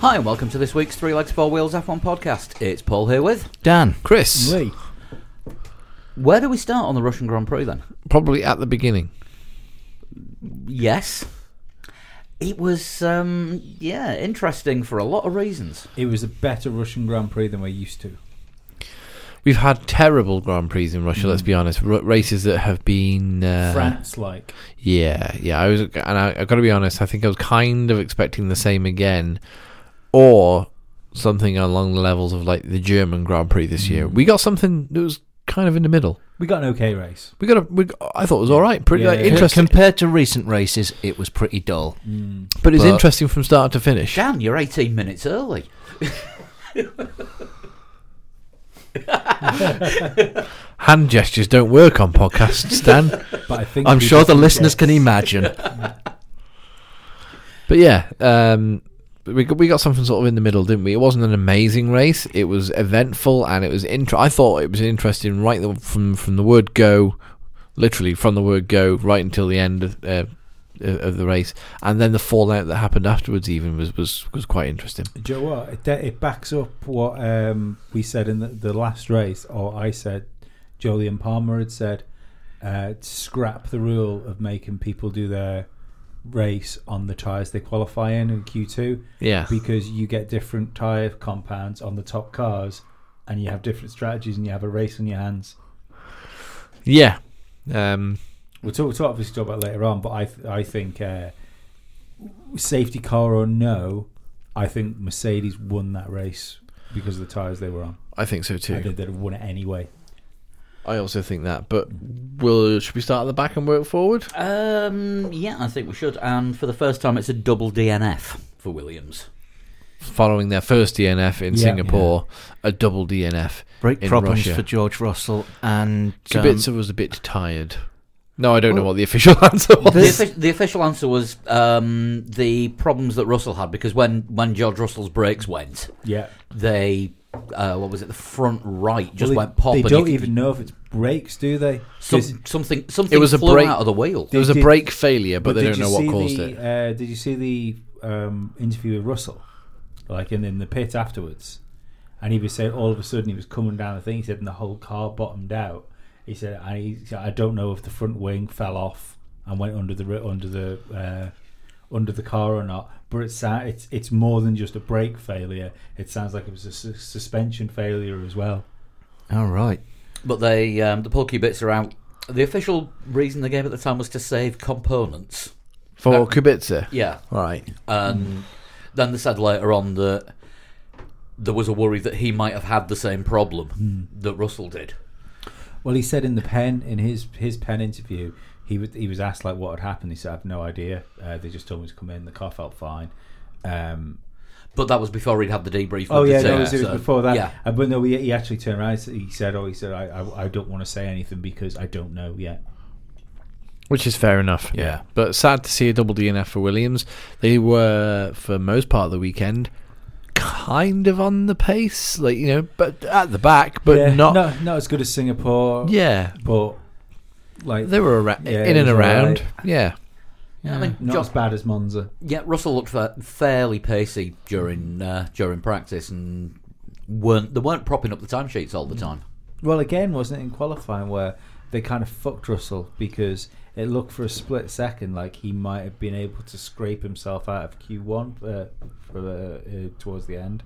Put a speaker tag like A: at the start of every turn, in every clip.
A: Hi, and welcome to this week's Three Legs, Four Wheels F1 podcast. It's Paul here with.
B: Dan,
C: Chris,
B: Lee.
A: Where do we start on the Russian Grand Prix then?
C: probably at the beginning.
A: Yes. It was, um, yeah, interesting for a lot of reasons.
B: It was a better Russian Grand Prix than we're used to.
C: We've had terrible Grand Prix in Russia.
B: Mm.
C: Let's be honest, R- races that have been
D: Uh-huh.
C: uh,
B: France like.
C: Yeah, yeah. I was, and I, I've got to be honest. I think I was kind of expecting the same again, or something along the levels of like the German Grand Prix this year.
B: Mm.
C: We got something that was kind of in the middle.
B: We got an okay race.
C: We got a. We, got- I thought it was all right, pretty
B: Yeah,
C: like,
B: yeah.
D: Co-
C: interesting,
D: Compared to recent races, it was pretty dull.
C: but it was
D: but-
C: interesting from start to finish.
A: Dan, you're 18 minutes early.
C: Hand gestures don't work on podcasts, Dan.
B: But I think
D: I'm
B: we
D: sure the
B: definitely
D: listeners
B: got-
D: can imagine.
C: But yeah, um, we got, we got something sort of in the middle, didn't we? It wasn't an amazing race. It was eventful, and it was inter- I thought it was interesting right the, from from the word go, literally from the word go, right until the end of, uh, of the race, and then the fallout that happened afterwards even was was, was quite interesting.
B: Do you know what? It, de- it backs up what um, we said in the, the last race, or I said, Jolyon Palmer had said, uh, scrap the rule of making people do their race on the tyres they qualify in in Q2
C: Yeah,
B: because you get different tyre compounds on the top cars and you have different strategies and you have a race on your hands.
C: yeah. Um,
B: We'll talk, we'll talk obviously talk about it later on, but I th- I think uh, safety car or no, I think Mercedes won that race because of the tires they were on.
C: I think so
B: I
C: too.
B: think they'd have won it anyway.
C: I also think that. But will should we start at the back and work forward?
A: Um, yeah, I think we should. And for the first time, it's a double DNF for Williams.
C: Following their first DNF in
B: Yeah.
C: Singapore, a double DNF
D: Brake
C: in
D: problems
C: Russia.
D: for George Russell and um,
C: Kubica was a bit tired. No, I don't know what the official answer was.
A: The, offic- the official answer was um, the problems that Russell had because when, when George Russell's brakes went,
B: Yeah,
A: they uh, what was it the front right just
B: Well, they-
A: went pop
B: They
A: and
B: don't
A: you-
B: even know if it's brakes, do they? 'Cause
A: some, something something
C: It was a
A: flew
C: break-
A: out of the wheel
C: there was a
B: did-
C: brake failure, but, they
B: did
C: don't
B: you
C: know what
B: see
C: caused
B: the,
C: it.
B: Uh, did you see the um, interview with Russell, like in, in the pit afterwards? And he was saying all of a sudden he was coming down the thing. He said, and the whole car bottomed out. He said, I, he said, I don't know if the front wing fell off and went under the ri- under the uh, under the car or not. But it's it's it's more than just a brake failure. It sounds like it was a su- suspension failure as well. uh,
D: All right.
A: but they um, the pulky bits are out the official reason they gave at the time was to save components
C: For
B: Uh,
C: Kubica.
A: yeah
C: Right.
A: and
B: Mm.
A: then they said later on that there was a worry that he might have had the same problem
B: Mm.
A: that Russell did
B: Well, he said in the pen in his his pen interview, he was he was asked like what had happened. He said, "I've no idea. Uh, they just told me to come in. The car felt fine." Um,
A: but that was before he'd had the debrief
B: oh
A: with
B: yeah,
A: the
B: no,
A: team,
B: it was, it was
A: so-
B: before that.
A: yeah
B: Uh, but no, he, he actually turned around. He said, "Oh, he said I I, I don't want to say anything because I don't know yet."
C: Which is fair enough.
D: Yeah.
C: But sad to see a double DNF for Williams. They were, for most part of the weekend, kind of on the pace, like, you know, but at the back, but
B: yeah,
C: not.
B: no, not as good as Singapore.
C: Yeah.
B: but like
C: They were ara-
B: Yeah,
C: in and
B: it was
C: around.
B: alright.
C: Yeah.
A: Yeah, I mean,
B: not
A: John-
B: as bad as Monza.
A: Yeah, Russell looked fa- fairly pacey
C: Mm.
A: during uh, during practice and weren't they weren't propping up the timesheets
C: Mm.
A: all the time.
B: Well, again, wasn't it in qualifying where they kind of fucked Russell because it looked for a split second like he might have been able to scrape himself out of Q1 uh, for the, uh, towards the end.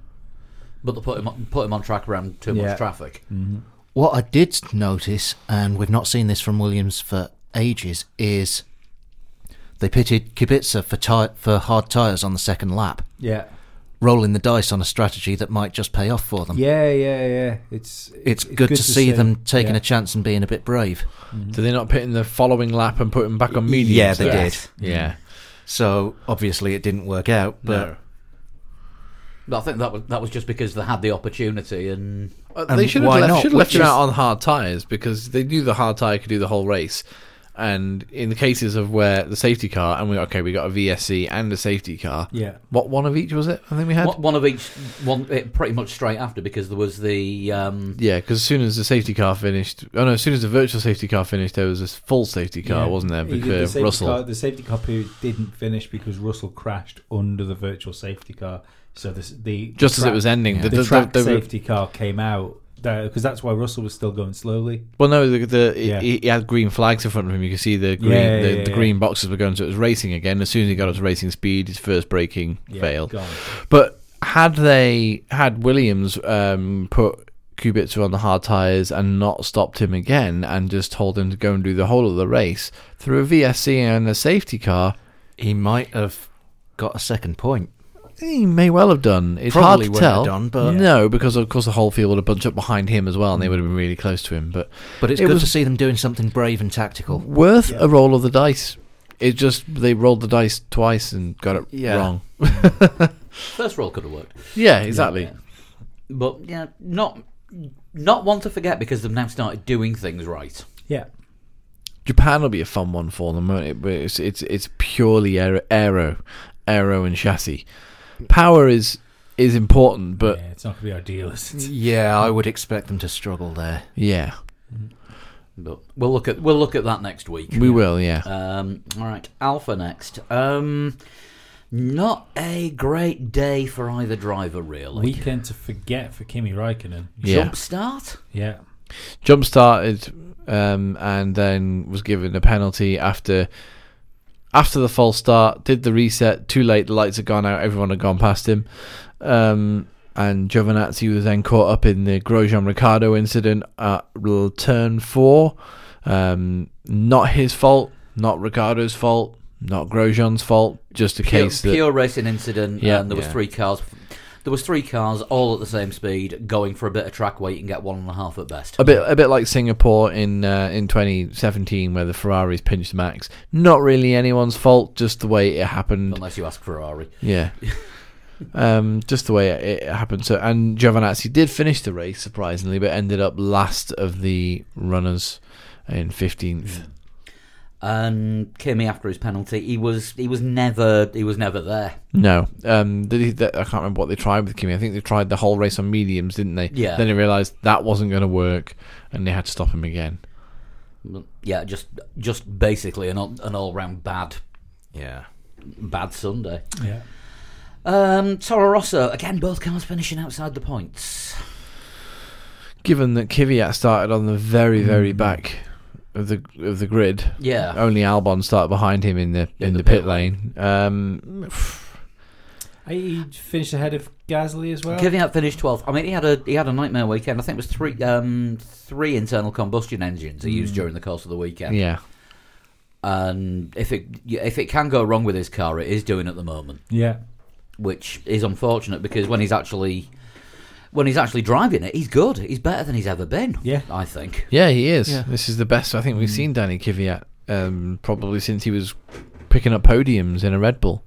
A: But they put him on, put him on track around too
B: Yeah.
A: much traffic.
D: Mm-hmm. What I did notice, and we've not seen this from Williams for ages, is they pitted Kubica for ty- for hard tyres on the second lap,
B: Yeah,
D: rolling the dice on a strategy that might just pay off for them.
B: yeah, yeah, yeah. It's
D: Um, It's, good, to, see, them taking a chance and being a bit brave.
C: Did they not pit in the following lap and put him back on medium?
D: Yeah, they
C: So-
D: Yes.
C: Yeah.
A: Mm.
D: So obviously it didn't work out, but
C: No.
A: But I think that was that was just because they had the opportunity and
C: Uh,
D: And
C: they should have
D: why
C: left,
D: not?
C: should have left
D: Which
C: him
D: is-
C: out on hard tyres because they knew the hard tyre could do the whole race. And in the cases of where the safety car, and we okay, we got a VSC and a safety car.
B: Yeah.
C: What one of each was it? I think we had.
A: one- one of each one it pretty much straight after because there was the um,
C: Yeah, because as soon as the safety car finished, oh no, as soon as the virtual safety car finished, there was this full safety car, wasn't there?
B: He did
C: Because
B: the safety
C: Russell.
B: car- the safety car period didn't finish because Russell crashed under the virtual safety car, So this, the
C: Just as
B: the
C: it
B: track-
C: was ending,
D: yeah.
C: the,
B: the,
C: the-
B: track
C: the-
B: safety car came out because that's why Russell was still going slowly.
C: well, no, the, the
B: Yeah.
C: he, he had green flags in front of him. You could see the green
B: Yeah,
C: the,
B: yeah,
C: the
B: yeah.
C: green boxes were going, so it was racing again. As soon as he got up to racing speed, his first braking
B: Yeah,
C: failed.
B: gone.
C: But had they had Williams um, put Kubica on the hard tires and not stopped him again and just told him to go and do the whole of the race through a VSC and a safety car,
D: He might have got a second point.
C: he may well have done. It's
D: Probably
C: hard to
D: wouldn't have
C: tell.
D: done, but-
C: No, because of course the whole field would have bunched up behind him as well, and they would have been really close to him. But
D: But it's
C: It
D: good
C: was-
D: to see them doing something brave and tactical.
C: worth
B: Yeah.
C: a roll of the dice. It just they rolled the dice twice and got it
D: Yeah.
C: wrong.
A: First roll could have worked.
C: Yeah, exactly.
A: Yeah. But yeah, not not one to forget because they've now started doing things right.
B: Yeah,
C: Japan will be a fun one for them, won't it? But It's it's, it's purely aero, aero, aero and chassis. Power is is important, but
B: yeah, it's not going to be ideal. is it?
D: Yeah, I would expect them to struggle there.
C: yeah,
A: But we'll look at we'll look at that next week.
C: we will. Yeah,
A: Um, all right, Alpha next. Um, not a great day for either driver, really.
B: Weekend to forget for Kimi Raikkonen.
C: yeah.
A: Jump start.
B: Yeah,
C: Jump started, um, and then was given a penalty after after the false start. Did the reset too late? The lights had gone out. Everyone had gone past him. Um, and Giovinazzi was then caught up in the Grosjean Ricardo incident at l- turn four. Um, not his fault, not Ricardo's fault, not Grosjean's fault. Just a
A: Pure,
C: case that
A: pure racing incident.
C: Yeah.
A: and there was
C: Yeah.
A: three cars. There was three cars all at the same speed, going for a bit of track where you can get one and a half at best.
C: a bit a bit like Singapore in uh, in 2017 where the Ferraris pinched Max. Not really anyone's fault, just the way it happened.
A: Unless you ask Ferrari.
C: Yeah. um, just the way it, it happened. So, and Giovinazzi did finish the race surprisingly, but ended up last of the runners in fifteenth.
A: And Kimi, after his penalty, he was he was never he was never there.
C: No, um, did he, that, I can't remember what they tried with Kimi. I think they tried the whole race on mediums, didn't they?
A: Yeah.
C: Then they realised that wasn't going to work, and they had to stop him again.
A: Yeah, just just basically an all, an all round bad
D: Yeah.
A: bad Sunday.
B: yeah.
A: Um, Toro Rosso again, both cars finishing outside the points.
C: Given that Kvyat started on the very, very back of the of the grid,
A: Yeah,
C: only Albon started behind him in the in, the, pit, lane. Um,
B: I, he finished ahead of Gasly as well.
A: Kvyat finished 12th. I mean, he had a he had a nightmare weekend. I think it was three um, three internal combustion engines he
B: Hmm.
A: used during the course of the weekend.
C: yeah.
A: And if it if it can go wrong with his car, it is doing at the moment,
B: Yeah,
A: which is unfortunate because when he's actually when he's actually driving it, he's good. He's better than he's ever been.
B: Yeah.
A: I think.
C: Yeah, he is.
D: Yeah.
C: This is the best I think we've seen Danny Kvyat um, probably since he was picking up podiums in a Red Bull.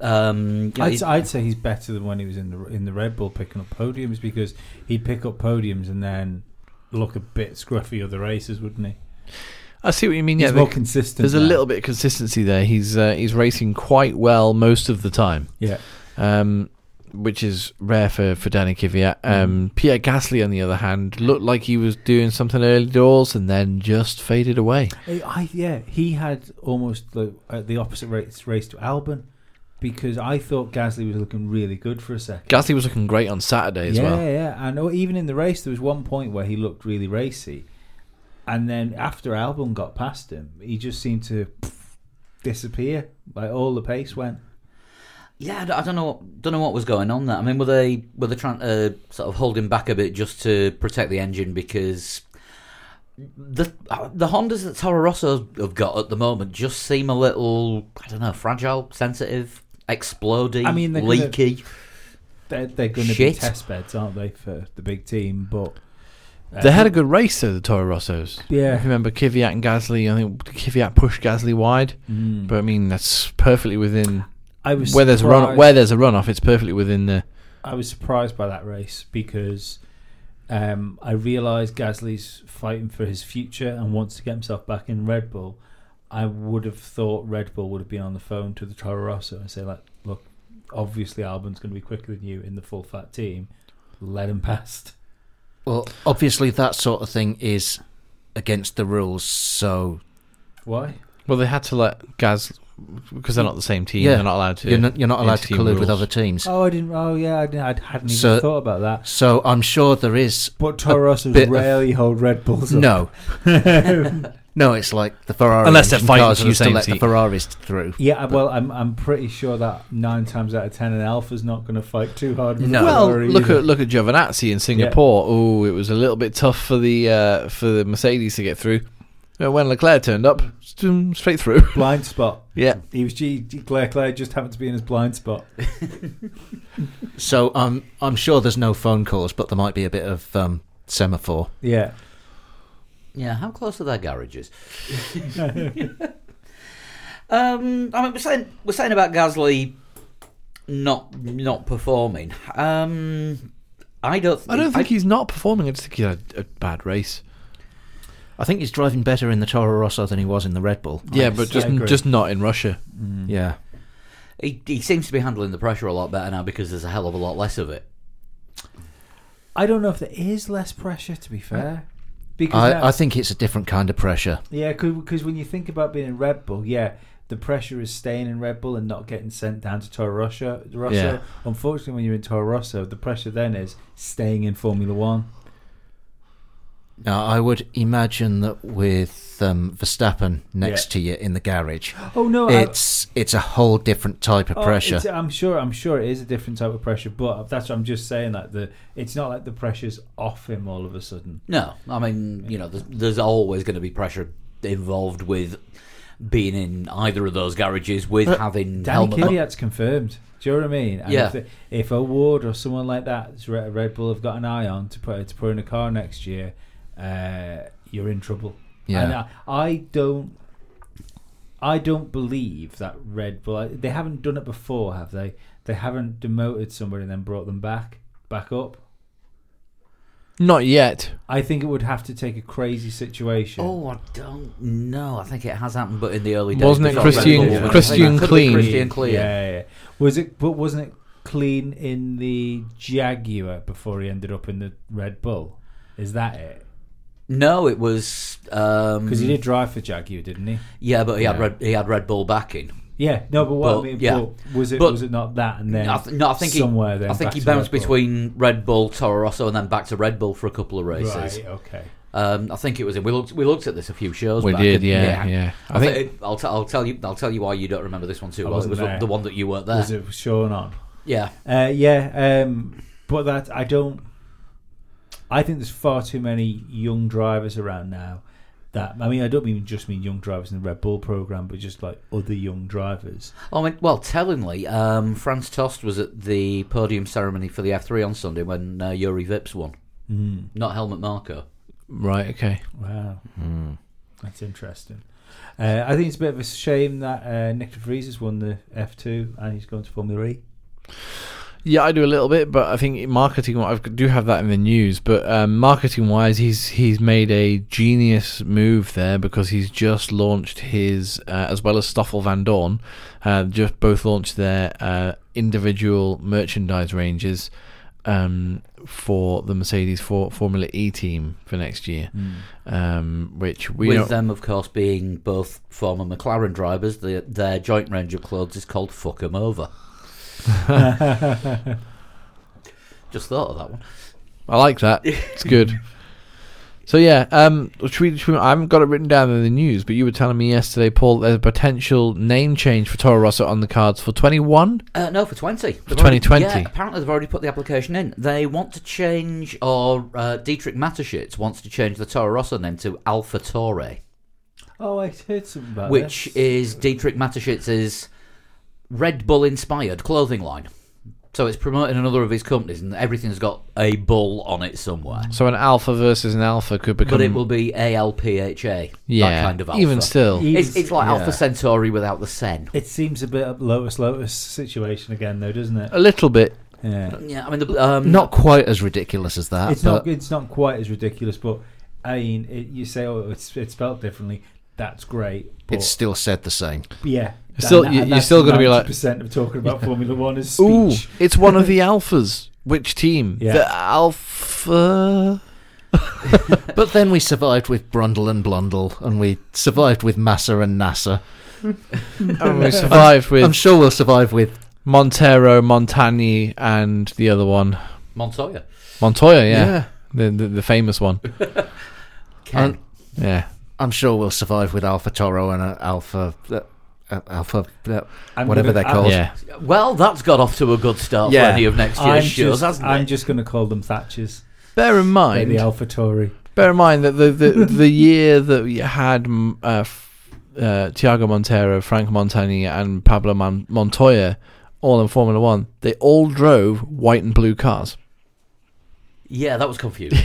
A: Um, you know,
B: I'd,
A: he-
B: I'd say he's better than when he was in the in the Red Bull picking up podiums because he'd pick up podiums and then look a bit scruffy other races, wouldn't he?
C: I see what you mean.
B: He's
C: Yeah,
B: more
C: the-
B: consistent.
C: there's a
B: now.
C: little bit of consistency there. He's uh, he's racing quite well most of the time,
B: Yeah,
C: um, which is rare for for Danny Kvyat.
B: Mm.
C: Um, Pierre Gasly, on the other hand, looked like he was doing something early doors and then just faded away.
B: I, I- yeah. He had almost the, uh, the opposite race race to Albon because I thought Gasly was looking really good for a second.
C: Gasly was looking great on Saturday as
B: yeah,
C: well.
B: yeah, and or even in the race, there was one point where he looked really racy, and then after Albon got past him, he just seemed to disappear. Like all the pace went.
A: Yeah, I d- I don't know, don't know what was going on there. I mean, were they were they trying to sort of hold him back a bit just to protect the engine because the the Hondas that Toro Rosso have got at the moment just seem a little, I don't know, fragile, sensitive, explodey,
B: I mean, they're gonna-
A: leaky.
B: They're, they're going to be
A: Shit.
B: test beds, aren't they, for the big team? But uh,
C: They had a good race though, the Toro Rossos.
B: Yeah.
C: If you remember Kvyat and Gasly. I think Kvyat pushed Gasly wide,
B: Mm.
C: but I mean that's perfectly within
B: I was
C: where there's a run
B: surprised-
C: where there's a runoff. It's perfectly within the
B: I was surprised by that race because um, I realised Gasly's fighting for his future and wants to get himself back in Red Bull. I would have thought Red Bull would have been on the phone to the Toro Rosso and say, like, look, obviously Albon's going to be quicker than you in the full fat team. Let him past.
D: Well, obviously, that sort of thing is against the rules, so
B: Why?
C: well they had to let Gas because they're not the same team.
D: Yeah.
C: They're not allowed to.
D: you're, not, you're not allowed to
C: inter-team
D: collude with
C: rules.
D: other teams.
B: Oh, I didn't. Oh, yeah, I, didn't, I hadn't even
D: So-
B: thought about that.
D: So I'm sure there is.
B: But Toro Rosso
D: bit of-
B: rarely hold Red Bulls. Up.
D: No, no, it's like the Ferrari
C: Unless they're
D: engine
C: fighting
D: cars
C: for the
D: used to
C: same
D: let the
C: seat.
D: Ferraris through.
B: Yeah, well, I'm I'm pretty sure that nine times out of ten, an Alpha's not going to fight too hard. With
A: No.
B: a
C: Well,
B: Ferrari
C: look
B: either.
C: at look at Giovinazzi in Singapore. Oh, it was a little bit tough for the uh, for the Mercedes to get through. But when Leclerc turned up, zoom, straight through.
B: blind spot.
C: yeah,
B: He was G. G- Claire Claire just happened to be in his blind spot.
D: So I'm I'm sure there's no phone calls, but there might be a bit of um, semaphore.
B: Yeah,
A: Yeah, how close are their garages? um, I mean, we're saying we're saying about Gasly not not performing. Um, I don't.
C: I don't think he's not performing. I just think he had a bad race.
D: I think he's driving better in the Toro Rosso than he was in the Red Bull.
C: Yeah, but
B: I
C: just
B: agree.
C: just not in Russia.
D: Yeah.
A: he, he seems to be handling the pressure a lot better now because there's a hell of a lot less of it.
B: I don't know if there is less pressure. To be fair, because that-
D: I, I think it's a different kind of pressure.
B: Yeah, because when you think about being in Red Bull, yeah, the pressure is staying in Red Bull and not getting sent down to Toro Rosso. Rosso.
C: Yeah.
B: Unfortunately, when you're in Toro Rosso, the pressure then is staying in Formula One.
D: Now, I would imagine that with um, Verstappen next
B: Yeah.
D: to you in the garage,
B: Oh no, I-
D: it's it's a whole different type of
B: oh,
D: pressure.
B: it's- I'm sure. I'm sure it is a different type of pressure, but that's what I'm just saying. Like the, it's not like the pressure's off him all of a sudden.
A: No, I mean, you know, there's, there's always going to be pressure involved with being in either of those garages with having
B: Danny
A: helmet.
B: Kvyat's confirmed. Do you know what I mean? And
A: Yeah.
B: If, if a Ward or someone like that, Red Red Bull have got an eye on to put to put in a car next year, uh, you're in trouble.
D: Yeah.
B: And I, I don't. I don't believe that Red Bull. They haven't done it before, have they? They haven't demoted somebody and then brought them back, back up.
C: Not yet.
B: I think it would have to take a crazy situation.
A: Oh, I don't know. I think it has happened, but in the early days,
C: Wasn't it
A: before Red
B: Christian-
A: Bull, but
C: Christian
A: I think that could be
C: Clean?
A: Christian Clean.
B: Yeah, yeah, yeah. Was it? But wasn't it clean in the Jaguar before he ended up in the Red Bull? Is that it?
A: No, it was um,
B: Because he did drive for Jaguar, didn't he?
A: Yeah, but he had red, he had Red Bull backing.
B: Yeah. No, but what
A: Well,
B: I mean,
A: yeah.
B: but was it?
A: But-
B: was it not that? And then
A: I th- no, I think
B: somewhere
A: he,
B: then
A: I think
B: back
A: he
B: to
A: bounced
B: Red Bull.
A: between Red Bull, Toro Rosso, and then back to Red Bull for a couple of races.
B: Right. Okay.
A: Um, I think it was. We looked. We looked at this a few shows.
C: We
A: back,
C: did,
A: didn't
C: yeah, yeah.
A: I, think I'll, t- I'll tell you. I'll tell you why you don't remember this one too
B: I
A: well. It
B: wasn't
A: was
B: there.
A: the one that you weren't there.
B: Was it Sean on?
A: Yeah,
B: Uh, yeah, um, but that I don't. I think there's far too many young drivers around now. That I mean, I don't mean just mean young drivers in the Red Bull program, but just like other young drivers.
A: I mean, well, tellingly, um, Franz Tost was at the podium ceremony for the F3 on Sunday when uh, Yuri Vips won,
B: Mm.
A: not Helmut Marko.
C: Right. Okay.
B: Wow,
A: Hmm.
B: that's interesting. Uh, I think it's a bit of a shame that uh, Nick de Vries has won the F2 and he's going to Formula E.
C: Yeah, I do a little bit, but I think marketing. I do have that in the news, but um, marketing-wise, he's he's made a genius move there because he's just launched his, uh, as well as Stoffel Van Dorn, uh, just both launched their uh, individual merchandise ranges um, for the Mercedes for Formula E team for next year,
A: Hmm.
C: um, which we
A: With
C: don't-
A: them, of course, being both former McLaren drivers, the, their joint range of clothes is called "Fuck 'Em Over." Just thought of that one.
C: I like that. It's good. so yeah, um, should we, should we- I haven't got it written down in the news, but you were telling me yesterday, Paul, there's a potential name change for Toro Rosso on the cards for 21.
A: Uh, no, for 20. For
C: 2020.
A: yeah, apparently they've already put the application in. They want to change, or uh, Dietrich Mateschitz wants to change the Toro Rosso name to Alpha Torre,
B: Oh, I heard something about
A: which
B: this.
A: is Dietrich Mateschitz's Red Bull inspired clothing line. So it's promoting another of his companies, and everything's got a bull on it somewhere.
C: So an alpha versus an alpha could become.
A: But it will be A L P H A.
C: yeah,
A: That kind of alpha.
C: even still.
B: Even-
A: It's, it's like
B: yeah.
A: Alpha Centauri without the Sen.
B: It seems a bit of Lotus Lotus situation again, though, doesn't it?
C: A little bit.
B: Yeah.
A: Yeah, I mean, the, um,
D: Not quite as ridiculous as
C: Uh,
D: that.
B: It's
D: but
B: not. It's not quite as ridiculous, but I mean, it, you say, "Oh, it's it's spelt differently." That's great. But
D: It's still said the same.
B: yeah.
C: Still- you- you're still gonna be like-
B: percent of talking about Formula One is
C: Ooh,
B: speech.
C: it's one of the alphas. Which team?
B: Yeah.
C: The alpha. Oh,
D: But then we survived with Brundle and Blundell, and we survived with Massa and NASA.
C: And we survived with
D: I'm sure we'll survive with
C: Montero, Montani, and the other one,
A: Montoya.
C: Montoya. Yeah, The, the the famous one. Uh,
A: Ken.
C: Yeah,
D: I'm sure we'll survive with Alpha Toro and uh, Alpha uh, uh, Alpha uh,
B: I'm
D: whatever
B: gonna-
D: they're called.
C: yeah.
A: well, that's got off to a good start
D: Yeah.
A: for any of next
B: I'm
A: year's shows,
B: just,
A: hasn't
B: I'm
A: it?
B: just going to call them Thatchers.
C: Bear in
B: Like the
C: mind,
B: Alpha Tory.
C: bear in mind that the the, the year that we had mm, uh, f- uh, Tiago Montero, Frank Montani, and Pablo Man- Montoya all in Formula One, they all drove white and blue cars.
A: Yeah, that was confusing.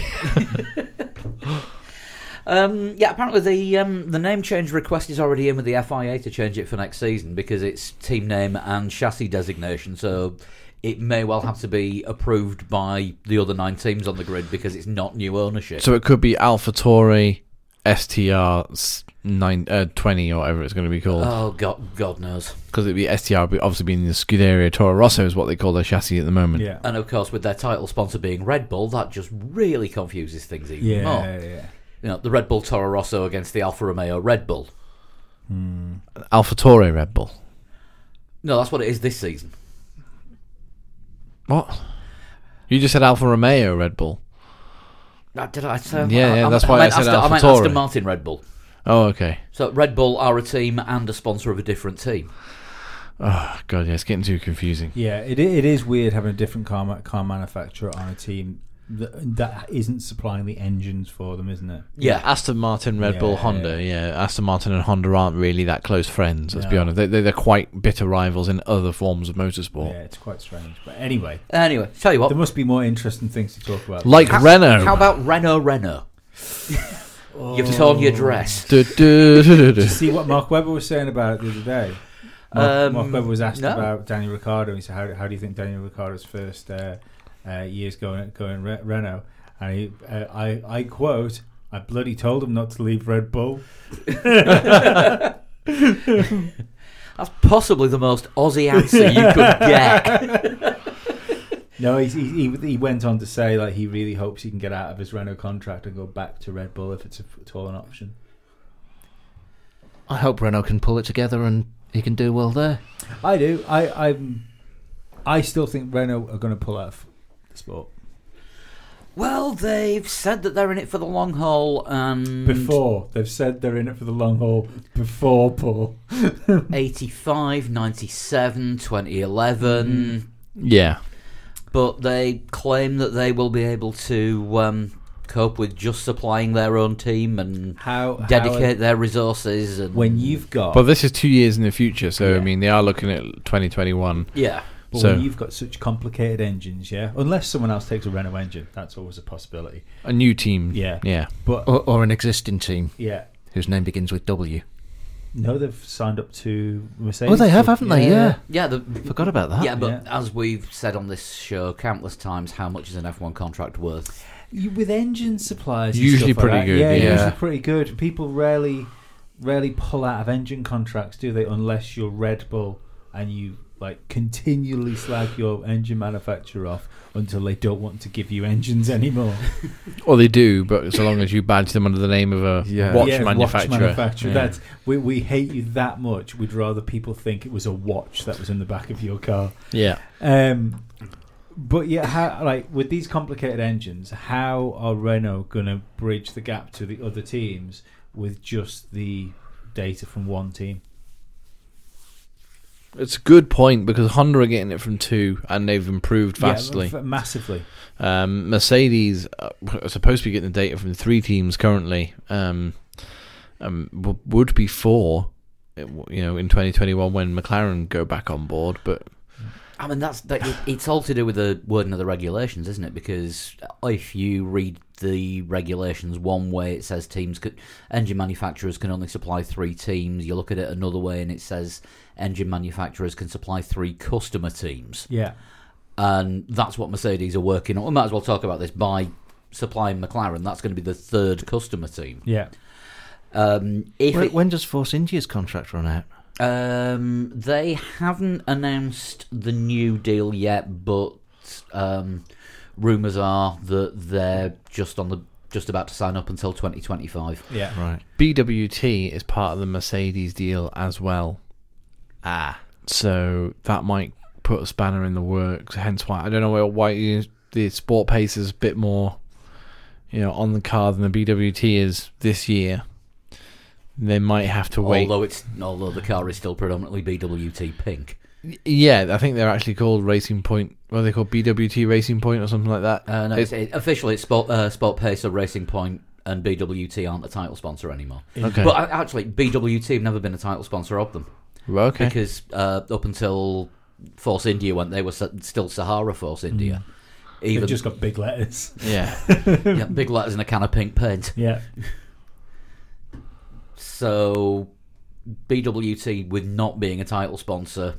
A: um, yeah, apparently the um, the name change request is already in with the FIA to change it for next season because it's team name and chassis designation. So it may well have to be approved by the other nine teams on the grid because it's not new ownership.
C: So it could be Alpha Tori STR s- nine uh, twenty or whatever it's going to be called.
A: oh God, God knows.
C: because it'd be STR, but obviously being the Scuderia Toro Rosso is what they call their chassis at the moment.
B: Yeah.
A: And uh, of course, with their title sponsor being Red Bull, that just really confuses things even
B: Yeah,
A: more.
B: yeah.
A: You know, the Red Bull Toro Rosso against the Alfa Romeo Red Bull.
C: Alpha Torre Red Bull.
A: No, that's what it is this season.
C: What? You just said Alfa Romeo Red Bull.
A: Uh, Did I say?
C: Yeah, yeah,
A: I-
C: that's why I
A: meant
C: said
A: Aston, I meant
C: AlphaTauri.
A: Aston Martin Red Bull.
C: Oh, okay.
A: So Red Bull are a team and a sponsor of a different team.
C: Oh god, yeah, it's getting too confusing.
B: Yeah, it, i- it is weird having a different car, ma- car manufacturer on a team that, that isn't supplying the engines for them, isn't it?
A: Yeah,
C: Aston Martin, Red
B: Yeah,
C: Bull,
B: yeah.
C: Honda. Yeah. Aston Martin and Honda aren't really that close friends. Let's be
B: No.
C: honest; they, they, they're quite bitter rivals in other forms of motorsport,
B: Yeah, it's quite strange. But anyway,
A: Anyway, tell you what.
B: there must be more interesting things to talk about.
C: Oh. like
A: How-
C: Renault.
A: How about Renault Renault? You've torn your dress.
C: Du- du- du- du-
B: Did
C: du.
B: you see what Mark Webber was saying about it the other day? Mark,
A: Um,
B: Mark Webber was asked
A: no.
B: about Daniel Ricciardo. He said, "How, how do you think Daniel Ricciardo's first uh, uh, years going going Re- Renault?" And he, uh, I, I quote, "I bloody told him not to leave Red Bull."
A: That's possibly the most Aussie answer you could get.
B: No, he's, he, he he went on to say like he really hopes he can get out of his Renault contract and go back to Red Bull if it's at all an option.
D: I hope Renault can pull it together and he can do well there.
B: I do. I I'm, I still think Renault are going to pull out of the sport
A: Well, they've said that they're in it for the long haul. And
B: before they've said they're in it for the long haul. Before Paul,
A: 85, 97,
C: Mm.
A: 2011.
C: yeah,
A: but they claim that they will be able to um, cope with just supplying their own team and
B: how
A: dedicate their resources. And
B: when you've got
C: but this is two years in the future, so I
B: Yeah.
C: mean they are looking at 2021.
A: yeah,
B: But
C: So-
B: when you've got such complicated engines, yeah, unless someone else takes a Renault engine, that's always a possibility.
C: A new team.
B: Yeah.
C: yeah.
B: But
D: Or, or an existing team
B: yeah,
D: whose name begins with W.
B: no, they've signed up to Mercedes.
D: Oh, they have, haven't they? Yeah.
A: yeah, the,
D: Forgot about that.
A: yeah. But
B: Yeah.
A: as we've said on this show countless times, how much is an F one contract worth?
B: You, with engine suppliers, and
C: Usually
B: stuff like
C: pretty
B: that,
C: good,
B: Yeah,
C: yeah.
B: usually pretty good. People rarely, rarely pull out of engine contracts, do they? Unless you're Red Bull and you like continually slag your engine manufacturer off until they don't want to give you engines anymore.
C: Or they do, but so long as you badge them under the name of a
D: Yeah.
C: watch
B: yeah,
C: manufacturer.
B: Watch manufacturer.
C: Yeah.
B: That's we, we hate you that much. We'd rather people think it was a watch that was in the back of your car.
C: yeah.
B: Um, but yeah, how, like with these complicated engines, how are Renault going to bridge the gap to the other teams with just the data from one team?
C: It's a good point because Honda are getting it from two, and they've improved
B: Yeah,
C: vastly.
B: f- massively.
C: um, Mercedes uh, are supposed to be getting the data from three teams currently. Um, um, w- would be four, it w- you know, in 2021 when McLaren go back on board. But
A: I mean, that's that, it- it's all to do with the wording of the regulations, isn't it? Because if you read the regulations one way, it says teams could engine manufacturers can only supply three teams. You look at it another way, and it says engine manufacturers can supply three customer teams.
B: Yeah,
A: and that's what Mercedes are working on. We might as well talk about this by supplying McLaren. That's going to be the third customer team.
B: yeah.
A: Um, if
D: When,
A: it-
D: when does Force India's contract run out?
A: um, they haven't announced the new deal yet, but um, rumours are that they're just on the just about to sign up until 2025.
B: Yeah.
D: Right.
C: BWT is part of the Mercedes deal as well.
A: Ah,
C: So that might put a spanner in the works. Hence why I don't know why- why you- the Sport Pace is a bit more, you know, on the car than the BWT is this year. They might have to wait.
A: although it's although the car is still predominantly BWT pink.
C: yeah, I think they're actually called Racing Point. What are they called? BWT Racing Point or something like that.
A: Uh, no,
C: It's-
A: it's, it, officially, it's Sport, uh, Sport Pacer Racing Point and BWT aren't the title sponsor anymore.
C: Okay.
A: But uh, actually, BWT have never been a title sponsor of them
C: Well, okay.
A: because uh, up until Force India, when they were s- still Sahara Force India,
C: Mm.
B: They've
A: even
B: just got big letters.
C: yeah.
A: yeah, big letters and a can of pink paint.
B: Yeah.
A: So BWT with not being a title sponsor,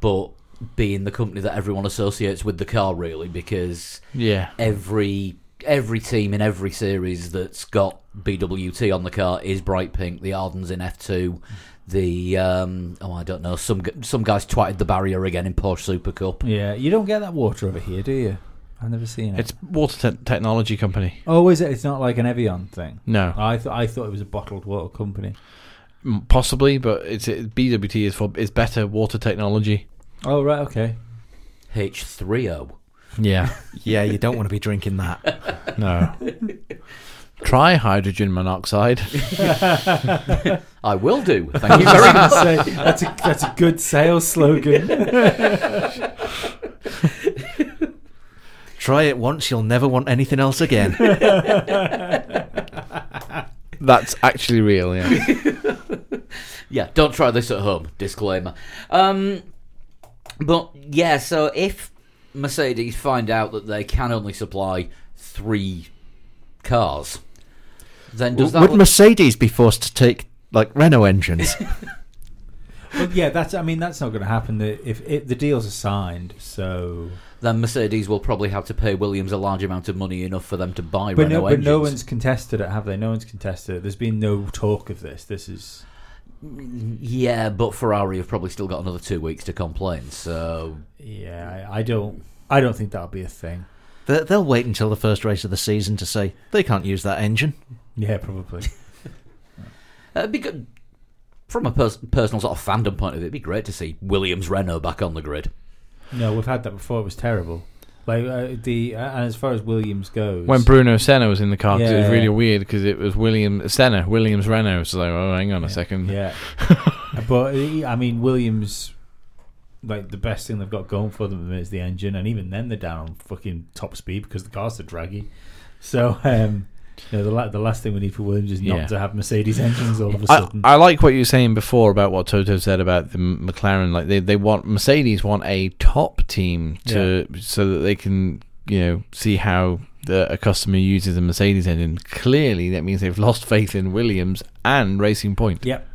A: but being the company that everyone associates with the car, really, because
C: Yeah.
A: every every team in every series that's got BWT on the car is bright pink. The Ardens in F two, the um, oh I don't know some gu- some guys twatted the barrier again in Porsche Super Cup.
B: Yeah. You don't get that water over here, do you? I've never seen it.
C: It's water te- technology company.
B: oh, is it? It's not like an Evian thing.
C: No.
B: I thought I thought it was a bottled water company.
C: M- Possibly, but it's it, BWT is for is better water technology.
B: Oh right, okay.
A: H three O.
C: Yeah.
D: Yeah, you don't want to be drinking that.
C: No. Try hydrogen monoxide.
A: I will do. Thank you very much.
B: Say, that's a that's a good sales slogan.
D: Try it once, you'll never want anything else again.
C: That's actually real, yeah.
A: Yeah, don't try this at home. Disclaimer. Um, but yeah, so if Mercedes find out that they can only supply three cars, then does that
D: Would Mercedes be forced to take like Renault engines?
B: but yeah, that's I mean that's not going to happen. The, if it, the deals are signed, so
A: then Mercedes will probably have to pay Williams a large amount of money enough for them to buy
B: but
A: Renault
B: no, but no
A: engines.
B: one's contested it, have they? No one's contested it. There's been no talk of this. This is
A: yeah, but Ferrari have probably still got another two weeks to complain. So
B: yeah. I, I don't I don't think that'll be a thing.
D: They- They'll wait until the first race of the season to say they can't use that engine.
B: Yeah, probably.
A: it'd be good. From a pers- personal sort of fandom point of view, it'd be great to see Williams Renault back on the grid.
B: no, we've had that before. It was terrible. Like uh, the uh, and as far as Williams goes,
C: When Bruno Senna was in the car, 'cause it was
B: Yeah.
C: really weird because it was William Senna, Williams Renault. So like, oh, hang on a
B: Yeah.
C: second.
B: Yeah, but he- I mean Williams, like the best thing they've got going for them is the engine, and even then they're down on fucking top speed because the cars are draggy. So um, you know, the la- the last thing we need for Williams is not
C: Yeah.
B: to have Mercedes engines all of a
C: I,
B: sudden.
C: I like what you were saying before about what Toto said about the M- McLaren. Like they, they want Mercedes want a top team to so that they can you know see how the, a customer uses a Mercedes engine. Clearly, that means they've lost faith in Williams and Racing Point.
B: yep.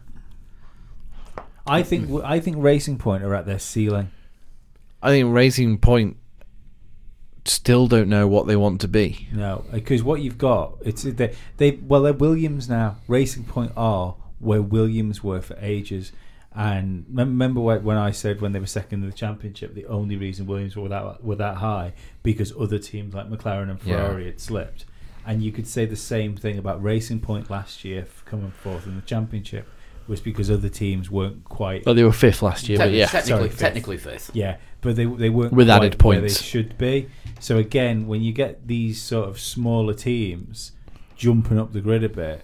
B: I think w- I think Racing Point are at their ceiling.
C: I think Racing Point still don't know what they want to be.
B: No, because what you've got, it's they, they well they're Williams now. Racing Point are where Williams were for ages, and mem- remember wh- when I said when they were second in the championship, the only reason Williams were that were that high because other teams like McLaren and
C: Yeah.
B: Ferrari had slipped, and you could say the same thing about Racing Point last year for coming fourth in the championship was because other teams weren't quite
C: Well, they were fifth last year, but
A: Technically-
C: yeah,
A: technically,
B: Sorry, fifth.
A: technically fifth.
B: yeah, but they they weren't
C: With
B: quite
C: added
B: where
C: points.
B: they should be. So again, when you get these sort of smaller teams jumping up the grid a bit,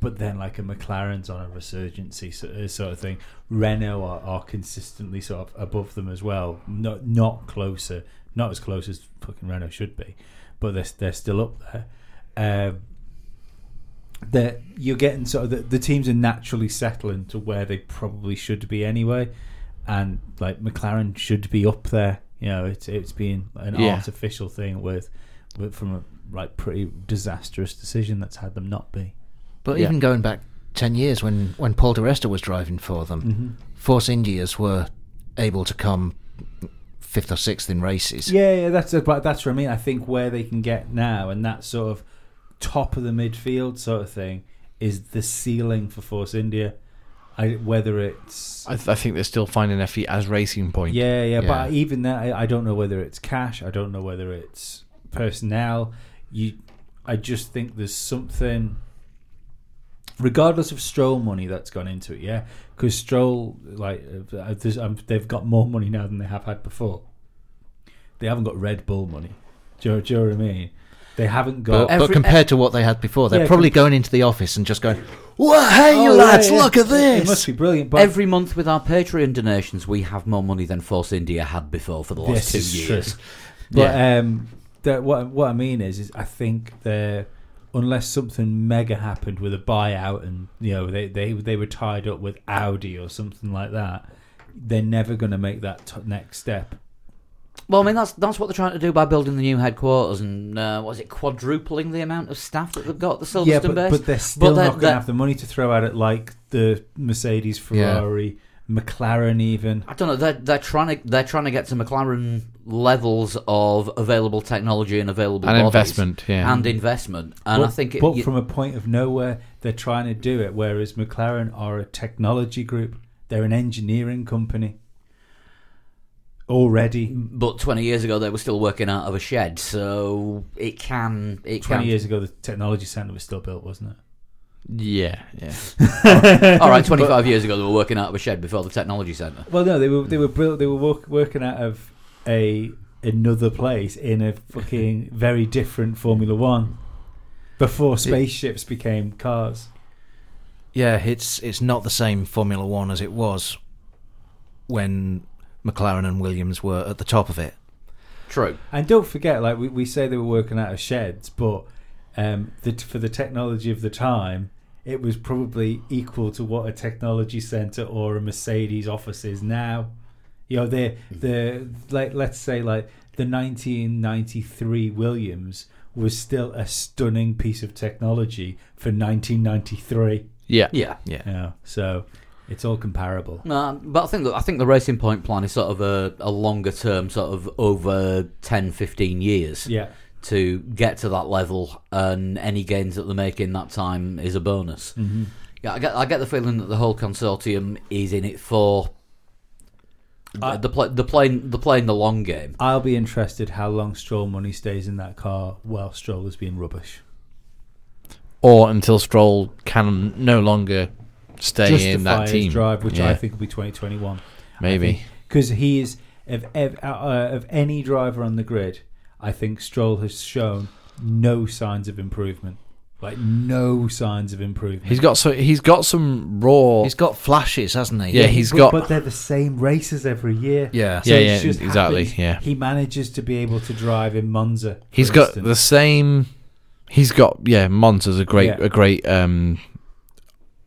B: but then like a McLaren's on a resurgency sort of, sort of thing, Renault are, are consistently sort of above them as well. Not not closer, not as close as fucking Renault should be, but they're they're still up there. Um, that you're getting sort of the, the teams are naturally settling to where they probably should be anyway, and like McLaren should be up there. You know, it's it's been an
C: Yeah.
B: artificial thing with, with from a like pretty disastrous decision that's had them not be.
D: But
C: Yeah.
D: even going back 10 years when, when Paul De Resta was driving for them, Force Indias were able to come fifth or sixth in races.
B: Yeah, yeah, that's about that's what I mean. I think where they can get now and that sort of top of the midfield sort of thing is the ceiling for Force India. I, whether it's
C: I, th- I think they're still finding their feet as Racing Point.
B: Yeah, yeah, but
D: Yeah.
B: even that, I, I don't know whether it's cash. I don't know whether it's personnel. You, I- I just think there's something, regardless of Stroll money that's gone into it, yeah, because Stroll like uh, uh, there's, um, they've got more money now than they have had before. They haven't got Red Bull money. Do you, do you know what I mean? They haven't got.
D: But,
A: Every-
D: but compared to what they had before, they're
B: Yeah,
D: probably
B: compa-
D: going into the office and just going, "Well, hey, you
B: Oh, yeah,
D: lads,
B: yeah.
D: look at
B: It must
D: this."
B: be brilliant. But
A: Every month with our Patreon donations, we have more money than Force India had before for the last
B: This
A: two
B: is true.
A: years.
B: But um, that what what I mean is, is I think they're unless something mega happened with a buyout and you know they they they were tied up with Audi or something like that, they're never going to make that t- next step.
A: Well, I mean that's that's what they're trying to do by building the new headquarters and uh, what is it quadrupling the amount of staff that they've got at the Silverstone
B: yeah, but,
A: base.
B: but they're still
A: they're-
B: not going to
A: they're-
B: have the money to throw at it like the Mercedes, Ferrari, McLaren, even.
A: I don't know. They're, they're trying to they're trying to get to McLaren levels of available technology and available
C: An
A: bodies.
C: investment, yeah.
A: and investment. And
B: but,
A: I think it,
B: but
A: you-
B: from a point of nowhere, they're trying to do it. Whereas McLaren are a technology group; they're an engineering company already.
A: but twenty years ago they were still working out of a shed, so it can it
B: Twenty
A: can.
B: years ago, the technology centre was still built, wasn't it?
C: Yeah, yeah.
A: All right, twenty five years ago they were working out of a shed before the technology centre.
B: Well, no, they were they were built. They were work, working out of a another place in a fucking very different Formula One before spaceships became cars.
D: Yeah, it's it's not the same Formula One as it was when McLaren and Williams were at the top of it.
A: True.
B: And don't forget, like we, we say they were working out of sheds, but um, the, for the technology of the time, it was probably equal to what a technology centre or a Mercedes office is now. You know, the the like let's say like the 1993 Williams was still a stunning piece of technology for 1993.
C: Yeah.
A: Yeah.
B: You know, so it's all comparable.
A: No, but I think that I think the racing point plan is sort of a, a longer term, sort of over 10, 15 years
B: Yeah.
A: to get to that level, and any gains that they make in that time is a bonus.
B: Mhm.
A: Yeah, I get I get the feeling that the whole consortium is in it for
B: I-
A: the play, the playing the playing the long game.
B: I'll be interested how long Stroll money stays in that car while Stroll is being rubbish.
C: Or until Stroll can no longer stay in that
B: his
C: team.
B: drive, which I
C: Yeah.
B: think will be 2021.
C: Maybe.
B: Because he is, of, ev- uh, uh, of any driver on the grid, I think Stroll has shown no signs of improvement. Like, no signs of improvement.
C: He's got so he's got some raw.
D: He's got flashes, hasn't he?
C: yeah, he's
B: but,
C: got
B: But they're the same races every year.
D: yeah.
C: Yeah,
B: it
C: yeah,
B: just
C: exactly,
B: happens.
C: yeah.
B: He manages to be able to drive in Monza. for
C: he's got
B: instance.
C: the same. He's got yeah. Monza's a great
B: Yeah.
C: a great um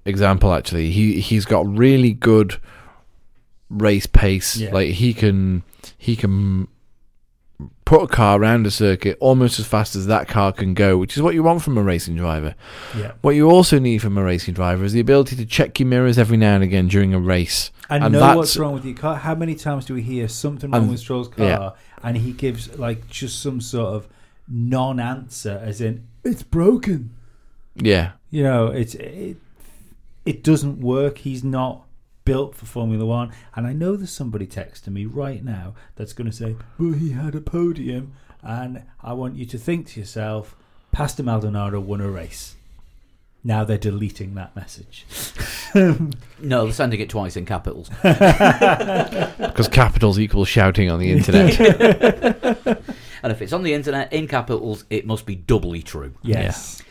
C: example actually. He he's got really good race pace.
B: Yeah.
C: Like he can he can put a car around a circuit almost as fast as that car can go, which is what you want from a racing driver.
B: Yeah.
C: What you also need from a racing driver is the ability to check your mirrors every now and again during a race.
B: and,
C: And
B: know
C: that's-
B: what's wrong with your car. How many times do we hear something wrong
C: And-
B: with Stroll's car,
C: yeah.
B: and he gives like just some sort of non-answer, as in it's broken.
C: Yeah.
B: You know, it's it, it doesn't work. He's not built for Formula One. And I know there's somebody texting me right now that's going to say, "Well, he had a podium," and I want you to think to yourself, "Pastor Maldonado won a race." Now they're deleting that message.
A: No, they're sending it twice in capitals.
C: Because capitals equal shouting on the internet.
A: and if it's on the internet in capitals, it must be doubly true.
B: Yes,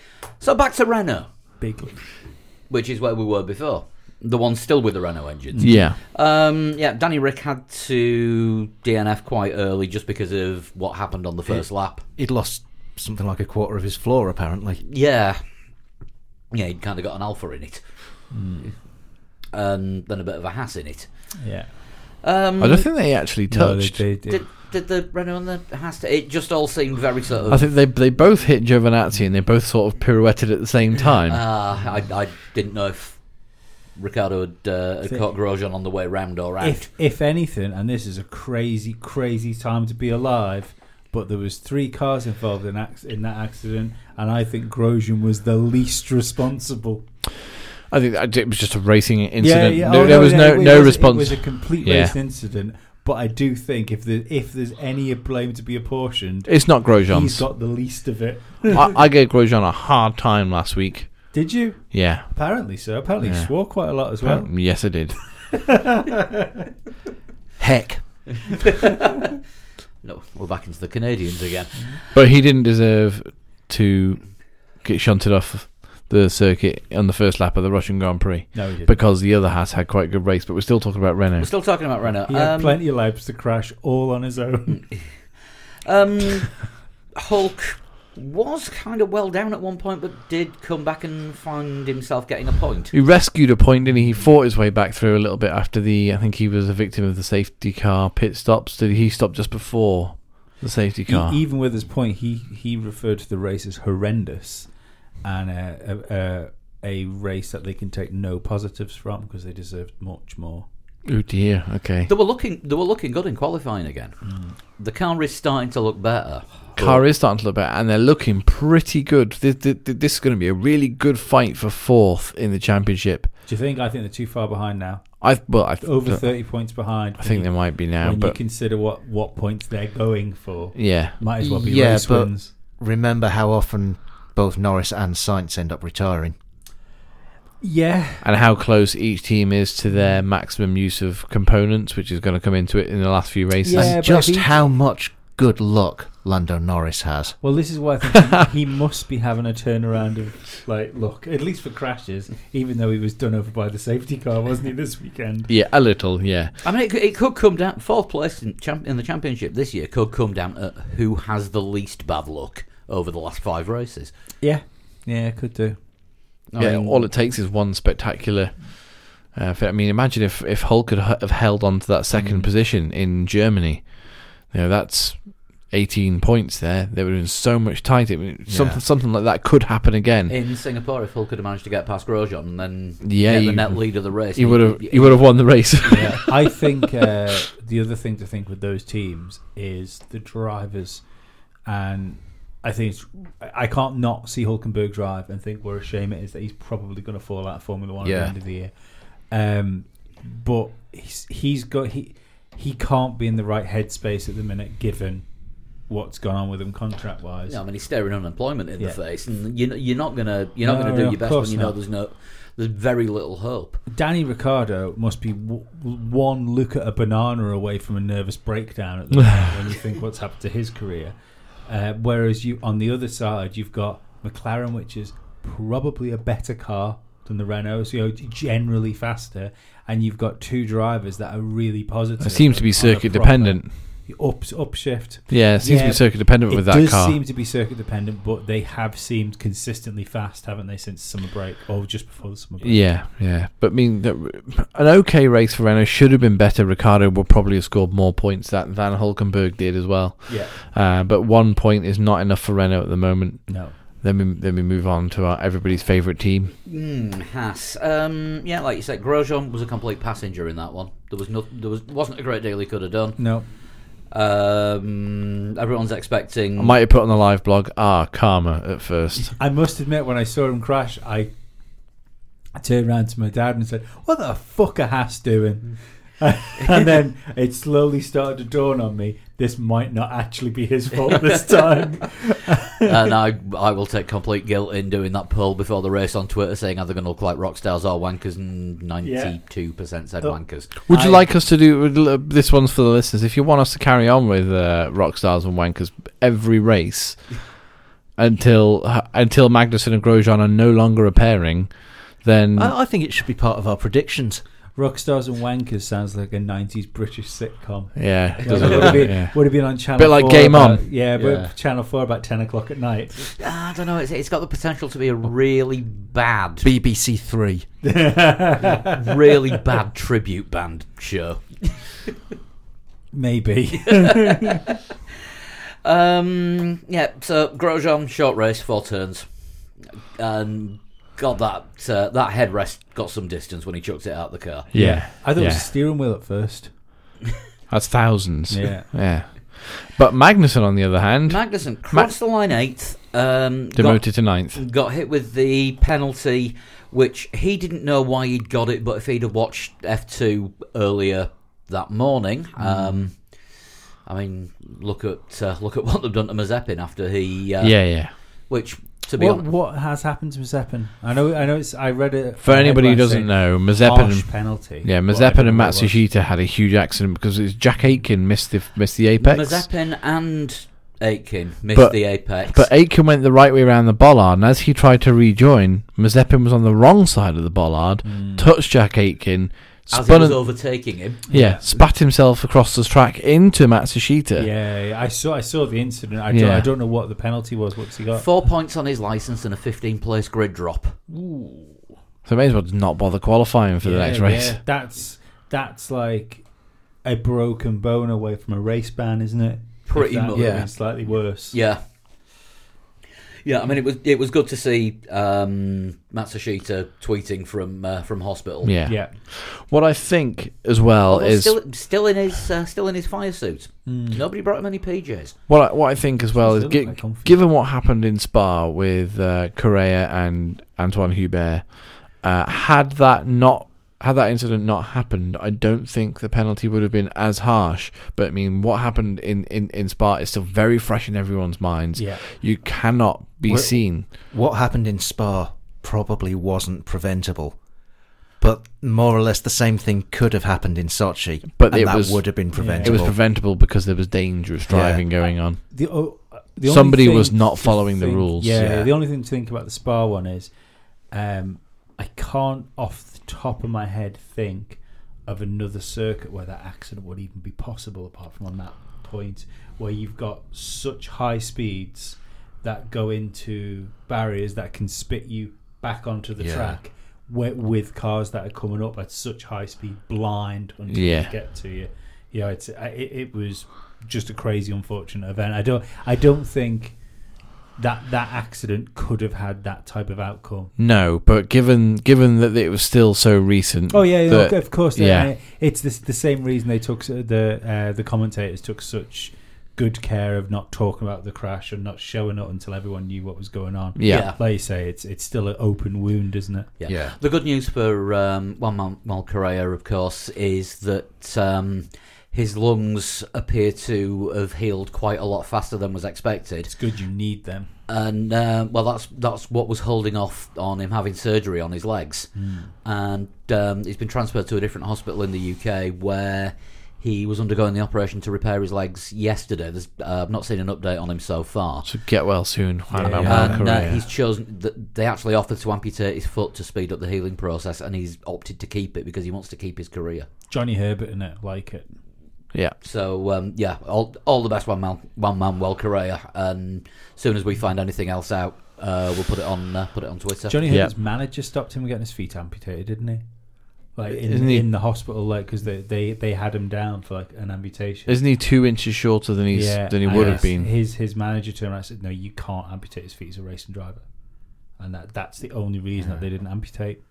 A: So back to Renault,
B: bigly.
A: which is where we were before. The one still with the Renault engines.
C: yeah.
A: Um, yeah, Danny Rick had to DNF quite early just because of what happened on the first lap.
D: He'd lost something like a quarter of his floor, apparently.
A: Yeah. Yeah, he'd kind of got an alpha in it. And then a bit of a hass in it.
B: Yeah.
A: Um,
C: I don't think they actually
B: No, they-
C: touched.
B: they did.
A: did, did the Renault and the Haas... It just all seemed very sort of...
C: I think they they both hit Giovanazzi and they both sort of pirouetted at the same time.
B: uh,
A: Ah, I, I didn't know if Ricardo had, uh, had
B: Think-
A: caught Grosjean on the way round or out.
B: if if anything, and this is a crazy, crazy time to be alive. But there was three cars involved in ac- in that accident, and I think Grosjean was the least responsible.
C: I think that it was just a racing incident.
B: Yeah, yeah.
C: No,
B: Oh,
C: there was
B: yeah,
C: no
B: it
C: no
B: was- It
C: response.
B: was a complete
C: Yeah.
B: race incident, But I do think if there, if there's any blame to be apportioned,
C: It's not
B: he's
C: Grosjean's.
B: got the least of it.
C: I, I gave Grosjean a hard time last week.
B: Did you?
C: Yeah.
B: Apparently so. Apparently he
C: Yeah.
B: swore quite a lot as well.
C: Yes, I did.
D: Heck.
A: No, we're back into the Canadians again.
C: But he didn't deserve to get shunted off the circuit on the first lap of the Russian Grand Prix
B: No, he didn't.
C: because the other Haas had quite a good race. But we're still talking about
A: We're
C: Renault.
A: still talking about Renault.
B: he had
A: Um,
B: plenty of laps to crash all on his own.
A: Um, Hulk was kind of well down at one point, but did come back and find himself getting a point.
C: He rescued a point, didn't he? He fought his way back through a little bit after the. I think he was a victim of the safety car pit stops. Did he stop just before the safety
B: He-
C: car?
B: even with his point, he, he referred to the race as horrendous and a, a, a, a race that they can take no positives from because they deserved much more.
C: oh dear. Okay.
A: They were looking, they were looking good in qualifying again.
C: Mm.
A: The car is starting to look better.
C: car is starting to look better, and they're looking pretty good. This, this, this is going to be a really good fight for fourth in the championship.
B: Do you think? I think they're too far behind now.
C: I well, I,
B: Over
C: I
B: 30 points behind.
C: think they might be now,
B: when you
C: but
B: consider what, what points they're going for,
C: yeah,
B: might as well be
D: Yeah,
B: race
D: but-
B: wins.
D: Remember how often both Norris and Sainz end up retiring.
B: Yeah,
C: and how close each team is to their maximum use of components, which is going to come into it in the last few races.
B: Yeah,
D: and
B: but
D: just
B: if he-
D: how much good luck Lando Norris has.
B: Well, this is why I think he, he must be having a turnaround of like look, at least for crashes, even though he was done over by the safety car, wasn't he this weekend?
C: Yeah, a little. Yeah,
A: I mean, it, could- it could come down fourth place in, champ, in the championship this year. Could come down at who has the least bad luck over the last five races.
B: Yeah, yeah, could do.
A: I
C: yeah.
A: mean,
C: all it takes is one spectacular. Uh, fit. I mean, imagine if if Hull could h- have held on to that second
B: Mm.
C: position in Germany. You know, that's. 18 points there. They were in so much tight. I mean, something,
D: Yeah.
C: something like that could happen again.
A: in Singapore, if Hulk could have managed to get past Grosjean and then
C: Yeah,
A: get the
C: you-
A: net lead of the race,
C: you would have
A: he-
C: you would have won the race.
B: Yeah, I think uh, the other thing to think with those teams is the drivers, and I think it's, I can't not see Hulkenberg drive and think what a shame it is that he's probably going to fall out of Formula One at
C: Yeah.
B: the end of the year. Um, but he's he's got he he can't be in the right headspace at the minute given what's gone on with him contract wise.
A: Yeah, I mean, he's staring unemployment in
B: Yeah.
A: the face, and you, you're not gonna you're not
B: No,
A: gonna do
B: no,
A: your
B: of
A: best when
B: course
A: you know
B: not.
A: there's no there's very little hope.
B: Danny Ricardo must be w- one look at a banana away from a nervous breakdown at the moment when you think what's happened to his career. Uh, whereas you, on the other side, you've got McLaren, which is probably a better car than the Renault, so you know, generally faster, and you've got two drivers that are really positive.
C: It seems to be
B: on a
C: circuit
B: proper
C: dependent.
B: Up upshift.
C: Yeah, it seems to
B: Yeah,
C: be circuit dependent
B: It
C: with that
B: does
C: car.
B: seem to be circuit dependent, but they have seemed consistently fast, haven't they, since summer break or just before the summer break?
C: yeah, yeah. But I mean, that- an okay race for Renault should have been better. Ricardo would probably have scored more points that than Hulkenberg did as well.
B: yeah.
C: Uh, but one point is not enough for Renault at the moment.
B: No.
C: Then we then we move on to our, everybody's favourite team.
A: Mm, Haas. Um, yeah, like you said, Grosjean was a complete passenger in that one. There was no, there was wasn't a great deal he could have done.
B: No.
A: Um, everyone's expecting.
C: I might have put on the live blog. Ah, karma at first.
B: I must admit, when I saw him crash, I I turned around to my dad and said, "What the fuck are Haas doing?"
C: Mm.
B: and then it slowly started to dawn on me: this might not actually be his fault this time.
A: and I, I will take complete guilt in doing that poll before the race on Twitter, saying either going to look like rock stars or wankers, and ninety-two percent said
B: Oh.
A: wankers.
C: Would you
B: I-
C: like us to do this one's for the listeners? If you want us to carry on with uh, rock stars and wankers every race until until Magnussen and Grosjean are no longer a pairing, then
D: I, I think it should be part of our predictions.
B: Rockstars and Wankers sounds like a '90s British sitcom.
C: yeah, it
B: Would
C: doesn't
B: have
C: look
B: been,
C: yeah.
B: would have been on Channel
C: Bit like
B: 4
C: Game
B: about-
C: On.
B: Yeah, but
C: Yeah.
B: Channel 4 about 10 o'clock at night.
A: I don't know. It's, it's got the potential to be a really bad,
D: BBC Three.
A: really bad tribute band show.
B: Maybe.
A: Um, yeah, so Grosjean short race, four turns, and got that uh, that headrest got some distance when he chucked it out the car.
C: yeah,
B: I thought it was
C: Yeah.
B: a steering wheel at first.
C: that's thousands.
B: Yeah.
C: yeah. But Magnussen, on the other hand,
A: Magnussen crossed the line eighth, um, got,
C: demoted to ninth.
A: got hit with the penalty, which he didn't know why he'd got it, but if he'd have watched F two earlier, that morning. Um, I mean, look at uh, look at what they've done to Mazepin after he. Uh,
C: yeah, yeah.
A: Which, to be
B: What,
A: honest,
B: what has happened to Mazepin? I know, I know. It's I read it
C: For
B: a
C: anybody who
B: headline
C: doesn't
B: saying
C: know, Mazepin
B: harsh
C: and
B: penalty.
C: yeah,
B: But I
C: Mazepin
B: don't
C: and
B: know what it was.
C: Matsushita had a huge accident because it was Jack Aitken missed the missed the apex.
A: Mazepin and Aitken missed
C: But-
A: the apex.
C: But Aitken went the right way around the bollard, and as he tried to rejoin, Mazepin was on the wrong side of the bollard,
B: Mm.
C: touched Jack Aitken,
A: as he
C: spun,
A: was
C: and-
A: overtaking him,
C: yeah, spat himself across the track into Matsushita.
B: Yeah, yeah, I saw. I saw the incident. I, don't,
C: Yeah.
B: I don't know what the penalty was. What's he got?
A: four points on his license and a 15 place grid drop.
C: So may as well just not bother qualifying for the
B: Yeah,
C: next race.
B: yeah. That's that's like a broken bone away from a race ban, isn't it?
A: Pretty
B: If that
A: much.
B: would've
C: Yeah.
B: been slightly worse.
A: Yeah. Yeah, I mean it was it was good to see um, Matsushita tweeting from uh, from hospital.
C: Yeah.
B: Yeah.
C: What I think as well
A: Although
C: is Hmm.
A: still still in his uh, still in his fire suit. Nobody brought him any PJs.
C: What I, what I think as well is
B: Sounds a little
C: gi-
B: bit comfy.
C: given what happened in Spa with uh, Correa and Antoine Hubert, uh, had that not had that incident not happened, I don't think the penalty would have been as harsh. But I mean, what happened in, in, in Spa is still very fresh in everyone's minds.
B: Yeah.
C: You cannot be
D: Well-
C: seen.
D: What happened in Spa probably wasn't preventable, but more or less the same thing could have happened in Sochi,
C: But
D: and
C: it
D: that
C: was-
D: would have been
C: It
D: preventable.
C: was preventable because there was dangerous driving going on.
B: The, o- uh, the only
C: Somebody
B: thing
C: was not
B: to
C: following the
B: think-
C: rules.
B: Yeah,
D: Yeah.
B: The only thing to think about the Spa one is, um, I can't off the top of my head think of another circuit where that accident would even be possible, apart from on that point where you've got such high speeds that go into barriers that can spit you back onto the
A: Yeah.
B: track. With, with cars that are coming up at such high speed, blind until
C: Yeah.
B: you get to you. Yeah, it's I- it, it was just a crazy, unfortunate event. I don't I don't think that that accident could have had that type of outcome.
C: No, but given given that it was still so recent.
B: Oh yeah, yeah,
C: that-
B: of course.
C: yeah.
B: Yeah, I- it's the, the same reason they took s- the uh, the commentators took such good care of not talking about the crash and not showing it until everyone knew what was going on.
C: Yeah.
B: Like you say, it's it's still an open wound, isn't it?
A: Yeah.
D: Yeah.
A: The good news for um, Juan Mal- Mal Correa, of course, is that um, his lungs appear to have healed quite a lot faster than was expected.
B: It's good you need them.
A: and uh, well, that's that's what was holding off on him having surgery on his legs,
B: Hmm.
A: and um, he's been transferred to a different hospital in the UK where he was undergoing the operation to repair his legs yesterday. There's, uh, I've not seen an update on him so far,
C: So get well soon. Juan
B: Yeah.
C: Manuel
A: and uh,
C: Correa.
A: he's chosen. th- They actually offered to amputate his foot to speed up the healing process, and he's opted to keep it because he wants to keep his career.
B: Johnny Herbert in it, like it.
C: yeah.
A: So um, yeah, all, all the best, one man, one man, well Correa. And soon as we find anything else out, uh, we'll put it on uh, put it on Twitter.
B: Johnny
C: Yeah.
B: Herbert's manager stopped him getting his feet amputated, didn't he? Like in,
C: Isn't Uh, he-
B: in the hospital, like because they, they they had him down for like an amputation.
C: Isn't he two inches shorter than he's than he
B: and
C: would
B: his-
C: have been?
B: His his manager turned around and said, "No, you can't amputate his feet. He's a racing driver." And that, that's the only reason that they didn't amputate.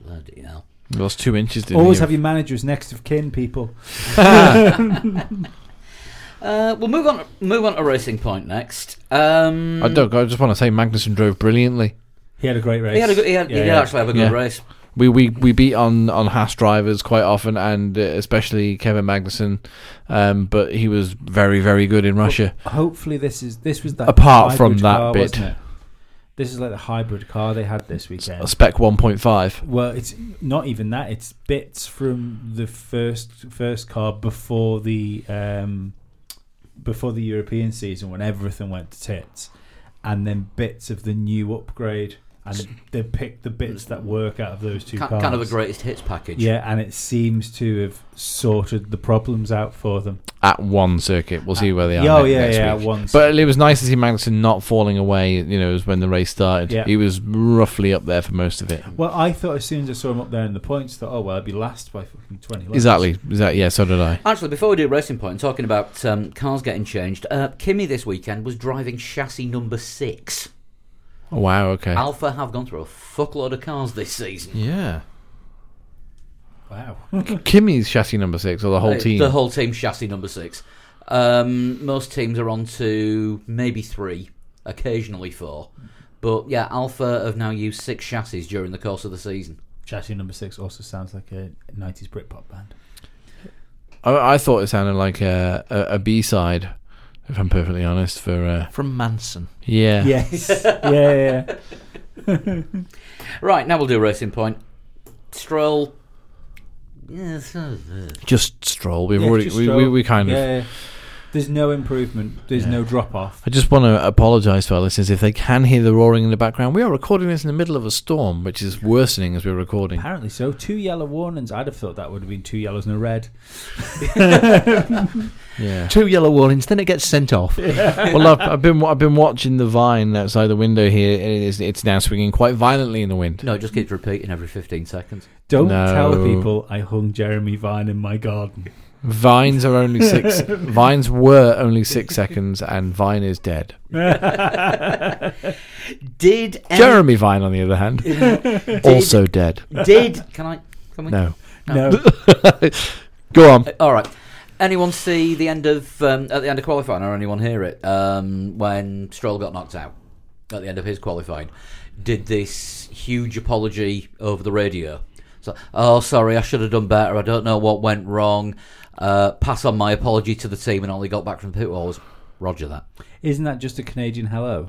A: Bloody hell.
C: Well, it's two inches. Didn't
B: Always
C: he?
B: have your managers next of kin, people.
A: Uh, we'll move on. Move on to Racing Point next. Um,
C: I don't. I just want to say Magnussen drove brilliantly.
B: He had a great race.
A: He had a good, he had, he
B: Yeah,
A: did
B: yeah.
A: actually have a good
C: Yeah.
A: race.
C: We we we beat on on Haas drivers quite often, and uh, especially Kevin Magnussen. Um, but he was very very good in Russia.
B: Hopefully, this is this was that
C: Apart from
B: hybrid
C: that
B: car,
C: bit.
B: wasn't it? This is like the hybrid car they had this weekend.
C: A spec one point five.
B: Well, it's not even that. It's bits from the first first car before the um, before the European season when everything went to tits, and then bits of the new upgrade, and they picked the bits that work out of those two
A: Ki-
B: cars.
A: Kind of a greatest hits package.
B: Yeah, and it seems to have sorted the problems out for them.
C: At one circuit, we'll see where they are.
B: Yeah, oh,
C: ne-
B: yeah,
C: next
B: yeah,
C: week.
B: at one
C: But it was nice to see Magnussen not falling away. You know, as when the race started,
B: Yeah.
C: he was roughly up there for most of it.
B: Well, I thought as soon as I saw him up there in the points, thought, oh well, I'd be last by fucking twenty. laps.
C: Exactly. Exactly. Yeah. So did I.
A: Actually, before we do Racing Point, and talking about um, cars getting changed, uh, Kimi this weekend was driving chassis number six.
C: Oh, wow. Okay.
A: Alpha have gone through a fuckload of cars this season.
D: yeah.
B: Wow.
C: Kimmy's chassis number six, or the whole
A: Uh,
C: team.
A: The whole team chassis number six. Um, most teams are on to maybe three, occasionally four. But yeah, Alpha have now used six chassis during the course of the season.
B: Chassis number six also sounds like a nineties Britpop band.
C: I, I thought it sounded like a, a, a B side, if I'm perfectly honest. For uh,
D: From Manson.
C: yeah,
B: Yes. yeah, yeah, yeah.
A: Right, now we'll do Racing Point. Stroll. Yes, uh,
C: just stroll. We've
B: Yeah,
C: already
B: just
C: we,
B: stroll.
C: we, we kind of.
B: Yeah, yeah. There's no improvement. There's no drop off.
C: I just want to apologise to our listeners if they can hear the roaring in the background. We are recording this in the middle of a storm, which is worsening as we're recording.
B: Apparently so. Two yellow warnings. I'd have thought that would have been two yellows and a red.
C: Yeah.
D: Two yellow warnings, then it gets sent off.
C: well, I've, I've been wa- I've been watching the vine outside the window here, and it is, it's now swinging quite violently in the wind.
A: no, it just keeps repeating every 15 seconds.
B: Don't
C: No.
B: tell people I hung Jeremy Vine in my garden.
C: Vines are only six. vines were only six seconds, and Vine is dead.
A: Did any-
C: Jeremy Vine, on the other hand, also dead.
A: did can I can we
C: No,
B: No.
C: go on.
A: Uh, All right. Anyone see the end of um, at the end of qualifying, or anyone hear it um, when Stroll got knocked out at the end of his qualifying? Did this huge apology over the radio? So, oh, sorry, I should have done better. I don't know what went wrong. Uh, pass on my apology to the team, and all he got back from the pit wall was Roger that.
B: Isn't that just a Canadian hello?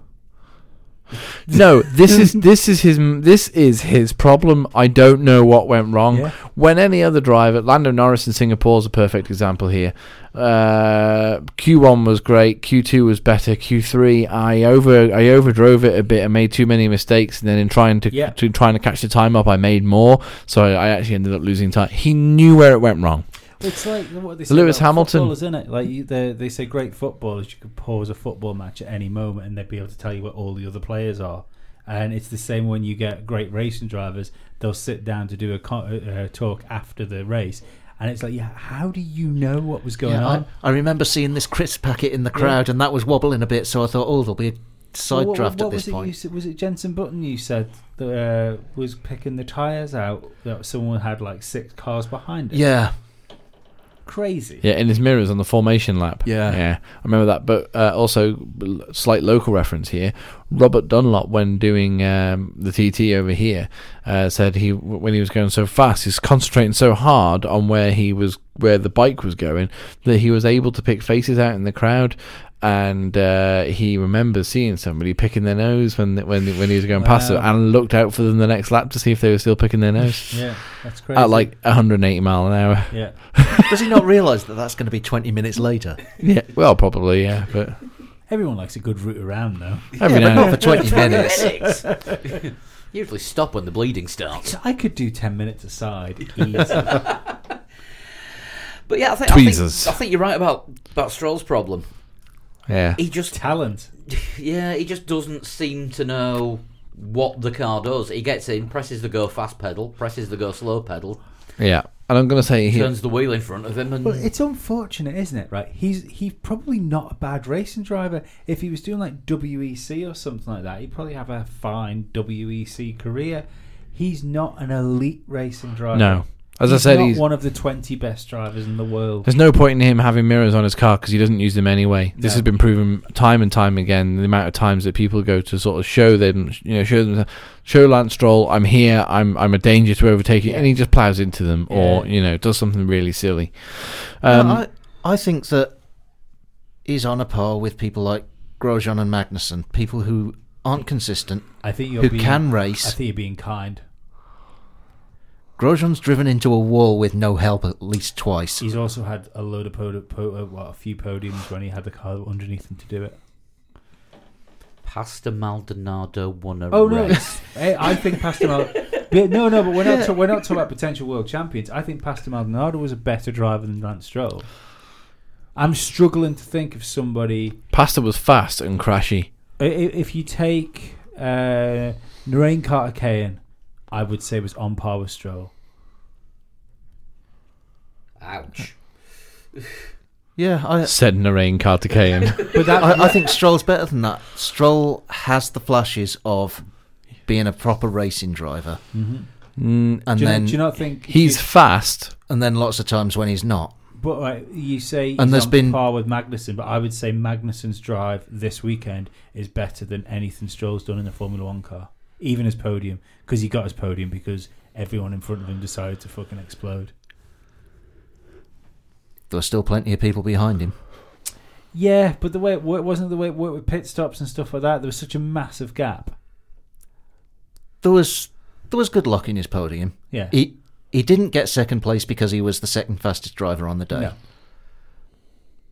C: No, this is this is his this is his problem. I don't know what went wrong.
B: Yeah.
C: When any other driver, Lando Norris in Singapore is a perfect example here. Uh, Q1 was great, Q2 was better, Q3 I over I overdrove it a bit. I made too many mistakes, and then in trying to,
B: Yeah.
C: to trying to catch the time up, I made more. So I, I actually ended up losing time. He knew where it went wrong.
B: It's like what they say
C: Lewis
B: about
C: Hamilton.
B: footballers, isn't it? Like you- they they say, great footballers, you could pause a football match at any moment and they'd be able to tell you where all the other players are. And it's the same when you get great racing drivers; they'll sit down to do a co- uh, talk after the race, and it's like, yeah, how do you know what was going
D: Yeah,
B: on?
D: I, I remember seeing this crisp packet in the crowd, and that was wobbling a bit, so I thought, oh, there'll be a side
B: Well, what,
D: draft
B: what
D: at this
B: was It you
D: point.
B: said, was it Jensen Button you said that, uh, was picking the tyres out that someone had like six cars behind it?
D: Yeah,
B: Crazy.
C: Yeah, in his mirrors on the formation lap.
D: Yeah.
C: yeah, I remember that. But uh, also, l- slight local reference here: Robert Dunlop, when doing um, the TT over here, uh, said he when he was going so fast, he's concentrating so hard on where he was, where the bike was going, that he was able to pick faces out in the crowd. And uh, he remembers seeing somebody picking their nose when when when he was going past them,
B: Wow.
C: and looked out for them the next lap to see if they were still picking their nose
B: Yeah, that's crazy.
C: at like 180 mile an hour.
B: yeah.
D: does he not realise that that's going to be twenty minutes later?
C: Yeah, well, probably yeah, but
B: Everyone likes a good route around, though.
C: every
D: yeah, but
C: now
D: not for twenty minutes.
A: Minutes. Usually stop when the bleeding starts.
B: So I could do ten minutes aside. Easy.
A: But yeah, I think, I think,
C: Tweezers.
A: I think you're right about about Stroll's problem.
C: Yeah.
A: He just
B: Talent.
A: Yeah, he just doesn't seem to know what the car does. He gets in, presses the go fast pedal, presses the go slow pedal,
C: Yeah. And I'm going to say here,
A: turns the wheel in front of him, and
B: Well, it's unfortunate, isn't it? Right? He's he's probably not a bad racing driver. If he was doing like WEC or something like that, he'd probably have a fine WEC career. He's not an elite racing driver.
C: no. As I said,
B: not
C: he's,
B: one of the 20 best drivers in the world.
C: there's no point in him having mirrors on his car because he doesn't use them anyway. This
B: No.
C: has been proven time and time again. The amount of times that people go to sort of show them, you know, show them, show Lance Stroll, I'm here, I'm I'm a danger to overtaking, and he just plows into them or you know does something really silly. Um,
D: I, I think that he's on a par with people like Grosjean and Magnussen, people who aren't consistent,
B: I think you're
D: who
B: being,
D: can
B: I
D: race.
B: think you're being kind.
D: Grosjean's driven into a wall with no help at least twice.
B: He's also had a load of pod- po- uh, what, a few podiums when he had the car underneath him to do it.
A: Pastor Maldonado won a
B: Oh no,
A: race.
B: it's- hey, I think Pastor Mal- Yeah, No, no, but we're not ta- we're not talking about potential world champions. I think Pastor Maldonado was a better driver than Lance Stroll. I'm struggling to think of somebody.
C: Pasta was fast and crashy.
B: i- i- If you take uh, Noreen Carter Kane, I would say was on par with Stroll.
A: Ouch.
D: Yeah, I,
C: Said Noreen Carter Kane.
B: But that
D: I, I think Stroll's better than that. Stroll has the flashes of being a proper racing driver,
C: mm,
D: and
B: Mm-hmm. do, you,
D: then
B: do you not think
C: he's fast.
D: and then lots of times when he's not.
B: But like, you say he's
D: And there's
B: on
D: been-
B: par with Magnussen, but I would say Magnussen's drive this weekend is better than anything Stroll's done in a Formula One car, even his podium, because he got his podium because everyone in front of him decided to fucking explode.
D: There were still plenty of people behind him.
B: Yeah, but the way it worked wasn't the way it worked with pit stops and stuff like that. There was such a massive gap.
D: There was there was good luck in his podium.
B: Yeah.
D: He he didn't get second place because he was the second fastest driver on the day.
B: No.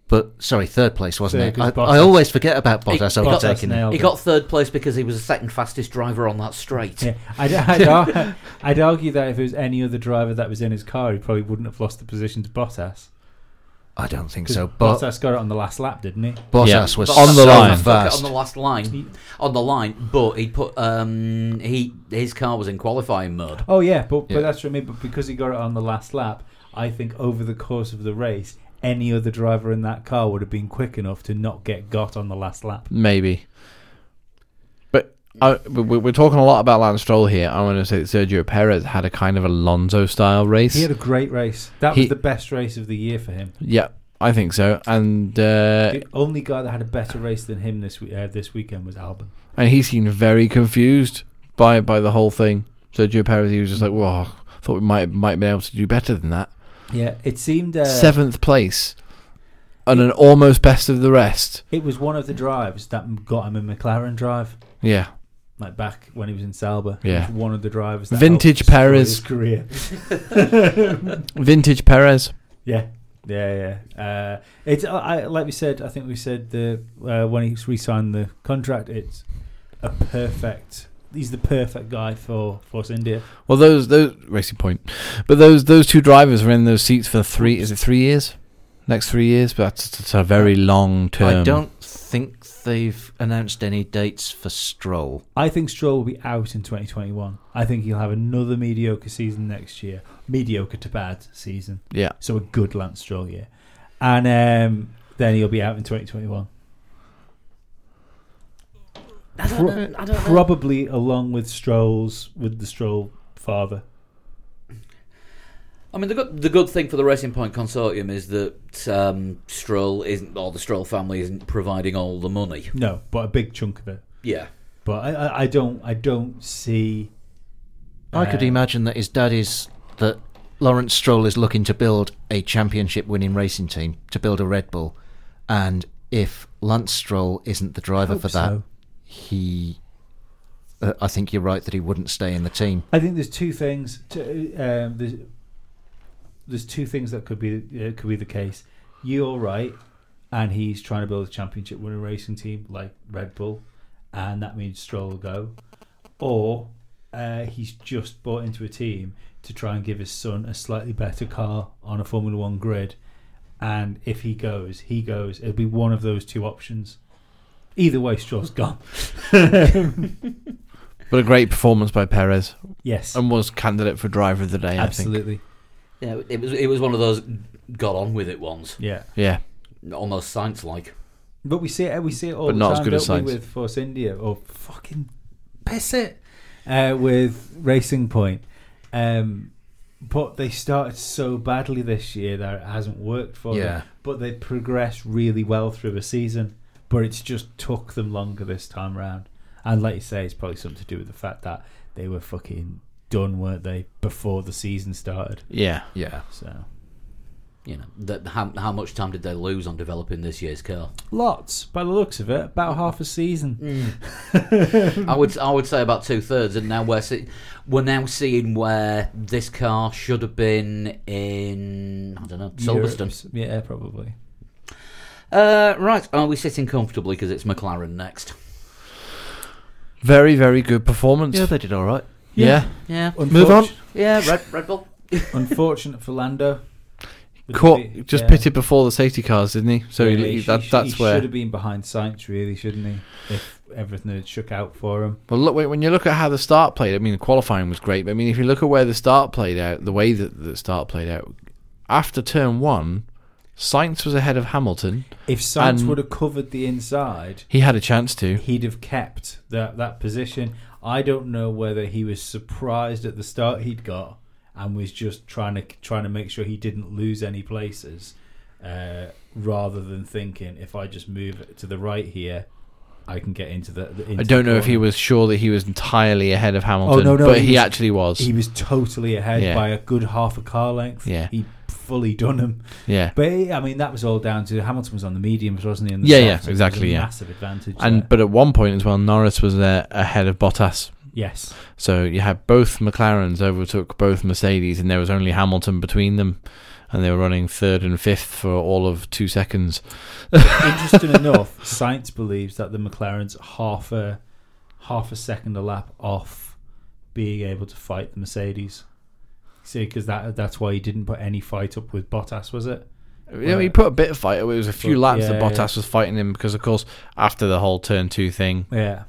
D: But sorry, third place wasn't
B: Third,
D: it? I,
B: because
D: I
B: Bottas-
D: always forget about
A: He-
D: Bottas
A: he got-
D: overtaking him.
B: nailed
A: He
B: it.
A: got third place because he was the second fastest driver on that straight.
B: Yeah, I'd, I'd, ar- I'd argue that if it was any other driver that was in his car, he probably wouldn't have lost the position to Bottas.
D: I don't think
B: 'Cause
D: so. But
B: Bottas got it on the last lap, didn't he?
D: Bottas
C: Yeah.
D: was
A: But
C: On the
D: so
C: line.
A: Fuck it,
D: fast.
A: on the last line,
D: Mm.
B: He-
A: on the line. But he put um, he his car was in qualifying mode.
B: Oh yeah, but
C: Yeah.
B: but that's what I mean. But because he got it on the last lap, I think over the course of the race, any other driver in that car would have been quick enough to not get got on the last lap.
C: Maybe. But I, we- we- we're talking a lot about Lance Stroll here. I want to say that Sergio Perez had a kind of Alonso style race.
B: He had a great race. That
C: He-
B: was the best race of the year for him.
C: yeah, I think so. And uh,
B: The only guy that had a better race than him this we- uh, this weekend was Albon.
C: and he seemed very confused by by the whole thing. Sergio Perez, he was just like, "Whoa, thought we might might be able to do better than that."
B: Yeah, it seemed uh,
C: Seventh place, and an almost best of the rest.
B: it was one of the drives that got him a McLaren drive.
C: Yeah,
B: like back when he was in Salba. he
C: Yeah.
B: was one of the drivers. That
C: Vintage
B: helped destroy
C: Perez.
B: his career.
C: vintage Perez.
B: Yeah, yeah, yeah. Uh, it's I, I like we said. I think we said the uh, when he's re-signed the contract, it's a perfect. He's the perfect guy for Force India.
C: Well, those those racing point, but those those two drivers were in those seats for three. Is it three years? Next three years, but that's, that's a very long term.
D: I don't think they've announced any dates for Stroll.
B: I think Stroll will be out in 2021. I think he'll have another mediocre season next year, mediocre to bad season.
C: Yeah.
B: So a good Lance Stroll year, and um, then he'll be out in 2021.
A: I don't
B: Pro-
A: know. I don't know.
B: Probably along with Stroll's with the Stroll father.
A: I mean, the good the good thing for the Racing Point consortium is that um, Stroll isn't, or the Stroll family isn't providing all the money.
B: No, but a big chunk of it.
A: Yeah,
B: But I, I, I don't I don't see.
D: I could
B: uh,
D: imagine that his dad is that Lawrence Stroll is looking to build a championship winning racing team to build a Red Bull, and if Lance Stroll isn't the driver
B: hope
D: for that,
B: so.
D: he. Uh, I think you're right that he wouldn't stay in the team.
B: I think there's two things. To, um, there's, there's two things that could be uh, could be the case. You're right, and he's trying to build a championship winning racing team like Red Bull, and that means Stroll will go, or uh, he's just bought into a team to try and give his son a slightly better car on a Formula One grid, and if he goes, he goes. It'll be one of those two options. Either way, Stroll's gone.
C: But a great performance by Perez,
B: Yes,
C: and was candidate for driver of the day. I think.
B: absolutely.
A: yeah. It was it was one of those got on with it ones,
B: Yeah.
C: Yeah,
A: almost science like.
B: But we see it. We see it all
C: Mm. But
B: the
C: not as
B: time,
C: good
B: don't
C: as
B: we?
C: Sainz.
B: With Force India or fucking piss it uh, with Racing Point. Um, but they started so badly this year that it hasn't worked for
D: Yeah.
B: them. But they progressed really well through a season. But it's just took them longer this time round. And like you say, it's probably something to do with the fact that they were fucking done, weren't they, before the season started?
C: yeah.
D: Yeah,
B: So
A: You know, that how how much time did they lose on developing this year's car?
B: lots, by the looks of it, about half a season.
A: I would I would say about two thirds, and now we're see, we're now seeing where this car should have been in I don't know Silverstone.
B: Europe's- yeah, probably.
A: Uh, right, are we sitting comfortably because it's McLaren next?
C: Very very good performance.
D: yeah, they did all right.
C: Yeah.
A: Yeah,
C: Move on.
A: yeah, Red Red Bull.
B: Unfortunate for Lando. With the
C: Caught
B: bit-
C: just
B: yeah.
C: pitted before the safety cars, didn't he? So
B: Yeah,
C: he,
B: he
C: that,
B: sh-
C: that's
B: he
C: where.
B: should have been behind Sainz, really, shouldn't he? If everything had shook out for him.
C: Well, look when when you look at how the start played. I mean, the qualifying was great, but I mean, if you look at where the start played out, the way that the start played out after turn one, Sainz was ahead of Hamilton.
B: If Sainz
C: And-
B: would have covered the inside,
C: He had a chance to.
B: he'd have kept that that position. I don't know whether he was surprised at the start he'd got and was just trying to trying to make sure he didn't lose any places, uh, rather than thinking if I just move to the right here, I can get into the. the into
C: I don't
B: the
C: know if he
B: corner."
C: was sure that he was entirely ahead of Hamilton,
B: Oh, no, no,
C: but
B: he
C: he,
B: was-
C: actually was.
B: He was totally ahead
C: Yeah.
B: by a good half a car length.
C: Yeah.
B: He fully Dunham.
C: Yeah.
B: But I mean, that was all down to Hamilton was on the mediums, wasn't he? And the
C: Yeah,
B: softs,
C: yeah,
B: so it was a
C: exactly, yeah.
B: Massive advantage.
C: And
B: there.
C: but at one point as well, Norris was there ahead of Bottas.
B: yes,
C: So you had both McLarens overtook both Mercedes, and there was only Hamilton between them, and they were running third and fifth for all of two seconds.
B: interesting enough, science believes that the McLarens half a half a second a lap off being able to fight the Mercedes. See, because that that's why he didn't put any fight up with Bottas, was it?
C: Yeah, he put a bit of fight. It was a few
B: Well,
C: laps that
B: yeah,
C: Bottas was fighting him because, of course, after the whole turn two thing,
B: Yeah.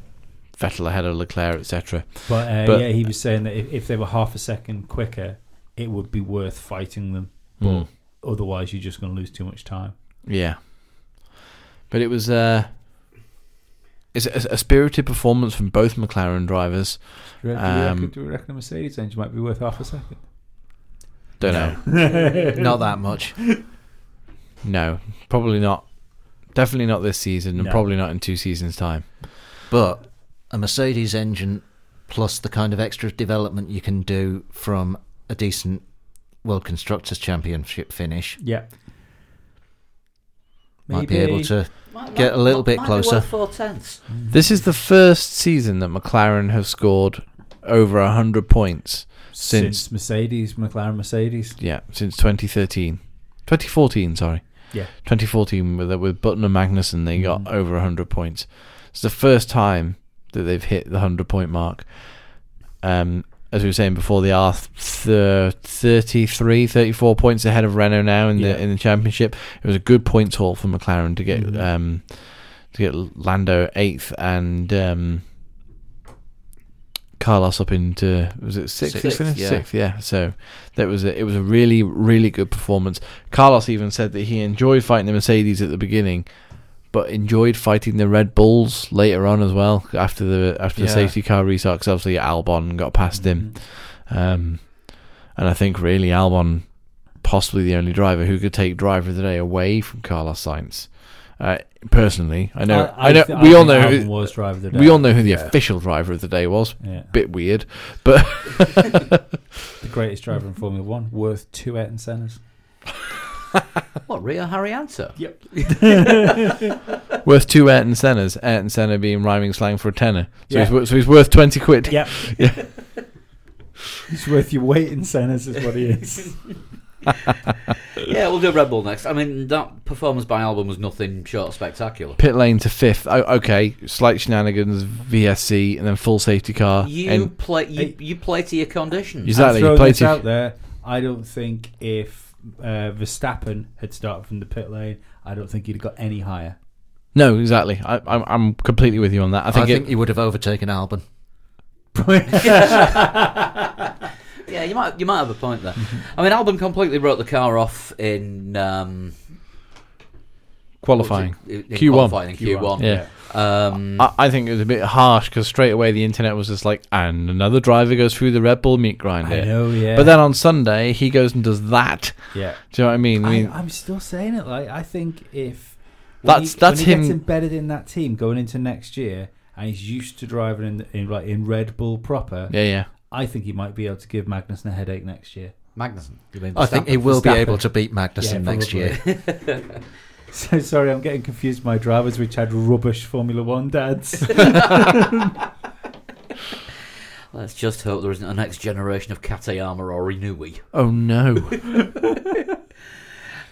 C: Vettel ahead of Leclerc, etc.
B: But, uh,
C: But-
B: yeah, he was saying that if, if they were half a second quicker, it would be worth fighting them.
C: Mm.
B: Otherwise, you're just going to lose too much time.
C: Yeah, but it was uh, it's a, a spirited performance from both McLaren drivers.
B: Do you,
C: reckon- do you reckon- Um,
B: do you reckon a Mercedes engine might be worth half a second?
C: Don't know.
D: Not that much.
C: No, probably not. Definitely not this season, and
B: No.
C: probably not in two seasons' time.
D: But a Mercedes engine plus the kind of extra development you can do from a decent World Constructors Championship finish
B: Yeah.
D: might be able to.
A: Might-
D: Get a
A: might-
D: little bit
A: might be worth
D: closer.
A: Four tenths.
C: This is the first season that McLaren have scored over a hundred points.
B: since,
C: Since-
B: Mercedes, McLaren Mercedes.
C: Yeah, since 2013, 2014, sorry,
B: Yeah.
C: 2014 with uh, with Button and Magnussen, they got
B: Mhm.
C: over a hundred points. It's the first time that they've hit the hundred point mark. Um, as we were saying before, they are th- 33, 34 points ahead of Renault now in
B: Yeah.
C: the in the championship. It was a good points haul for McLaren to get
B: Mhm.
C: um, to get Lando eighth and um, Carlos up into was it sixth?
D: Sixth,
C: they finished?
D: yeah.
C: sixth yeah. So that was a, it was a really really good performance. Carlos even said that he enjoyed fighting the Mercedes at the beginning, but enjoyed fighting the Red Bulls later on as well after the after the
B: Yeah.
C: safety car restart. 'cause obviously Albon got past him.
B: Mm-hmm.
C: Um, and I think really Albon, possibly the only driver who could take driver of the day away from Carlos Sainz. Uh, personally, I know, I, know,
B: th-
C: we all
B: think
C: know,
B: Albon
C: who,
B: was driver of the day.
C: we all know who the
B: Yeah.
C: official driver of the day was.
B: Yeah.
C: Bit weird.
B: The greatest driver in Formula One, worth two Eton Senna's.
A: What Rio Haryanto?
B: Yep.
C: worth two Ayrton Senna's. Ayrton Senna being rhyming slang for a tenner, so,
B: Yeah.
C: he's, wor- so he's worth twenty quid.
B: Yep. He's worth your weight in Senna's, is what he is.
A: yeah, we'll do Red Bull next. I mean, that performance by Albon was nothing short of spectacular.
C: Pit lane to fifth. Oh, okay, slight shenanigans, VSC, and then full safety car.
A: You
C: Uh, and
A: play, you, you play to your conditions.
C: Is that- Exactly,
B: I'm throwing
C: play
B: this
C: to-
B: out there. I don't think if uh, Verstappen had started from the pit lane, I don't think he'd have got any higher.
C: no, exactly. I, I'm, I'm completely with you on that. I
D: I think,
C: think, it,
D: he would have overtaken Albon.
A: Yeah, you might you might have a point there. I mean, Albon completely wrote the car off in um,
C: qualifying.
A: in- in
C: Q1.
A: qualifying in Q1.
C: Yeah. Uh,
A: Um,
C: I, I think it was a bit harsh because straight away the internet was just like, and another driver goes through the Red Bull meat grinder.
B: I know, yeah.
C: But then on Sunday he goes and does that.
B: yeah.
C: Do you know what I mean? I mean,
B: I, am still saying it. Like I think if when
C: That's-
B: he,
C: that's
B: when he gets
C: him-
B: embedded in that team going into next year, and he's used to driving in in, like, in Red Bull proper.
C: yeah, yeah.
B: I think he might be able to give Magnussen a headache next year.
A: Magnussen. You mean
D: I think he
A: Verstappen?
D: will be
B: Verstappen.
D: able to beat Magnussen
B: Yeah,
D: next year.
B: So sorry, I'm getting confused. with My drivers, which had rubbish Formula One dads.
A: Let's just hope there isn't a next generation of Katayama or Inui.
C: Oh no.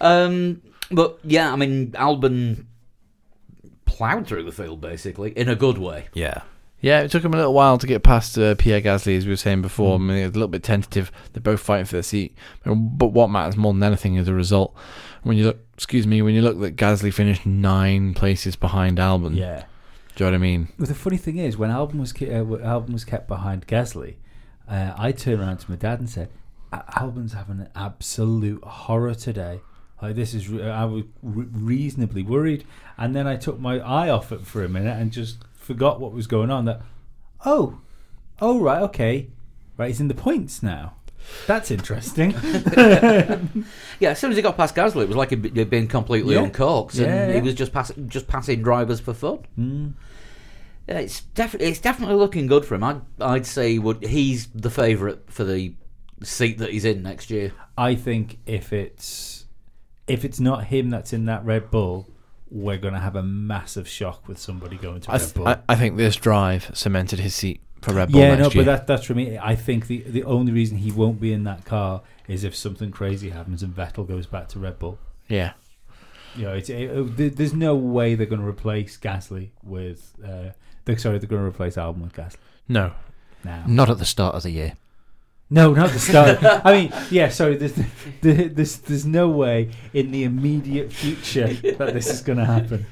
A: Um, but yeah, I mean, Albon ploughed through the field basically in a good way.
D: Yeah.
C: yeah, it took him a little while to get past uh, Pierre Gasly, as we were saying before. I mean, it was a little bit tentative. They're both fighting for their seat. And- But what matters more than anything is the result. When you look, excuse me, when you look that Gasly finished nine places behind Albon.
B: yeah.
C: Do you know what I mean?
B: Well, the funny thing is, when Albon was ke- uh, when Albon was kept behind Gasly, uh, I turned around to my dad and said, "A- "Albon's having an absolute horror today. Like this is, re- I was re- reasonably worried." And then I took my eye off it for a minute and just forgot what was going on. That, oh, oh right, okay, right, he's in the points now. That's interesting.
A: Yeah, as soon as he got past Gasly, it was like he'd be- he'd been completely
B: Yeah.
A: uncorked,
B: Yeah,
A: and
B: yeah.
A: he was just passing just passing drivers for fun.
B: Mm.
A: Yeah, it's definitely it's definitely looking good for him. I'd I'd say would he's the favourite for the seat that he's in next year.
B: I think if it's if it's not him that's in that Red Bull, we're gonna have a massive shock with somebody going to
C: I,
B: Red
C: th-
B: Bull.
C: I, I think this drive cemented his seat for Red Bull
B: yeah,
C: next
B: no,
C: year.
B: but that, that's for me. I think the the only reason he won't be in that car is if something crazy happens and Vettel goes back to Red Bull.
C: yeah,
B: You know, it's, it, it, there- there's no way they're going to replace Gasly with. Uh, they're, sorry, they're going to replace Albon with Gasly
C: no,
B: now.
D: Not at the start of the year.
B: No, not the start. I mean, yeah, sorry. There's, there- there's, there's no way in the immediate future that this is going to happen.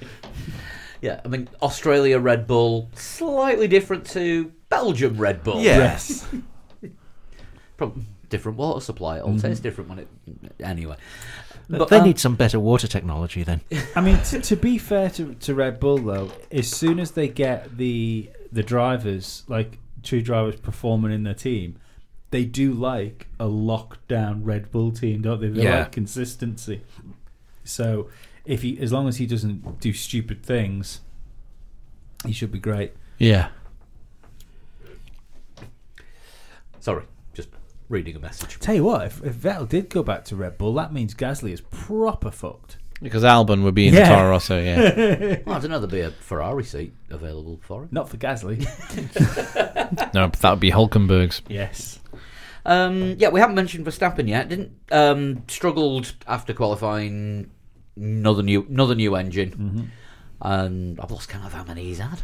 A: Yeah, I mean Australia Red Bull slightly different to Belgium Red Bull.
C: Yeah.
B: Yes.
A: Prob- different water supply. It all
B: Mm-hmm.
A: tastes different when it. Anyway,
D: But they
A: um,
D: need some better water technology then.
B: I mean, to, to be fair to, to Red Bull though, as soon as they get the the drivers like two drivers performing in their team, they do like a lockdown Red Bull team, don't they? They
C: Yeah.
B: like consistency. So if he, as long as he doesn't do stupid things, he should be great.
C: yeah.
A: Sorry, just reading a message.
B: Tell you what, if, if Vettel did go back to Red Bull, that means Gasly is proper fucked.
C: Because Albon would be in the
B: Yeah.
C: Toro Rosso. Yeah,
A: Well, I don't know. There'd be a Ferrari seat available for him.
B: Not for Gasly.
C: no, but that would be Hulkenberg's.
B: yes.
A: Um, yeah, we haven't mentioned Verstappen yet. Didn't um, struggled after qualifying. Another new, another new engine,
B: Mm-hmm.
A: and I've lost count of how many he's had.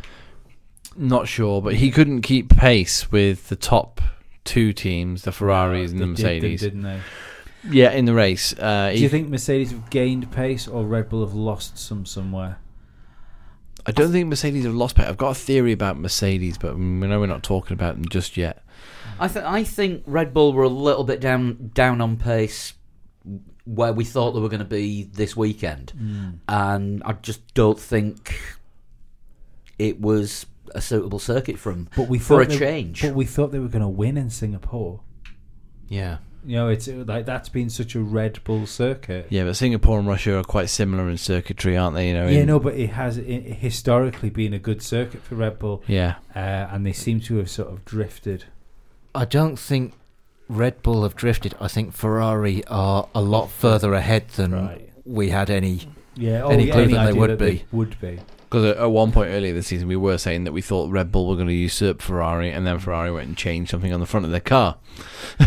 C: Not sure, but he couldn't keep pace with the top two teams, the Ferraris and
B: They
C: the
B: did- they
C: Mercedes.
B: didn't they?
C: Yeah, in the race. Uh,
B: Do you think Mercedes have gained pace or Red Bull have lost some somewhere?
C: I don't think Mercedes have lost pace. I've got a theory about Mercedes, but mm, we know we're not talking about them just yet.
A: I think I think Red Bull were a little bit down down on pace where we thought they were going to be this weekend,
B: Mm.
A: and I just don't think it was a suitable circuit from
B: But we
A: for
B: thought
A: a
B: they-
A: change.
B: But we thought they were going to win in Singapore.
D: Yeah.
B: You know, it's uh, like that's been such a Red Bull circuit.
C: Yeah, but Singapore and Russia are quite similar in circuitry, aren't they? You know.
B: Yeah,
C: in-
B: no, but it has i historically been a good circuit for Red Bull,
C: Yeah.
B: uh, and they seem to have sort of drifted.
D: I don't think Red Bull have drifted. I think Ferrari are a lot further ahead than
B: Right.
D: we had any.
B: Yeah, oh,
D: Any
B: yeah,
D: clue
B: any
D: that they
B: idea
D: would
B: that
D: be.
B: would be.
C: Because at at one point earlier this season, we were saying that we thought Red Bull were going to usurp Ferrari, and then Ferrari went and changed something on the front of their car.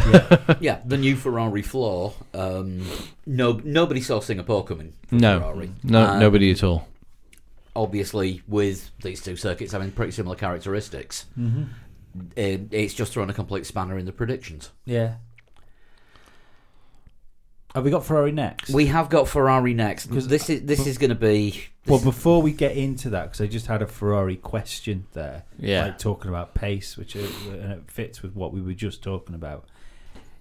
A: yeah, the new Ferrari floor. Um, no, nobody saw Singapore coming. for
C: No,
A: Ferrari.
C: no,
A: Um,
C: nobody at all.
A: Obviously, with these two circuits having pretty similar characteristics,
B: Mm-hmm.
A: it, it's just thrown a complete spanner in the predictions.
B: Yeah. Have we got Ferrari next?
A: We have got Ferrari next.
B: 'Cause-
A: This is this is going to be
B: Well, before we get into that, because I just had a Ferrari question there,
C: Yeah.
B: like talking about pace, which uh, and it fits with what we were just talking about.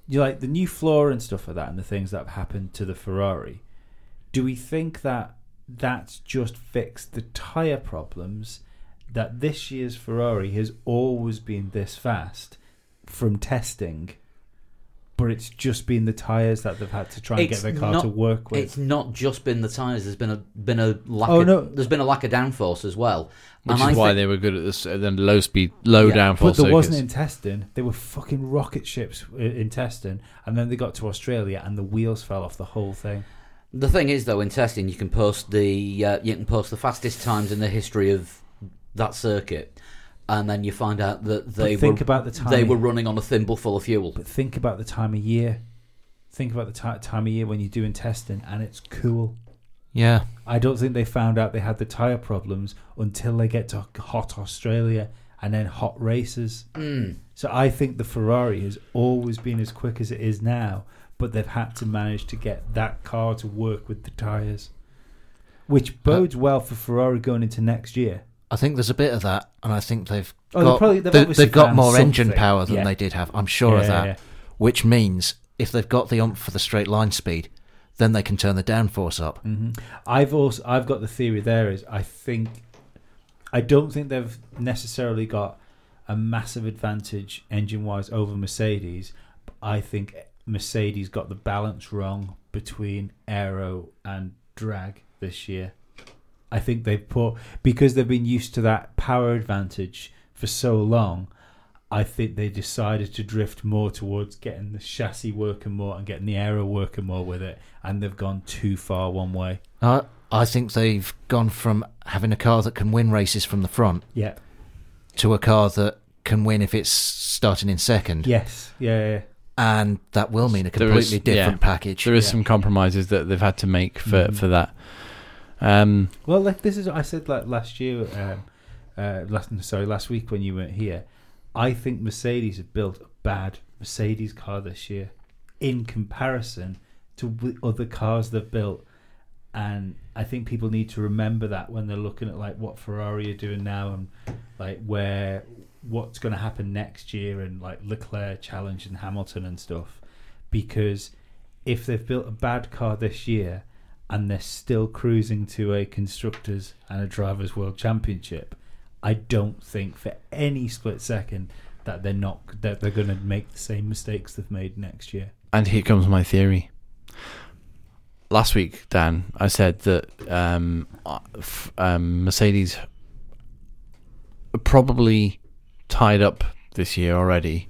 B: You like the new floor and stuff like that, and the things that have happened to the Ferrari. Do we think that that's just fixed the tire problems? That this year's Ferrari has always been this fast from testing, but it's just been the tires that they've had to try and
A: It's
B: get their car
A: not-
B: to work with.
A: It's not just been the tyres. There's been a been a lack.
B: Oh,
A: of,
B: no.
A: There's been a lack of downforce as well.
C: Which
A: And
C: is
A: I
C: why
A: think-
C: they were good at this, uh, then low speed, low
A: Yeah,
C: downfall
B: But there
C: circuits.
B: wasn't in testing. They were fucking rocket ships i- in testing, and then they got to Australia, and the wheels fell off the whole thing.
A: the thing is though in testing you can post the uh, you can post the fastest times in the history of that circuit, and then you find out that they
B: but think
A: were
B: about the time.
A: they were running on a thimble full of fuel.
B: But think about the time of year. Think about the ti time of year when you're doing testing, and it's cool.
D: Yeah.
B: I don't think they found out they had the tire problems until they get to hot Australia and then hot races.
A: Hmm.
B: So I think the Ferrari has always been as quick as it is now, but they've had to manage to get that car to work with the tires, which bodes well for Ferrari going into next year.
D: I think there's a bit of that, and I think they've
B: Oh, they're
D: got,
B: probably- they've
D: they-
B: obviously
D: they've got
B: found
D: more engine
B: something.
D: power than
B: Yeah.
D: they did have. I'm sure of
B: Yeah,
D: that.
B: yeah.
D: Which means if they've got the ump for the straight line speed, then they can turn the downforce up.
B: I've also I've got the theory there is I think I don't think they've necessarily got a massive advantage engine wise over Mercedes. But I think Mercedes got the balance wrong between aero and drag this year. I think they've put because they've been used to that power advantage for so long. I think they decided to drift more towards getting the chassis working more and getting the aero working more with it, and they've gone too far one way.
D: I, I think they've gone from having a car that can win races from the front
B: Yeah.
D: to a car that can win if it's starting in second.
B: Yes. Yeah. yeah, yeah.
D: And that will mean a
C: There is-
D: completely different
C: yeah.
D: package.
C: There is
B: Yeah.
C: some compromises that they've had to make for
B: Mhm.
C: for that. Um,
B: Well, like this is I said like last year, um, uh, last sorry last week when you weren't here. I think Mercedes have built a bad Mercedes car this year in comparison to w- other cars they've built, and I think people need to remember that when they're looking at like what Ferrari are doing now and like where what's going to happen next year and like Leclerc challenge and Hamilton and stuff, because if they've built a bad car this year and they're still cruising to a constructors and a drivers world championship, I don't think for any split second that they're not that they're going to make the same mistakes they've made next year.
C: and here comes my theory. Last week, Dan, I said that um, uh, f- um, Mercedes are probably tied up this year already.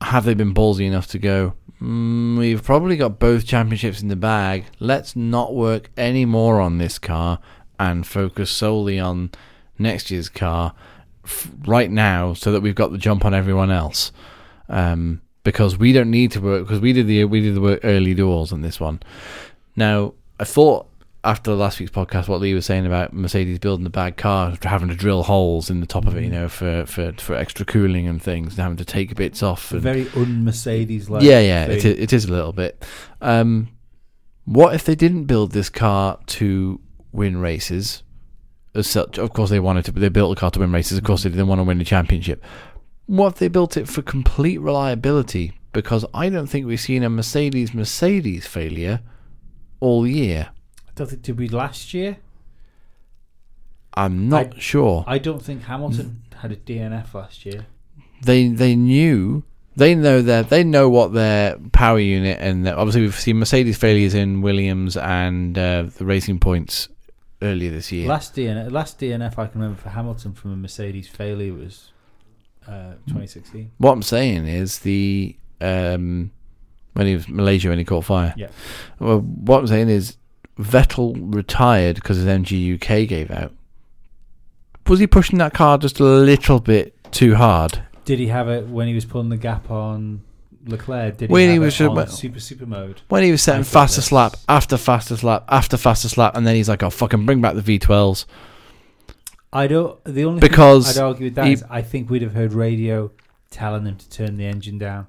C: Have they been ballsy enough to go? Mm, we've probably got both championships in the bag. Let's not work any more on this car and focus solely on next year's car f- right now, so that we've got the jump on everyone else. Um, because we don't need to work because we did the we did the work early doors on this one. Now I thought after last week's podcast, what Lee was saying about Mercedes building the bad car, having to drill holes in the top of it, you know, for for, for extra cooling and things, and having to take bits off.
B: It's a
C: And,
B: very un-Mercedes like.
C: yeah, yeah, it is, it is a little bit. Um, what if they didn't build this car to win races? As such, of course, they wanted to. They built the car to win races. Of course, they didn't want to win the championship. What if they built it for complete reliability? Because I don't think we've seen a Mercedes Mercedes failure all year.
B: I don't think did we last year?
C: I'm not
B: I-
C: sure.
B: I don't think Hamilton
C: Mm.
B: had a DNF last year.
C: they they knew they know their they know what their power unit and their, obviously we've seen Mercedes failures in Williams and uh, the Racing Points earlier this year.
B: Last DNF, last DNF I can remember for Hamilton from a Mercedes failure was uh, 2016.
C: what I'm saying is the um, when he was Malaysia when he caught fire.
B: Yeah.
C: Well, what I'm saying is Vettel retired because his MG UK gave out. Was he pushing that car just a little bit too hard?
B: Did he have it when he was pulling the gap on Leclerc? Did he
C: When
B: have
C: he
B: it
C: was-
B: on
C: well-
B: super super mode?
C: When he was
B: I
C: setting
B: think
C: faster
B: that's-
C: slap after faster slap after faster slap, and then he's like, "Oh fucking bring back the V12s."
B: I don't. The only
C: Because
B: thing I'd argue with that
C: he-
B: is I think we'd have heard radio telling them to turn the engine down.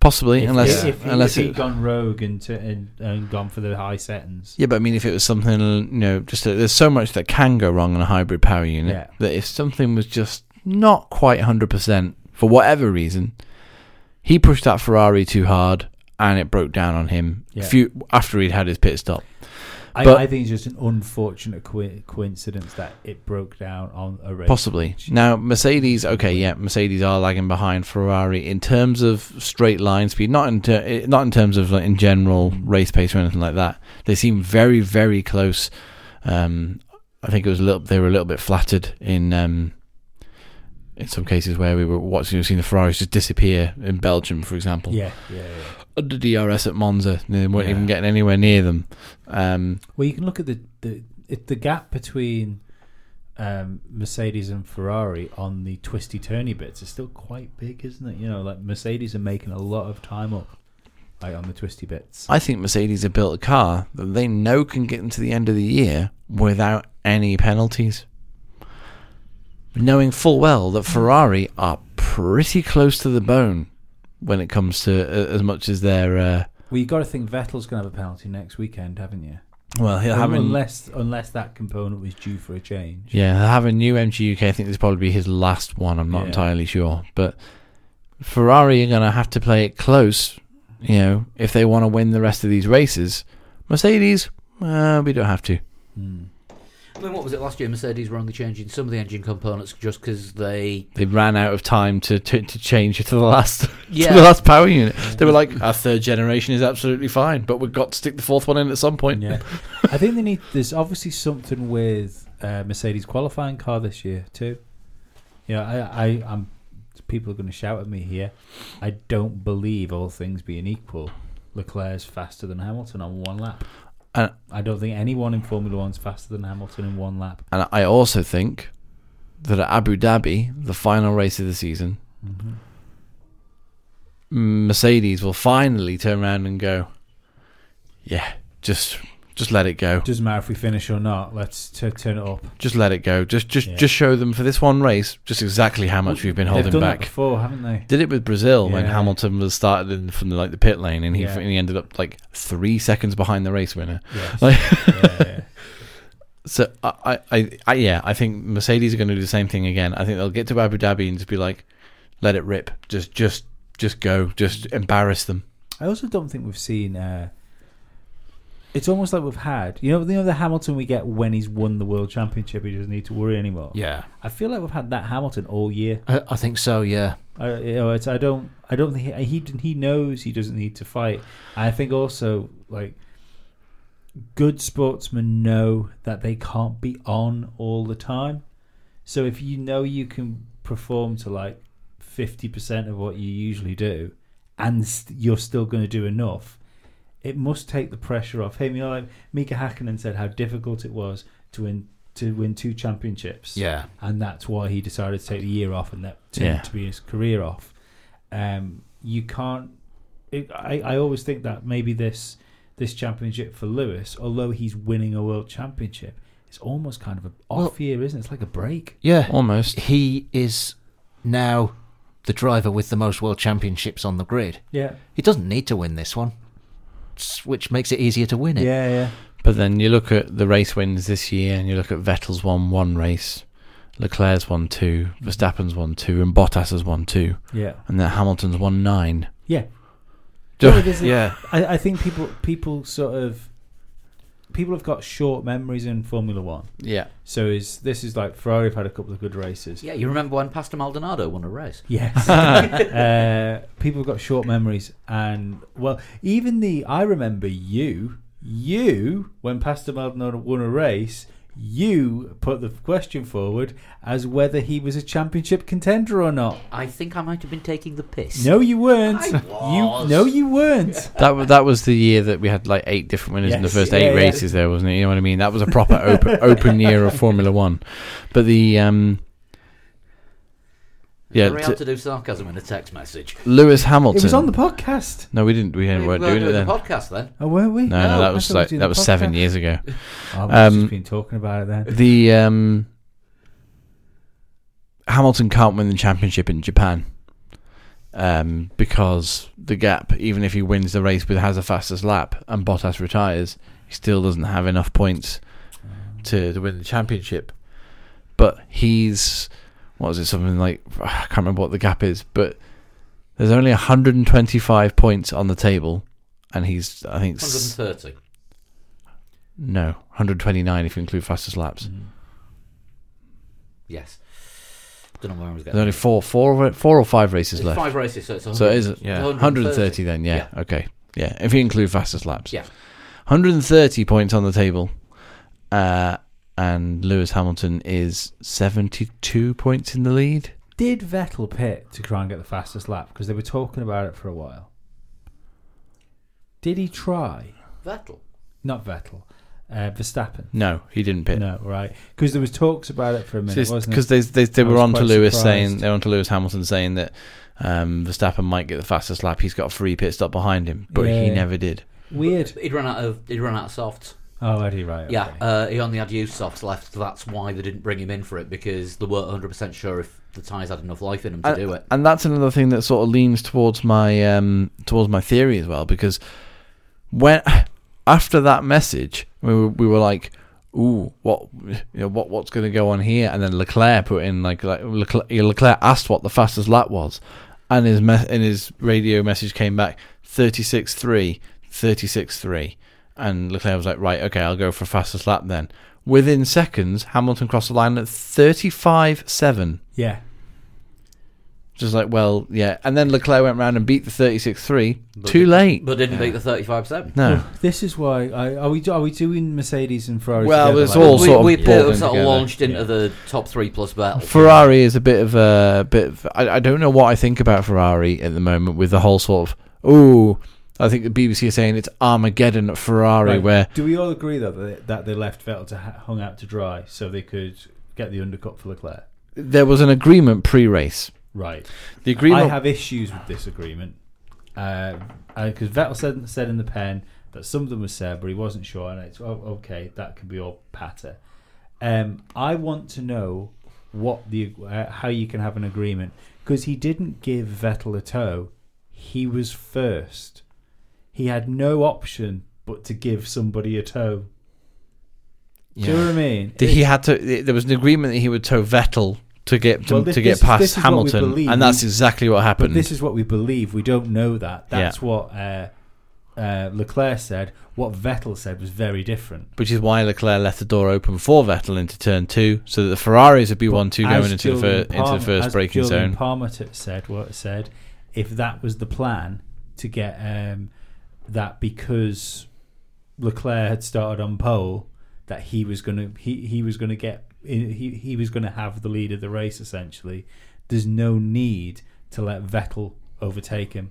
C: Possibly,
B: If-
C: unless
B: if, if,
C: unless
B: if he'd
C: it,
B: gone rogue and, tu- and and gone for the high settings.
C: yeah, but I mean, if it was something you know, just there's so much that can go wrong on a hybrid power unit
B: Yeah.
C: that if something was just not quite 100 percent for whatever reason, he pushed that Ferrari too hard and it broke down on him
B: Yeah.
C: few, after he'd had his pit stop.
B: I,
C: But-
B: I think it's just an unfortunate co- coincidence that it broke down on a race.
C: Possibly. Now, Mercedes, okay, yeah, Mercedes are lagging behind Ferrari in terms of straight line speed, not in, ter- eh, not in terms of like, in general race pace or anything like that. They seem very, very close. Um, I think it was a little, they were a little bit flattered in um, in some cases where we were watching, we've seen the Ferraris just disappear in Belgium, for example,
B: Yeah, yeah, yeah.
C: under DRS at Monza. They weren't
B: Yeah.
C: even getting anywhere near them. Um,
B: Well, you can look at the the if the gap between um, Mercedes and Ferrari on the twisty turny bits is still quite big, isn't it? You know, like Mercedes are making a lot of time up like on the twisty bits.
C: I think Mercedes have built a car that they know can get into the end of the year without any penalties. Knowing full well that Ferrari are pretty close to the bone when it comes to uh, as much as their. Uh,
B: Well, you got to think Vettel's going to have a penalty next weekend, haven't you?
C: well, he'll have a-
B: unless unless that component was due for a change.
C: Yeah, he'll have a new MG UK. I think this will probably be his last one. I'm not
B: Yeah.
C: entirely sure. But Ferrari are going to have to play it close, you know, if they want to win the rest of these races. Mercedes, uh, we don't have to.
B: Hmm.
A: I mean, what was it last year? Mercedes were only changing some of the engine components just because they.
C: they ran out of time to to, to change it to the last to
A: Yeah.
C: the last power unit. They were
B: Mm.
C: like, our third generation is absolutely fine, but we've got to stick the fourth one in at some point.
B: Yeah, I think they need. There's obviously something with uh, Mercedes qualifying car this year too. Yeah, I, I, I'm people are going to shout at me here. I don't believe all things being equal, Leclerc's faster than Hamilton on one lap.
C: And-
B: I don't think anyone in Formula One's faster than Hamilton in one lap.
C: And I also think that at Abu Dhabi, the final race of the season,
B: Mm-hmm.
C: Mercedes will finally turn around and go, yeah, just just let it go.
B: Doesn't matter if we finish or not. Let's t- turn it up.
C: Just let it go. Just just
B: Yeah.
C: just show them for this one race just exactly how much we've been
B: They've
C: holding
B: done that
C: back.
B: before, haven't they?
C: Did it with Brazil when
B: Yeah.
C: Hamilton was started in from the, like the pit lane and he,
B: Yeah.
C: and he ended up like three seconds behind the race winner.
B: Yes.
C: Like-
B: yeah, yeah.
C: So I, I, I, I yeah, I think Mercedes are going to do the same thing again. I think they'll get to Abu Dhabi and just be like, let it rip, just, just, just go, just embarrass them.
B: I also don't think we've seen. Uh, it's almost like we've had, you know, you know the Hamilton we get when he's won the world championship. He doesn't need to worry anymore.
D: Yeah,
B: I feel like we've had that Hamilton all year.
D: I, I think so. Yeah,
B: I, you know, it's, I don't. I don't think he, he he knows he doesn't need to fight. I think also like good sportsmen know that they can't be on all the time. So if you know you can perform to like fifty percent of what you usually do, and st- you're still going to do enough, it must take the pressure off him. You know, like Mika Hakkinen said, how difficult it was to win to win two championships
D: yeah.
B: and that's why he decided to take the year off and that to,
C: Yeah.
B: to be his career off. Um, you can't. It, I I always think that maybe this this championship for Lewis, although he's winning a world championship, it's almost kind of an off year, isn't it? It's like a break.
D: Yeah,
C: Almost.
D: he is now the driver with the most world championships on the grid.
B: Yeah,
D: He doesn't need to win this one, s- which makes it easier to win it.
B: yeah, yeah.
C: But then you look at the race wins this year and you look at Vettel's won one race, Leclerc's won two, Verstappen's won two, and Bottas has won two,
B: Yeah.
C: and then Hamilton's won nine.
B: Yeah.
C: Do-
B: No, it is-
C: yeah.
B: I, I think people people sort of people have got short memories in Formula One.
C: Yeah.
B: So is this is like Ferrari have had a couple of good races.
A: Yeah, you remember when Pastor Maldonado won a race?
B: Yes. uh, people have got short memories. And, well, even the. I remember you. You, when Pastor Maldonado won a race, you put the question forward as whether he was a championship contender or not.
A: I think I might have been taking the piss.
B: No, you weren't.
A: I
B: You
A: was.
B: no, you weren't.
C: That, wa- that was the year that we had like eight different winners in the
B: Yes.
C: first
B: Yeah,
C: eight
B: yeah.
C: races there, wasn't it? You know what I mean? That was a proper open, open year of Formula One. But the. um yeah,
A: Very
C: t-
A: hard to do sarcasm in a text message.
C: Lewis Hamilton.
B: It was on the podcast.
C: No, we didn't. We weren't
A: Well,
C: doing it then.
A: the podcast then.
B: Oh, weren't we?
C: no, no,
A: No, I
C: that was
B: thought we
C: like
B: did
C: that
B: the
C: was seven
B: podcast.
C: years ago.
B: Oh, we've
C: Um,
B: just been talking about it then.
C: The um, Hamilton can't win the championship in Japan um, because the gap, even if he wins the race with has the fastest lap and Bottas retires, he still doesn't have enough points to, to win the championship. But he's what is it? Something like I can't remember what the gap is, but there's only 125 points on the table, and he's I think s-
A: 130.
C: No, 129 if you include fastest laps.
B: Mm.
A: Yes. Don't know where I was
C: There's
A: getting.
C: only four, four, four or five races
A: There's
C: left.
A: five races, so it's 100.
C: so it is yeah, 130, then. Yeah, okay, yeah. If you include fastest laps,
A: Yeah.
C: 130 points on the table, uh, and Lewis Hamilton is 72 points in the lead.
B: Did Vettel pit to try and get the fastest lap? Because they were talking about it for a while. Did he try?
A: Vettel.
B: Not Vettel. Uh, Verstappen.
C: No, he didn't pit.
B: No, right. Because there was talks about it for a minute, wasn't
C: Because
B: it?
C: they, they, they
B: I
C: were
B: was
C: on to
B: quite
C: Lewis
B: surprised.
C: saying they're on to Lewis Hamilton saying that um, Verstappen might get the fastest lap. He's got a free pit stop behind him, but he
B: Yeah.
C: never did.
B: Weird.
A: He'd run out of he'd run out of softs.
B: Oh, Eddie, right.
A: Yeah,
B: okay.
A: uh, he only had used softs left. That's why they didn't bring him in for it because they weren't 100 percent sure if the tyres had enough life in them to
C: and,
A: do it.
C: and that's another thing that sort of leans towards my um, towards my theory as well, because when after that message, we were, we were like, "Ooh, what you know, what what's going to go on here?" And then Leclerc put in like like Leclerc, Leclerc asked what the fastest lap was, and his me- and his radio message came back 36.3, 36.3. And Leclerc was like, right, okay, I'll go for fastest lap then. Within seconds, Hamilton crossed the line at 35.7.
B: Yeah.
C: Just like, well, yeah. And then Leclerc went round and beat the 36 3. Too late.
A: but didn't beat the thirty-five percent.
C: no.
B: This is why I, are we do- are we doing Mercedes and Ferrari?
C: Well,
B: together
C: it's
B: like
C: all
B: this?
A: we,
C: sort of
A: we
C: pulled
A: sort
C: in
A: of
C: together.
A: launched into
B: Yeah.
A: the top three plus battle.
C: Ferrari is a bit of a bit of I, I don't know what I think about Ferrari at the moment with the whole sort of oh I think the BBC are saying it's Armageddon at Ferrari
B: Right.
C: where
B: Do we all agree that they, that they left Vettel to ha- hung out to dry so they could get the undercut for Leclerc?
C: there was an agreement pre-race.
B: Right.
C: The agreement
B: I have issues with this agreement because Vettel said, said in the pen that something was said, but he wasn't sure, and it's oh, okay. That can be all patter. Um, I want to know what the uh, how you can have an agreement because he didn't give Vettel a toe. He was first. He had no option but to give somebody a toe. Do you know
D: Yeah.
B: what I mean?
C: that he had to there was an agreement that he would tow Vettel to get to,
B: Well, this-
C: to get
B: this is-
C: past
B: this is what we
C: Hamilton
B: believe.
C: and that's exactly what
B: But
C: happened.
B: this is what we believe. We don't know that.
C: Yeah.
B: That's what uh, uh, Leclerc said. What Vettel said was very different.
C: which is why Leclerc left the door open for Vettel into turn two, so that the Ferraris would be one two
B: As
C: going into the, fir-
B: Julian
C: into the
B: Palmer-
C: first
B: as
C: braking
B: Julian
C: zone.
B: Palmer t- said what said. If that was the plan to get um, that because Leclerc had started on pole, that he was gonna he, he was gonna get he he was gonna have the lead of the race essentially. There's no need to let Vettel overtake him.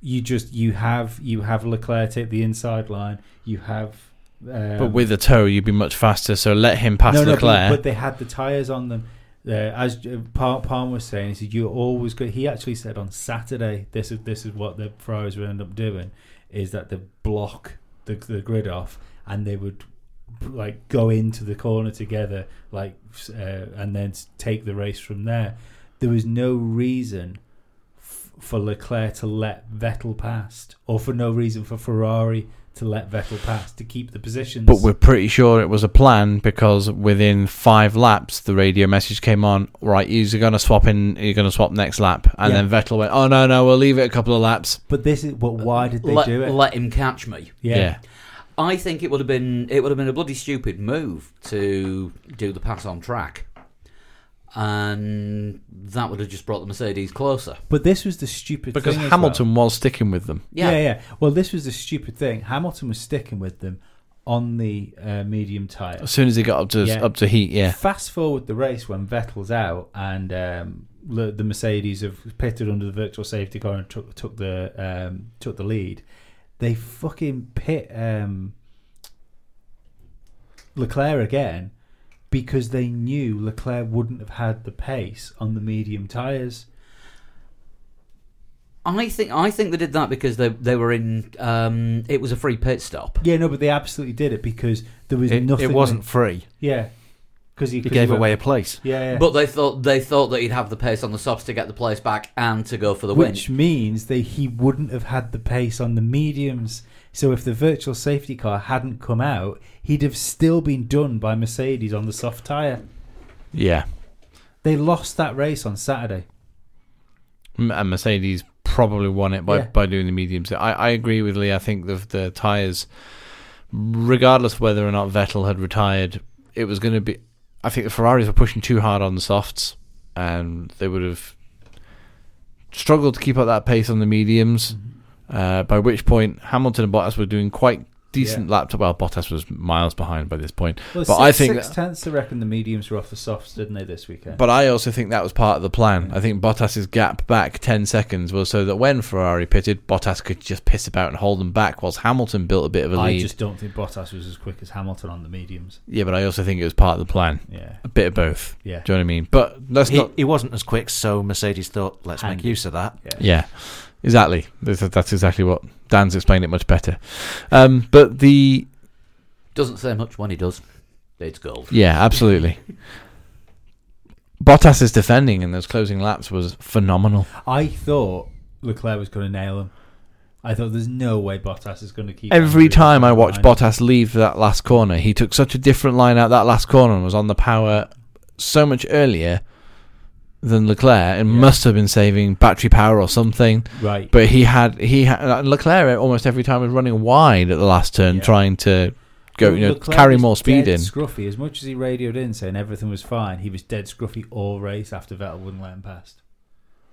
B: You just you have you have Leclerc take the inside line. You have um,
C: but with a tow, you'd be much faster. So let him pass
B: no,
C: Leclerc.
B: No, but, but they had the tires on them. Uh, as uh, Palm, Palm was saying, he said you're always good. He actually said on Saturday, this is this is what the Ferraris would end up doing, is that they block the, the grid off and they would like go into the corner together, like uh, and then s- take the race from there. There was no reason f- for Leclerc to let Vettel past, or for no reason for Ferrari to let Vettel past to keep the positions.
C: But we're pretty sure it was a plan because within five laps, the radio message came on. Right, you're going to swap in. You're going to swap next lap, and
B: Yeah.
C: then Vettel went, "Oh no, no, we'll leave it a couple of laps."
B: But this is but why did they
A: let,
B: do it?
A: let him catch me.
C: Yeah,
A: I think it would have been it would have been a bloody stupid move to do the pass on track, and that would have just brought the Mercedes closer.
B: But this was the stupid
C: because
B: thing as
C: Hamilton was sticking with them.
B: well.
A: Yeah,
B: Yeah. yeah, Well, this was the stupid thing. Hamilton was sticking with them on the uh, medium tire.
C: As soon as he got up to
B: Yeah.
C: up to heat, yeah,
B: Fast forward the race when Vettel's out and um, le- the Mercedes have pitted under the virtual safety car and took, took the um, took the lead. They fucking pit um, Leclerc again because they knew Leclerc wouldn't have had the pace on the medium tires.
A: I think I think they did that because they they were in. Um, it was a free pit stop.
B: Yeah, no, but they absolutely did it because there was
E: It,
B: nothing.
E: it wasn't free.
B: Yeah, because he
E: He
B: 'cause
E: gave
B: he went-
E: away a place.
B: Yeah, yeah.
A: But they thought they thought that he'd have the pace on the softs to get the place back and to go for the
B: which
A: win.
B: means that he wouldn't have had the pace on the mediums. So if the virtual safety car hadn't come out, he'd have still been done by Mercedes on the soft tire.
C: yeah.
B: They lost that race on Saturday.
C: M- And Mercedes probably won it by,
B: Yeah.
C: by doing the mediums. I, I agree with Lee. I think the the tires, regardless of whether or not Vettel had retired, it was going to be. I think the Ferraris were pushing too hard on the softs, and they would have struggled to keep up that pace on the mediums. Uh, by which point, Hamilton and Bottas were doing quite decent
B: Mm-hmm. Yeah.
C: laps. Well, Bottas was miles behind by this point,
B: Well,
C: But
B: six,
C: I think
B: six
C: that-
B: tenths. I reckon the mediums were off the softs, didn't they, this weekend?
C: But I also think that was part of the plan. I think Bottas's gap back 10 seconds was so that when Ferrari pitted, Bottas could just piss about and hold them back, whilst Hamilton built a bit of a
B: I
C: lead.
B: just don't think Bottas was as quick as Hamilton on the mediums.
C: Yeah, but I also think it was part of the plan.
B: Yeah,
C: A bit of both.
B: yeah,
C: Do you know what I mean? But let's
D: He,
C: not.
D: he wasn't as quick, so Mercedes thought, let's make
B: Handy.
D: use of that.
B: yeah.
C: Yeah, exactly. That's that's exactly what Dan's explained it much better. Um, but the.
A: Doesn't say much when he does. It's gold.
C: Yeah, absolutely. Bottas's defending in those closing laps was phenomenal.
B: I thought Leclerc was going to nail him. I thought there's no way Bottas is going to keep.
C: Every
B: Andrews
C: time I
B: behind.
C: watched Bottas leave that last corner, he took such a different line out that last corner and was on the power so much earlier than Leclerc. It
B: Yeah.
C: must have been saving battery power or something.
B: right,
C: But he had he had and Leclerc almost every time was running wide at the last turn,
B: Yeah.
C: trying to go you know
B: Leclerc
C: carry
B: was
C: more speed
B: dead
C: in.
B: Scruffy, as much as he radioed in saying everything was fine, he was dead scruffy all race after Vettel wouldn't let him past.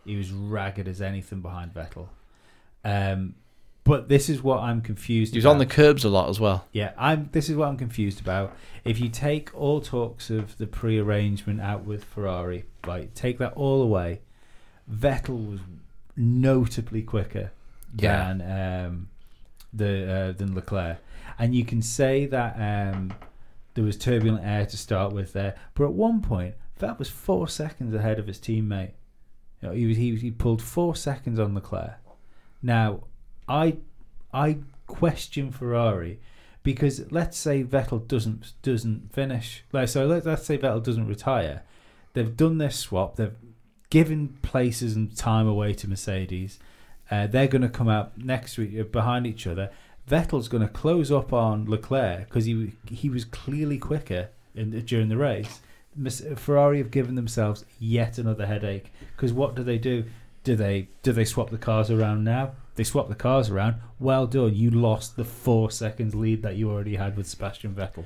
B: He was ragged as anything behind Vettel. Um, but this is what I'm confused.
C: He was
B: about.
C: on the curbs a lot as well.
B: Yeah, I'm. This is what I'm confused about. If you take all talks of the pre-arrangement out with Ferrari, like take that all away, Vettel was notably quicker
C: Yeah.
B: than um, the uh, than Leclerc, and you can say that um, there was turbulent air to start with there, but at one point that was four seconds ahead of his teammate. You know, he was he, was- he pulled four seconds on Leclerc. Now, I I question Ferrari because let's say Vettel doesn't doesn't finish. Like, so let, let's say Vettel doesn't retire. They've done their swap. They've given places and time away to Mercedes. Uh, they're going to come out next week uh, behind each other. Vettel's going to close up on Leclerc because he he was clearly quicker in the, during the race. Mes- Ferrari have given themselves yet another headache because what do they do? Do they do they swap the cars around now? They swap the cars around. Well done. You lost the four seconds lead that you already had with Sebastian Vettel.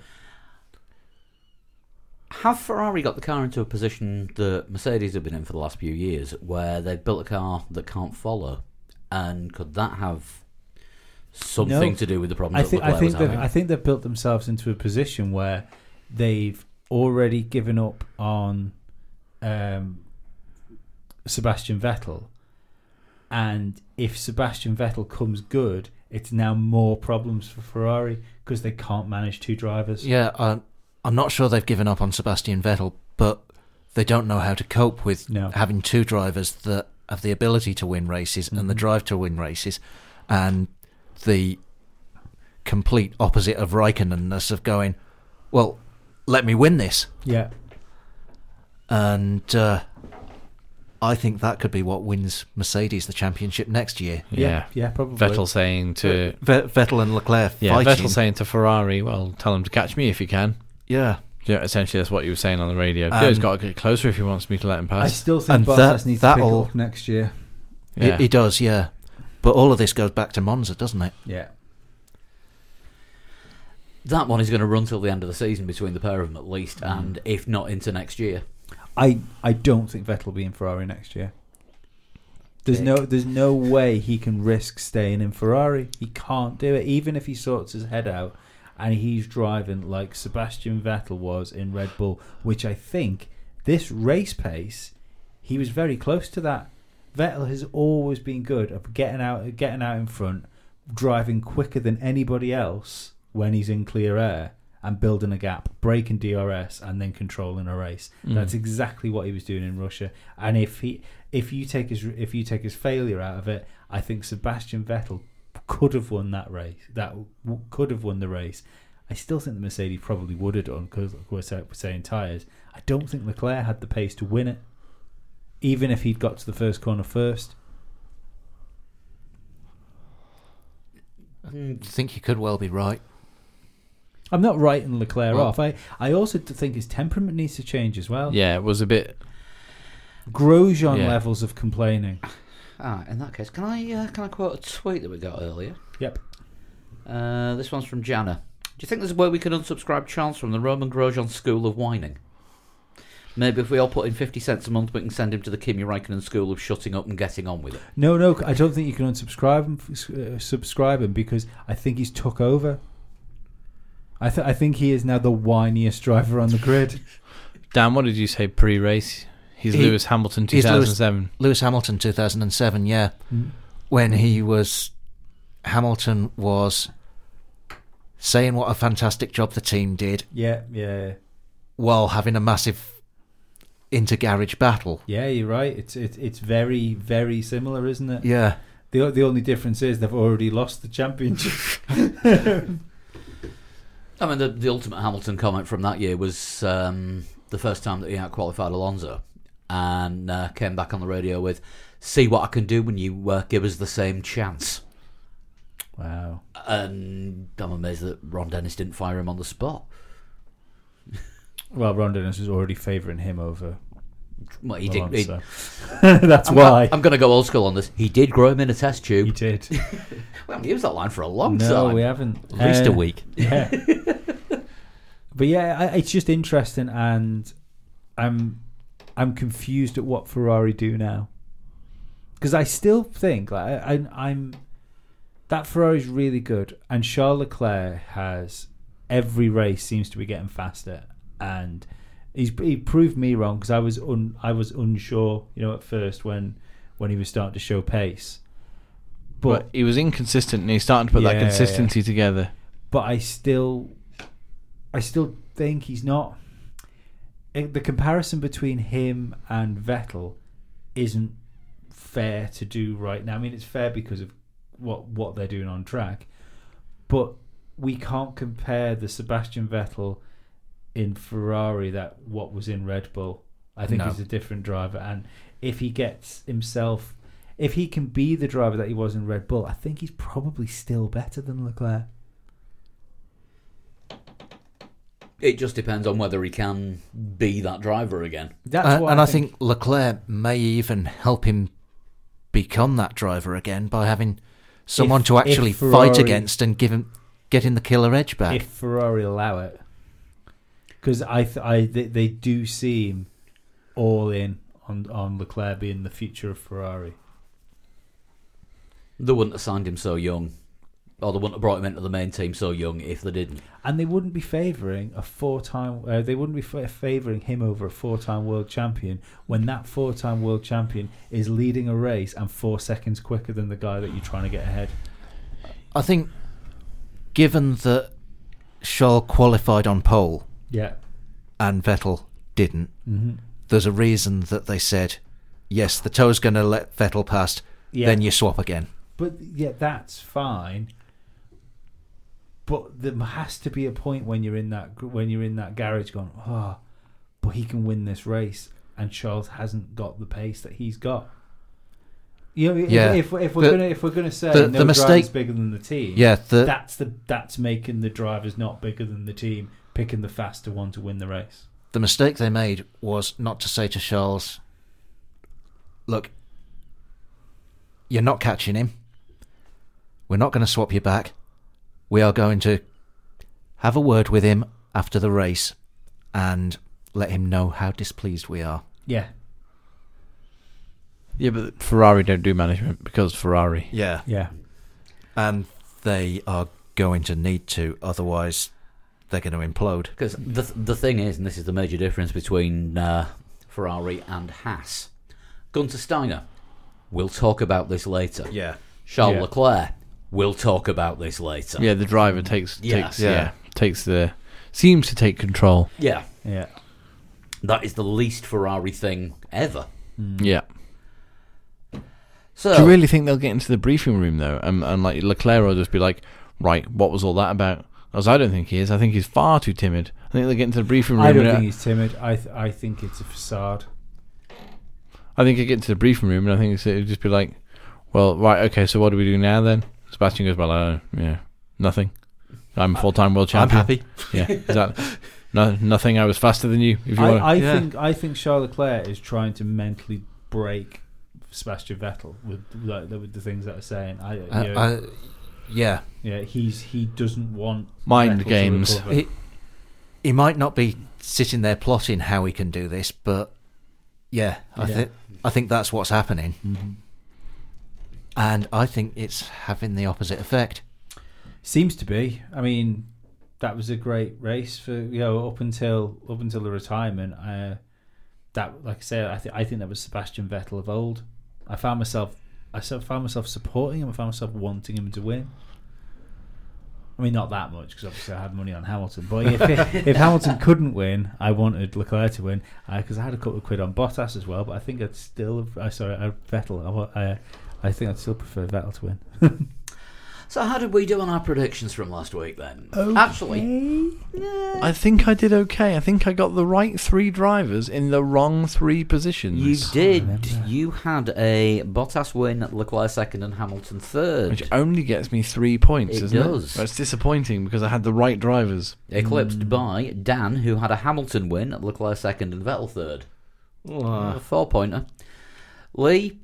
A: Have Ferrari got the car into a position that Mercedes have been in for the last few years, where they've built a car that can't follow, and could that have something
B: No.
A: to do with the problem
B: I
A: that
B: think I
A: Leclerc
B: think
A: was
B: they've,
A: having?
B: I think they've built themselves into a position where they've already given up on um, Sebastian Vettel, and if Sebastian Vettel comes good, it's now more problems for Ferrari because they can't manage two drivers.
D: Yeah, I'm, I'm not sure they've given up on Sebastian Vettel, but they don't know how to cope with
B: No.
D: having two drivers that have the ability to win races and
C: Mm-hmm.
D: the
B: Mhm.
D: drive to win races, and the complete opposite of Raikkonenness of going, well, let me win this,
B: Yeah,
D: and uh, I think that could be what wins Mercedes the championship next year.
B: yeah, yeah, probably.
C: Vettel saying to
D: Ve- Vettel and Leclerc
C: yeah,
D: fighting.
C: Vettel saying to Ferrari, "Well, tell him to catch me if you can."
D: yeah,
C: Yeah, essentially that's what you were saying on the radio. Joe's
D: Um,
C: got to get closer if he wants me to let him
B: I
C: pass.
B: still think
D: And that-
B: Bottas needs to pick
D: that'll-
B: up next year.
D: he-
C: yeah.
D: he does. Yeah, but all of this goes back to Monza, doesn't it?
B: Yeah,
A: that one is going to run till the end of the season between the pair of them at least,
B: Mm.
A: and if not into next year.
B: I I don't think Vettel will be in Ferrari next year. There's
A: Dick.
B: no there's no way he can risk staying in Ferrari. He can't do it, even if he sorts his head out and he's driving like Sebastian Vettel was in Red Bull, which I think this race pace he was very close to that. Vettel has always been good at getting out getting out in front, driving quicker than anybody else when he's in clear air and building a gap, breaking DRS and then controlling a race. That's exactly what he was doing in Russia. And if he if you take his if you take his failure out of it, I think Sebastian Vettel could have won that race. That w- could have won the race. I still think the Mercedes probably would have done because we're sa- we're saying tyres. I don't think Leclerc had the pace to win it, even if he'd got to the first corner first.
D: I Mm, think you could well be right.
B: I'm not writing Leclerc
C: Well-
B: off. I, I also d- think his temperament needs to change as well.
C: yeah, it was a bit.
B: Grosjean
C: Yeah.
B: levels of complaining.
A: Ah, in that case, can I uh, can I quote a tweet that we got earlier?
B: Yep.
A: Uh, this one's from Jana. Do you think there's a way we can unsubscribe Charles from the Roman Grosjean School of Whining? Maybe if we all put in 50 cents a month, we can send him to the Kimi Raikkonen School of Shutting Up and Getting On With It.
B: No, no, I don't think you can unsubscribe him, uh, subscribe him because I think he's took over. I, th- I think he is now the whiniest driver on the grid.
C: Dan, what did you say pre-race? He's
D: He-
C: Lewis Hamilton,
D: he's Lewis-
C: 2007.
D: Lewis Hamilton, 2007, yeah.
B: Mm,
D: When he was. Hamilton was saying what a fantastic job the team did
B: yeah, yeah,
D: while having a massive inter garage battle.
B: yeah. You're right. It's it's it's very very similar, isn't it?
D: Yeah.
B: The o- the only difference is they've already lost the championship.
A: I mean, the, the ultimate Hamilton comment from that year was um, the first time that he outqualified Alonso and uh, came back on the radio with, See what I can do when you uh, give us the same chance.
B: wow.
A: And I'm amazed that Ron Dennis didn't fire him on the spot.
B: Well, Ron Dennis was already favouring him over
A: Well, he did. He,
B: Alonso. That's
A: I'm,
B: why
A: I'm going to go old school on this. He did grow him in a test
B: he
A: tube.
B: did.
A: We haven't used that line for a long
B: no,
A: time.
B: we haven't.
A: At least a
B: Uh,
A: week.
B: Yeah. but yeah, I, it's just interesting, and I'm I'm confused at what Ferrari do now because I still think like I, I, I'm that Ferrari's really good, and Charles Leclerc has every race seems to be getting faster, and he's he proved me wrong because I was un I was unsure, you know, at first when when he was starting to show pace,
E: But,
B: but
E: he was inconsistent, and he's starting to put
B: Yeah,
E: that
B: yeah, yeah.
E: consistency together.
B: but I still, I still think he's not. eh, The comparison between him and Vettel isn't fair to do right now. I mean, it's fair because of what what they're doing on track, but we can't compare the Sebastian Vettel in Ferrari that what was in Red Bull. I think
D: No.
B: he's a different driver, and if he gets himself, if he can be the driver that he was in Red Bull, I think he's probably still better than Leclerc.
A: It just depends on whether he can be that driver again.
B: That's
D: and,
B: what
D: and
B: I
D: I think. Leclerc may even help him become that driver again by having someone
B: If-
D: to
B: if
D: actually
B: Ferrari-
D: fight against and give him get him the killer edge back.
B: if Ferrari allow it, because I, th- I, they, they do seem all in on on Leclerc being the future of Ferrari.
A: They wouldn't have signed him so young, or they wouldn't have brought him into the main team so young if they didn't.
B: and they wouldn't be favouring a four-time. Uh, they wouldn't be fa- favouring him over a four-time world champion when that four-time world champion is leading a race and four seconds quicker than the guy that you're trying to get ahead.
D: I think, given that Charles qualified on pole
B: Yeah.
D: and Vettel didn't,
B: Mm-hmm.
D: there's a reason that they said, yes, the toe's going to let Vettel past,
B: Yeah.
D: then you swap again.
B: But yeah, that's fine. But there has to be a point when you're in that gr- when you're in that garage going, ah, but he can win this race, and Charles hasn't got the pace that he's got. You know, if-
D: Yeah.
B: if, if we're
D: The-
B: gonna if we're gonna say
D: the-
B: no
D: the
B: driver's
D: mistake-
B: bigger than the team,
D: Yeah, the,
B: that's the that's making the drivers not bigger than the team, picking the faster one to win the race.
D: the mistake they made was not to say to Charles, look, you're not catching him. We're not going to swap you back. We are going to have a word with him after the race and let him know how displeased we are.
B: Yeah,
E: Yeah, but Ferrari don't do management because Ferrari.
D: Yeah.
B: yeah,
D: And they are going to need to, otherwise, they're going to implode.
A: Because the the thing is, and this is the major difference between uh, Ferrari and Haas, Gunter Steiner. We'll talk about this later.
D: Yeah.
A: Charles
B: Yeah.
A: Leclerc. We'll talk about this later.
E: Yeah, the driver takes
A: Yeah.
E: takes
D: Yeah.
E: yeah. takes the seems to take control.
A: Yeah.
B: yeah.
A: That is the least Ferrari thing ever.
E: Yeah.
A: So Oh.
E: Do you really think they'll get into the briefing room though? And, and like Leclerc will just be like, right, what was all that about? As I don't think he is. I think he's far too timid. I think they'll get into the briefing room.
B: I don't
E: and, uh,
B: think he's timid. I th- I think it's a facade.
E: I think he'll get into the briefing room and I think it'll just be like, well, right, okay, so what do we do now then? Sebastian goes, well, uh, yeah, nothing. I'm a full time world
D: I'm
E: champion.
D: happy.
E: Yeah, exactly. no, nothing. I was faster than you. If you
B: I,
E: want,
B: I
D: Yeah.
B: think I think Charles Leclerc is trying to mentally break Sebastian Vettel with like, the- with the things that are saying. I, you
D: Uh,
B: know,
D: I, yeah.
B: yeah, he's he doesn't want
E: Mind
B: Vettel to
E: games.
B: recover.
D: he, he might not be sitting there plotting how he can do this, but yeah, I
B: Yeah.
D: think I think that's what's happening, and I think it's having the opposite effect.
B: Seems to be. I mean, that was a great race for you know up until up until the retirement. Uh, that like I say, I think I think that was Sebastian Vettel of old. I found myself I so- found myself supporting him. I found myself wanting him to win. I mean, not that much because obviously I had money on Hamilton. But if, if Hamilton couldn't win, I wanted Leclerc to win because I had a couple of quid on Bottas as well. But I think I'd still, I sorry, I, Vettel. I, wa- I, I think I'd still prefer Vettel to win.
A: So how did we do on our predictions from last week then? Actually,
E: I think I did okay. I think I got the right three drivers in the wrong three positions.
A: you did. You had a Bottas win, Leclerc second, and Hamilton third.
C: uh,
E: Which only gets me three points,
A: It
E: doesn't
A: does.
E: it? That's disappointing because I had the right drivers.
A: eclipsed by Dan, who had a Hamilton win, Leclerc second, and Vettel third.
C: Ah.
A: A four pointer. Lee,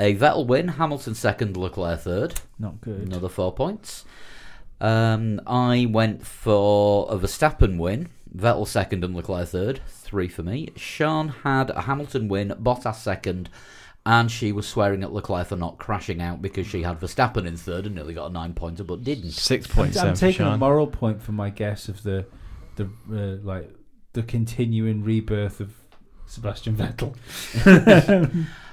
A: a Vettel win, Hamilton second, Leclerc third.
B: Not good.
A: Another four points. Um, I went for a Verstappen win, Vettel second, and Leclerc third. Three for me. Sean had a Hamilton win, Bottas second, and she was swearing at Leclerc for not crashing out because she had Verstappen in third and nearly got a nine pointer but didn't.
C: Six
B: I'm,
C: point
B: I'm
C: seven.
B: taking a
C: Sean.
B: moral point from my guess of the the uh, like the continuing rebirth of Sebastian Vettel.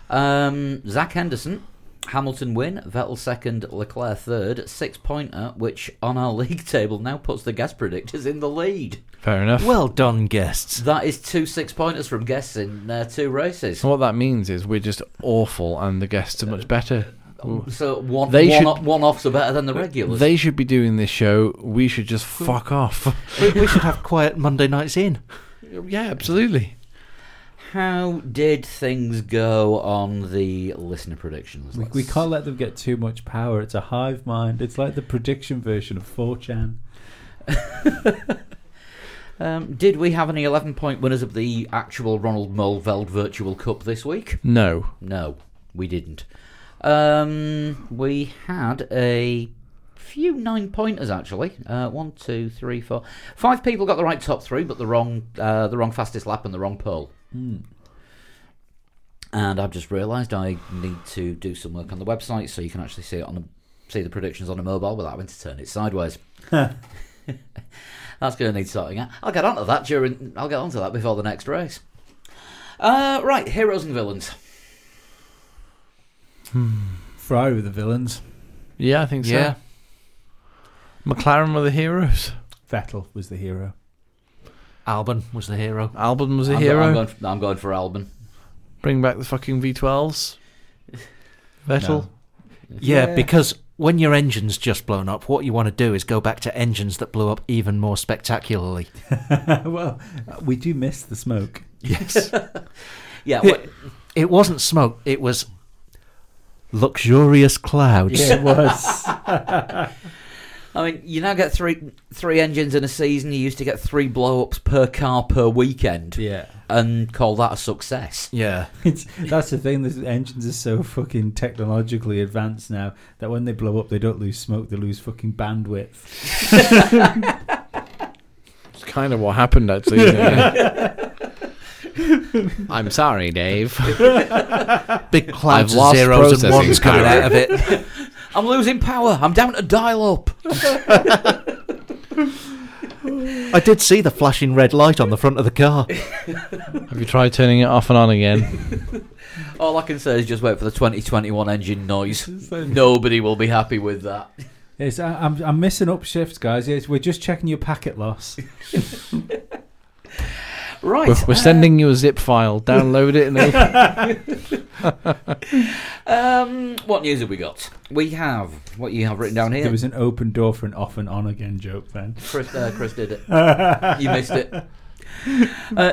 A: Um, Zach Henderson, Hamilton win, Vettel second, Leclerc third, six pointer, which on our league table now puts the guest predictors in the lead.
C: Fair enough.
D: Well done, guests.
A: That is two six pointers from guests in uh, two races.
C: So what that means is we're just awful, and the guests are much better.
A: So one
C: They
A: one,
C: should-
A: o- one offs are better than the regulars.
C: They should be doing this show. We should just fuck off.
D: we, we should have quiet Monday nights in.
C: yeah, absolutely.
A: How did things go on the listener predictions?
B: we, we
A: Let's-
B: can't let them get too much power. It's a hive mind. It's like the prediction version of 4chan.
A: Um, did we have any eleven point winners of the actual Ronald Mulveld Virtual Cup this week?
C: No.
A: No, we didn't. Um, we had a few nine pointers actually. Uh, one, two, three, four, five people got the right top three, but the wrong, uh, the wrong fastest lap and the wrong pole. And I've just realised I need to do some work on the website so you can actually see it on a, see the predictions on a mobile without having to turn it sideways. That's going to need sorting out. I'll get onto that during. I'll get onto that before the next race. Uh, right, heroes and villains.
B: Ferrari were the villains.
C: Yeah, I think so.
A: Yeah.
C: McLaren were the heroes.
B: Vettel was the hero.
D: Alban was the hero.
C: Albon was a
A: I'm go-
C: hero.
A: I'm going, for, I'm going for Albon.
C: Bring back the fucking V12s. Vettel.
B: No.
D: Yeah, because when your engine's just blown up, what you want to do is go back to engines that blew up even more spectacularly.
B: well, we do miss the smoke.
D: Yes.
A: Yeah,
D: it, it wasn't smoke, it was luxurious clouds.
B: it was.
A: wh- I mean, you now get three three engines in a season. You used to get three blow ups per car per weekend,
B: yeah.
A: and call that a success.
D: Yeah.
B: It's, that's the thing. The engines are so fucking technologically advanced now that when they blow up, they don't lose smoke; they lose fucking bandwidth.
C: It's kind of what happened, actually. isn't it? I'm sorry, Dave.
D: Big clouds
C: I've
D: of
C: lost
D: zeros and
C: processing
D: ones coming
C: power.
D: out of it.
A: I'm losing power. I'm down to dial up.
D: I did see the flashing red light on the front of the car.
C: Have you tried turning it off and on again?
A: All I can say is just wait for the 2021 engine noise. Nobody will be happy with that.
B: It's, I, I'm, I'm missing up shifts, guys. Yes, we're just checking your packet loss.
A: Right,
C: We're, we're sending you a zip file. Download it and open.
A: Um, what news have we got? We have what you have written down here.
B: There was an open door for an off and on again joke. Then
A: Chris, uh, Chris did it. you missed it. Uh,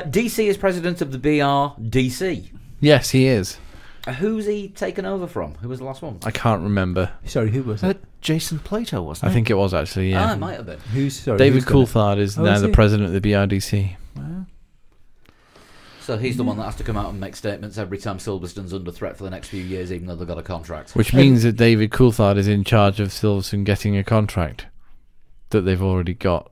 A: DC is president of the BRDC.
C: Yes, he is.
A: Uh, Who's he taken over from? Who was the last one?
C: I can't remember.
B: sorry, who was
D: Uh,
B: it?
D: Jason Plato, wasn't
C: I
D: it?
C: think it was actually. Yeah.
A: Ah, it might have been.
B: Who's sorry?
C: Uh, David
B: who's done it?
C: Coulthard is
B: Oh,
C: now
B: is
C: the
B: he?
C: president of the BRDC.
B: Wow.
A: So he's the one that has to come out and make statements every time Silverstone's under threat for the next few years, even though they've got a contract.
C: Which means that David Coulthard is in charge of Silverstone getting a contract that they've already got.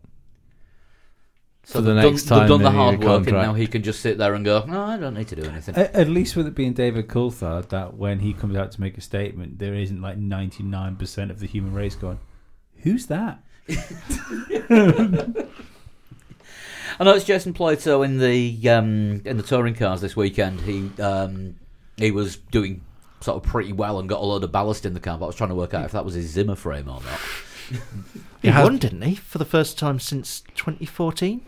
A: So
C: for the
A: they've
C: next
A: done,
C: time
A: they've done the
C: they need
A: hard
C: a
A: work, and now
C: contract.
A: he can just sit there and go, "No, I don't need to do anything."
B: A- At least with it being David Coulthard, that when he comes out to make a statement, there isn't like 99% of the human race going, "Who's that?"
A: I know it's Jason Plato in the um, in the touring cars this weekend. He um, he was doing sort of pretty well and got a load of ballast in the car. But I was trying to work out if that was his Zimmer frame or not.
D: He
C: It has-
D: won, didn't he? For the first time since 2014?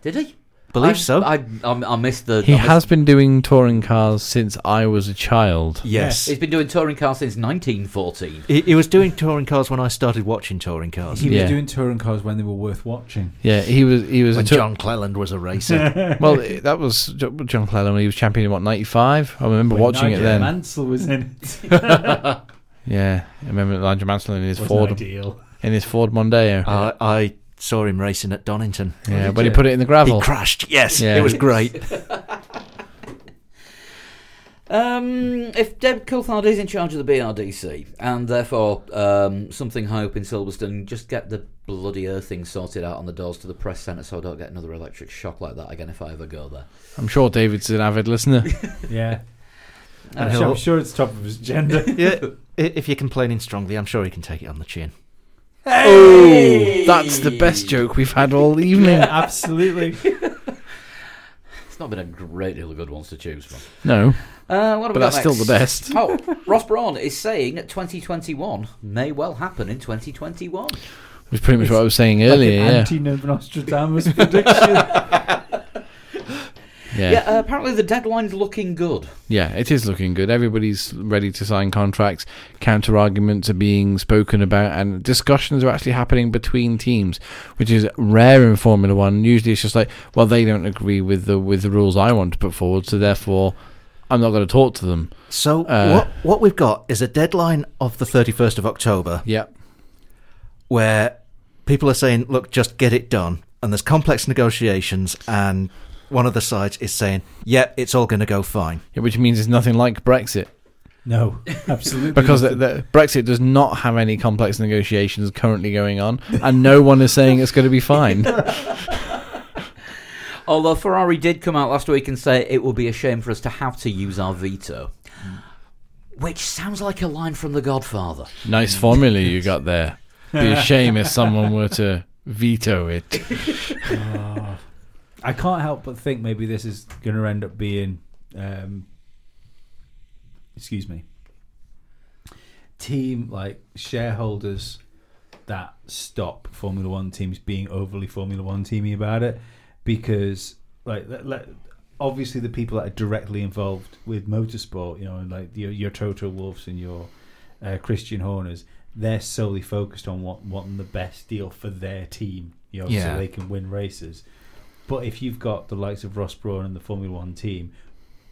A: Did he?
D: Believe
A: I,
D: so.
A: I, I I missed the.
C: He
A: I missed-
C: has been doing touring cars since I was a child.
D: yes.
A: He's been doing touring cars since 1914.
D: He, he was doing touring cars when I started watching touring cars.
B: He was
C: Yeah.
B: doing touring cars when they were worth watching.
C: Yeah, he was he was a
D: When
C: tou-
D: John Cleland was a racer.
C: Well, it- that was Jo- John Clellon when he was champion in what ninety five. I remember
B: When
C: watching it
B: Nigel
C: then.
B: Mansell was in it.
C: Yeah, I remember Nigel Mansell in his
B: Wasn't Ah,
C: Ford
B: ideal.
C: in his Ford Mondeo.
D: I, I saw him racing at Donington.
C: yeah,
B: did
C: when he
B: you?
C: put it in the
D: He
C: gravel.
D: crashed. Yes,
C: Yeah.
D: it was great.
A: Um, if Deb Coulthard is in charge of the BRDC and therefore um, something high up in Silverstone, just get the bloody earthing sorted out on the doors to the press centre so I don't get another electric shock like that again if I ever go there.
C: I'm sure David's an avid listener.
B: Yeah. I'm
D: he'll-
B: sure, I'm sure it's top of his agenda.
D: yeah, i- if you're complaining strongly, I'm sure he can take it on the chin.
F: Oh, that's the best joke we've had all evening.
B: yeah, absolutely.
A: It's not been a great deal of good ones to choose from.
C: No,
A: Uh, what
F: But
A: have we got
F: that's still the
A: next?
F: best.
A: Oh, Ross Brawn is saying that 2021 may well happen in 2021.
C: it's pretty much
B: It's
C: what I was saying
B: Like an
C: earlier. yeah,
B: Anti-Nostradamus prediction.
C: yeah,
A: Yeah,
C: yeah,
A: uh, apparently the deadline's looking good.
C: It is looking good. Everybody's ready to sign contracts. Counter arguments are being spoken about, and discussions are actually happening between teams, which is rare in Formula One. Usually, it's just like, well, they don't agree with the with the rules I want to put forward, so therefore, I'm not going to talk to them.
D: So
C: Uh,
D: what what we've got is a deadline of the 31st of October
C: Yeah,
D: where people are saying, "Look, just get it done." And there's complex negotiations, and one of the sides is saying, "Yep, it's all going to go fine."
C: yeah which means it's nothing like Brexit.
B: no, absolutely.
C: because
B: not.
C: the, the Brexit does not have any complex negotiations currently going on, and no one is saying it's going to be fine.
A: Although Ferrari did come out last week and say it will be a shame for us to have to use our veto.
F: Hmm.
A: Which sounds like a line from The Godfather.
C: nice formula you got there. Be a shame if someone were to veto it.
B: Oh. I can't help but think maybe this is going to end up being, um, excuse me, team like shareholders that stop Formula One teams being overly Formula One teamy about it because like let, let- obviously the people that are directly involved with motorsport, you know, and like your, your Toto Wolves and your uh, Christian Horners, they're solely focused on what wanting the best deal for their team, you know,
D: Yeah.
B: so they can win races. But if you've got the likes of Ross Brawn and the Formula One team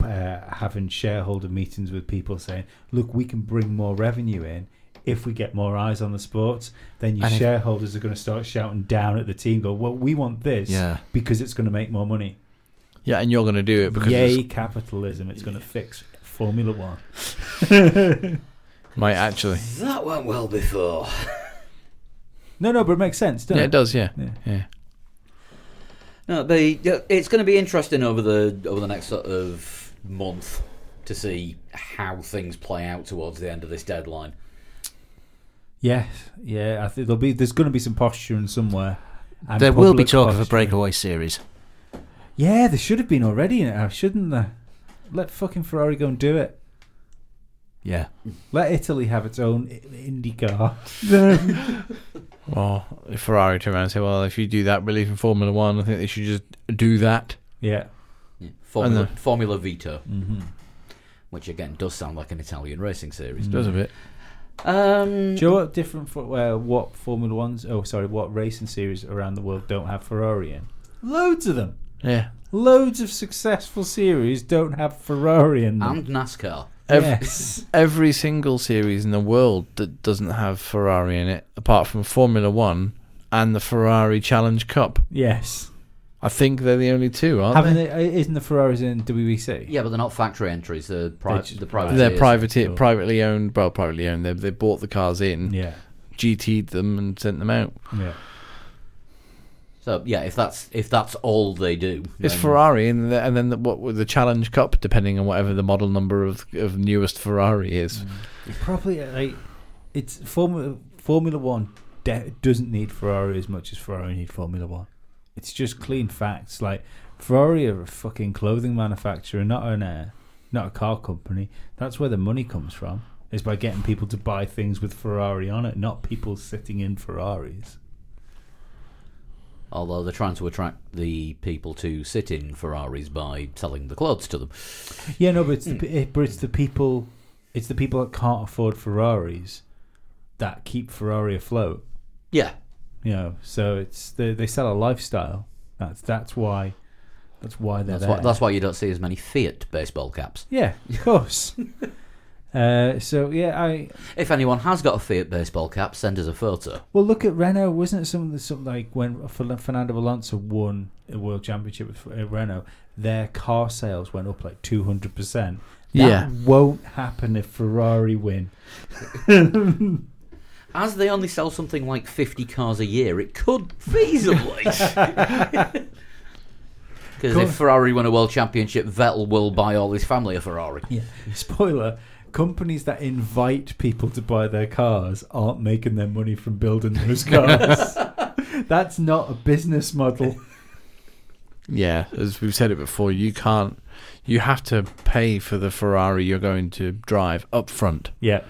B: uh, having shareholder meetings with people saying, "Look, we can bring more revenue in if we get more eyes on the sports," then your
D: And if-
B: shareholders are going to start shouting down at the team, "Go, well, we want this
D: Yeah.
B: because it's going to make more money."
C: Yeah, and you're going to do it because
B: Yay,
C: it's-
B: capitalism! It's going to fix Formula One.
C: might actually.
A: That went well before.
B: No, no, but it makes sense, doesn't
C: Yeah, it
B: it?
C: does. Yeah,
B: Yeah.
C: yeah.
A: No, the yeah, it's going to be interesting over the over the next sort of month to see how things play out towards the end of this deadline.
B: Yes, yeah. I think there'll be there's going to be some posturing somewhere. and
D: there will be
B: public
D: talk of a
B: posturing.
D: breakaway series.
B: Yeah, there should have been already in it, Ash, shouldn't there? Let fucking Ferrari go and do it.
D: Yeah,
B: Let Italy have its own I- IndyCar.
C: Well, if Ferrari turn around and say, "Well, if you do that, believe in Formula One." I think they should just do that.
B: yeah.
A: Yeah. Formula,
C: And
A: Formula Vito,
B: Mm-hmm.
A: which again does sound like an Italian racing series.
C: Does
B: Mm.
C: a bit.
A: Um,
B: Do you know what different for, uh, what Formula Ones? Oh, sorry, what racing series around the world don't have Ferrari in? Loads of them.
C: Yeah.
B: Loads of successful series don't have Ferrari in them.
A: and NASCAR.
C: Ev-
B: yes.
C: every single series in the world that doesn't have Ferrari in it, apart from Formula One and the Ferrari Challenge Cup.
B: yes.
C: I think they're the only two, aren't
B: Haven't
C: they?
B: they- uh, isn't the Ferraris in E WEC?
A: Yeah, but they're not factory entries. They're
B: They're
A: private.
B: just
A: the
B: private.
A: private.
C: They're private,
B: Sure.
C: privately owned. Well, privately owned. They they bought the cars in,
B: Yeah.
C: GT'd them, and sent them out.
B: Yeah.
A: So yeah, if that's if that's all they do,
C: It's
A: then-
C: Ferrari, and the, and then the, what with the Challenge Cup, depending on whatever the model number of of newest Ferrari
B: Mm.
C: is.
B: Probably uh, like it's Formula Formula One de- doesn't need Ferrari as much as Ferrari need Formula One. It's just clean facts. Like Ferrari are a fucking clothing manufacturer, not an uh, not a car company. That's where the money comes from. Is by getting people to buy things with Ferrari on it, not people sitting in Ferraris.
A: Although they're trying to attract the people to sit in Ferraris by selling the clothes to them.
B: Yeah, no, but it's the, pe- eh, but it's the people, it's the people that can't afford Ferraris that keep Ferrari afloat.
A: Yeah,
B: you know so it's they, they sell a lifestyle that's that's why that's why they're
A: that's
B: there
A: why that's why you don't see as many Fiat baseball caps.
B: yeah of course uh so yeah i
A: If anyone has got a Fiat baseball cap, send us a photo.
B: well look at renault wasn't it something, something like when Fel- fernando alonso won a world championship with uh, renault their car sales went up like 200 percent
C: Yeah.
B: won't happen if ferrari win
A: As they only sell something like 50 cars a year, it could feasibly. Because
B: Cool.
A: if Ferrari win a world championship, Vettel will buy all his family a Ferrari.
B: Yeah. Spoiler: companies that invite people to buy their cars aren't making their money from building those cars. That's not a business model.
C: Yeah, as we've said it before, you can't. You have to pay for the Ferrari you're going to drive up front.
B: Yeah,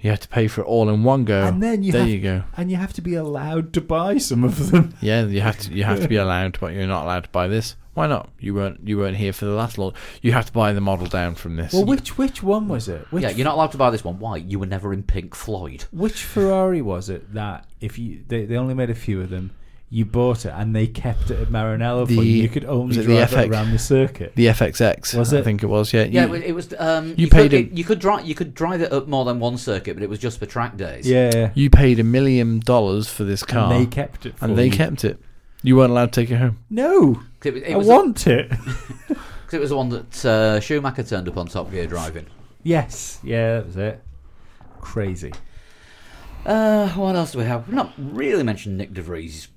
C: You have to pay for it all in one go.
B: and then you
C: there
B: have,
C: you go.
B: and you have to be allowed to buy some of them.
C: Yeah, you have to. You have to be allowed, but you're not allowed to buy this. Why not? You weren't. You weren't here for the last launch. You have to buy the model down from this.
B: Well, which which one was it? Which
A: yeah, you're not allowed to buy this one. Why? You were never in Pink Floyd.
B: Which Ferrari was it that if you they, they only made a few of them, you bought it and they kept it at Maranello for
C: The-
B: you. You could only
C: was it the
B: drive
C: FX?
B: it around the circuit.
C: the FXX
B: Was
C: I
B: it?
C: think it was. Yeah.
A: Yeah,
C: you-
A: it was. Um,
C: you paid
A: could,
C: him-
A: You could drive. You could drive it up more than one circuit, but it was just for track days.
B: Yeah,
C: you paid a million dollars for this car,
B: and they kept it. For
C: and they
B: you.
C: kept it. You weren't allowed to take it home.
B: no.
A: 'Cause It, was- it
B: I
A: was
B: want it.
A: the, 'cause it was the one that uh, Schumacher turned up on Top Gear driving.
B: yes, yeah, that was it. Crazy.
A: Uh, what else do we have? We've not really mentioned Nick De Vries'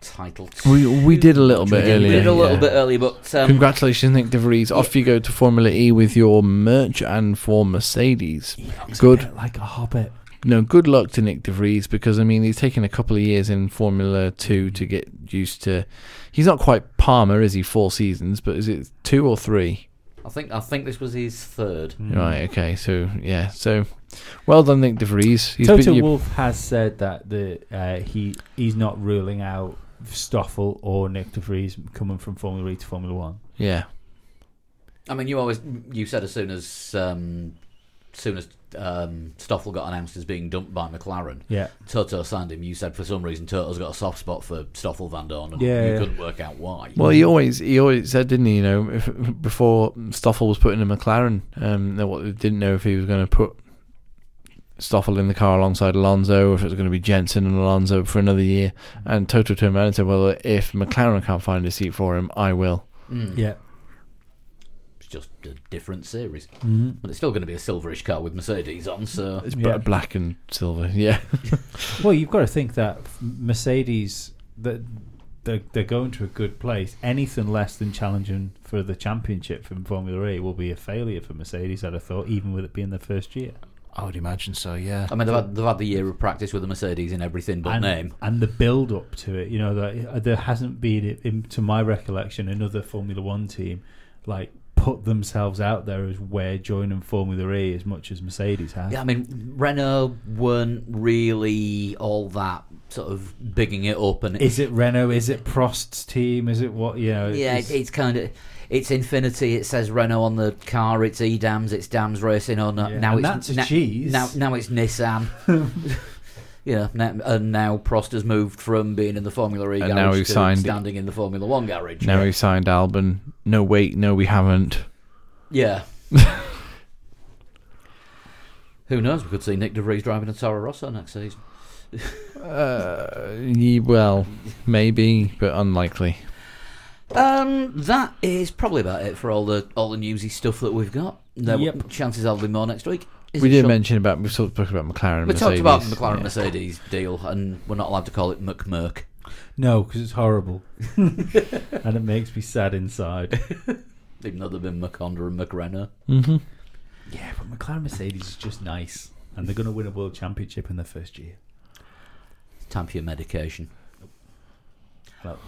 A: title.
C: We we did a little
A: We
C: bit
A: did-
C: earlier.
A: We did a little
C: yeah.
A: bit earlier, but um,
C: Congratulations, Nick De Vries. Off you go to Formula E with your merch and for Mercedes. Good.
B: bit like a hobbit.
C: No, good luck to Nick De Vries because, I mean, he's taken a couple of years in Formula 2 to get used to. He's not quite Palmer, is he? Four seasons, but is it two or three?
A: I think I think this was his third.
B: Mm.
C: Right, okay. So, yeah. So, well done, Nick De Vries. He's
B: Toto
C: your-
B: Wolf has said that the uh, he he's not ruling out Stoffel or Nick De Vries coming from Formula E to Formula One.
C: yeah.
A: I mean, you always you said as soon as um, soon as um, Stoffel got announced as being dumped by McLaren,
B: Yeah,
A: Toto signed him. You said for some reason Toto's got a soft spot for Stoffel Van Dorn, and
B: Yeah,
A: you
B: yeah.
A: couldn't work out why.
C: Well, he always he always said, didn't he? You know, if, before Stoffel was put in a McLaren, um, they wa- didn't know if he was going to put Stoffel in the car alongside Alonso, or if it was going to be Jensen and Alonso for another year. And Toto turned around and said, "Well, if McLaren can't find a seat for him, I will."
A: Mm.
B: yeah.
A: It's just a different series,
B: Mhm.
A: but it's still going to be a silverish car with Mercedes on. So
C: It's
B: Yeah.
C: bla black and silver, yeah.
B: Well, you've got to think that Mercedes that they're, they're going to a good place. Anything less than challenging for the championship from Formula E will be a failure for Mercedes. I'd have thought, even with it being their first year.
D: I would imagine so, yeah.
A: I mean, they've had, they've had the year of practice with the Mercedes in everything but
B: and,
A: name.
B: and the build up to it. You know that uh, there hasn't been, in, to my recollection, another Formula One team like put themselves out there as we're joining Formula E as much as Mercedes has.
A: Yeah, I mean, Renault weren't really all that sort of bigging it up, and
B: Is it Renault? Is it Prost's team? Is it what? You know,
A: Yeah, it's,
B: it's-
A: it's kind of it's Infinity. It says Renault on the car. It's Edams. It's Dams Racing. On
B: Yeah,
A: now
B: and
A: it's
B: that's a
A: na-
B: cheese.
A: Now now it's Nissan. yeah, now, and now Prost has moved from being in the Formula E
C: And
A: garage
C: now
A: to
C: he's signed-
A: standing in the Formula One garage.
C: Now he signed Albon. No, wait, no, we haven't.
A: yeah. Who knows? We could see Nick De Vries driving a Toro Rosso next season.
C: Uh, ye- well, maybe, but unlikely.
A: Um, that is probably about it for all the all the newsy stuff that we've got. There,
B: Yep.
A: Chances are there'll be more next week. Is
C: we
A: it
C: did
A: Sean?
C: mention about we sort of talked about McLaren.
A: We
C: Mercedes.
A: talked about the McLaren
C: Yeah.
A: Mercedes deal, and we're not allowed to call it McMurk.
B: No, because it's horrible, and it makes me sad inside.
A: Even though they've been McHonda and McRenner.
C: Mm-hmm.
B: Yeah, but McLaren Mercedes is just nice, and they're going to win a world championship in their first year.
A: Time for your medication.
B: Well,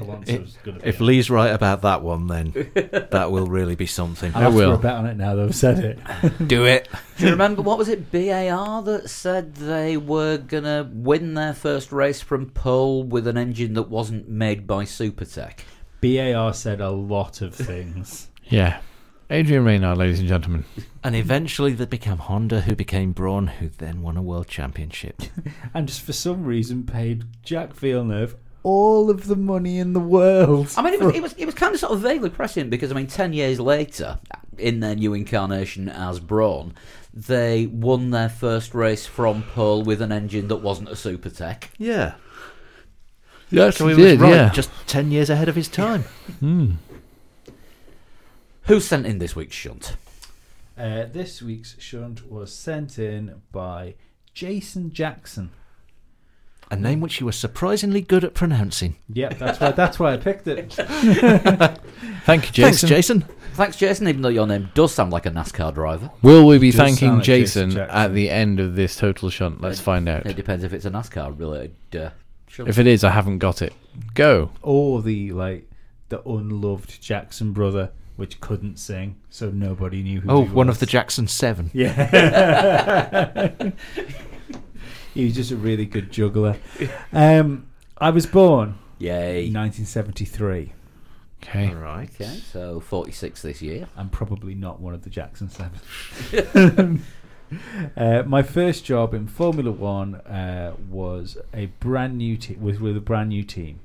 B: Alonso's going to.
D: If Lee's right about that one, then that will really be something.
B: I'll have
C: I
B: to
C: will.
B: throw a bet on it now. that I've said it.
D: Do it.
A: Do you remember what was it? BAR that said they were gonna win their first race from pole with an engine that wasn't made by Supertech.
B: BAR said a lot of things.
C: Yeah. Adrian Reynard, ladies and gentlemen.
D: And eventually they became Honda, who became Braun, who then won a world championship.
B: and just for some reason paid Jack Villeneuve all of the money in the world.
A: I mean, it was, it was it was kind of sort of vaguely prescient because I mean, ten years later, in their new incarnation as Brawn, they won their first race from pole with an engine that wasn't a Supertech.
D: Yeah.
C: Yeah,
D: So he was right, just 10 years ahead of his time.
A: Who sent in this week's shunt?
B: Uh, this week's shunt was sent in by Jason Jackson.
D: a name which you were surprisingly good at pronouncing.
B: Yep, that's why that's why I picked it.
C: Thank you,
D: Thanks,
C: Jason.
D: Jason.
A: Thanks, Jason. Even though your name does sound like a NASCAR driver,
C: Will we be
B: Does sound
C: thanking
B: like Jason
C: Jason,
B: Jackson.
C: at the end of this total shunt? Let's find out.
A: it depends if it's a NASCAR related. Uh, sure.
C: If it is, I haven't got it. Go.
B: Or the like the unloved Jackson brother, which couldn't sing, so nobody knew who.
D: Oh,
B: he
D: one of
B: was.
D: the Jackson Seven.
B: Yeah. he was just a really good juggler. Um, I was born in
A: Yay.
B: 1973.
C: Okay.
D: Right.
A: Okay, so 46 this year.
B: I'm probably not one of the Jackson Seven. uh, my first job in Formula One uh, was a brand new team was with a brand new team.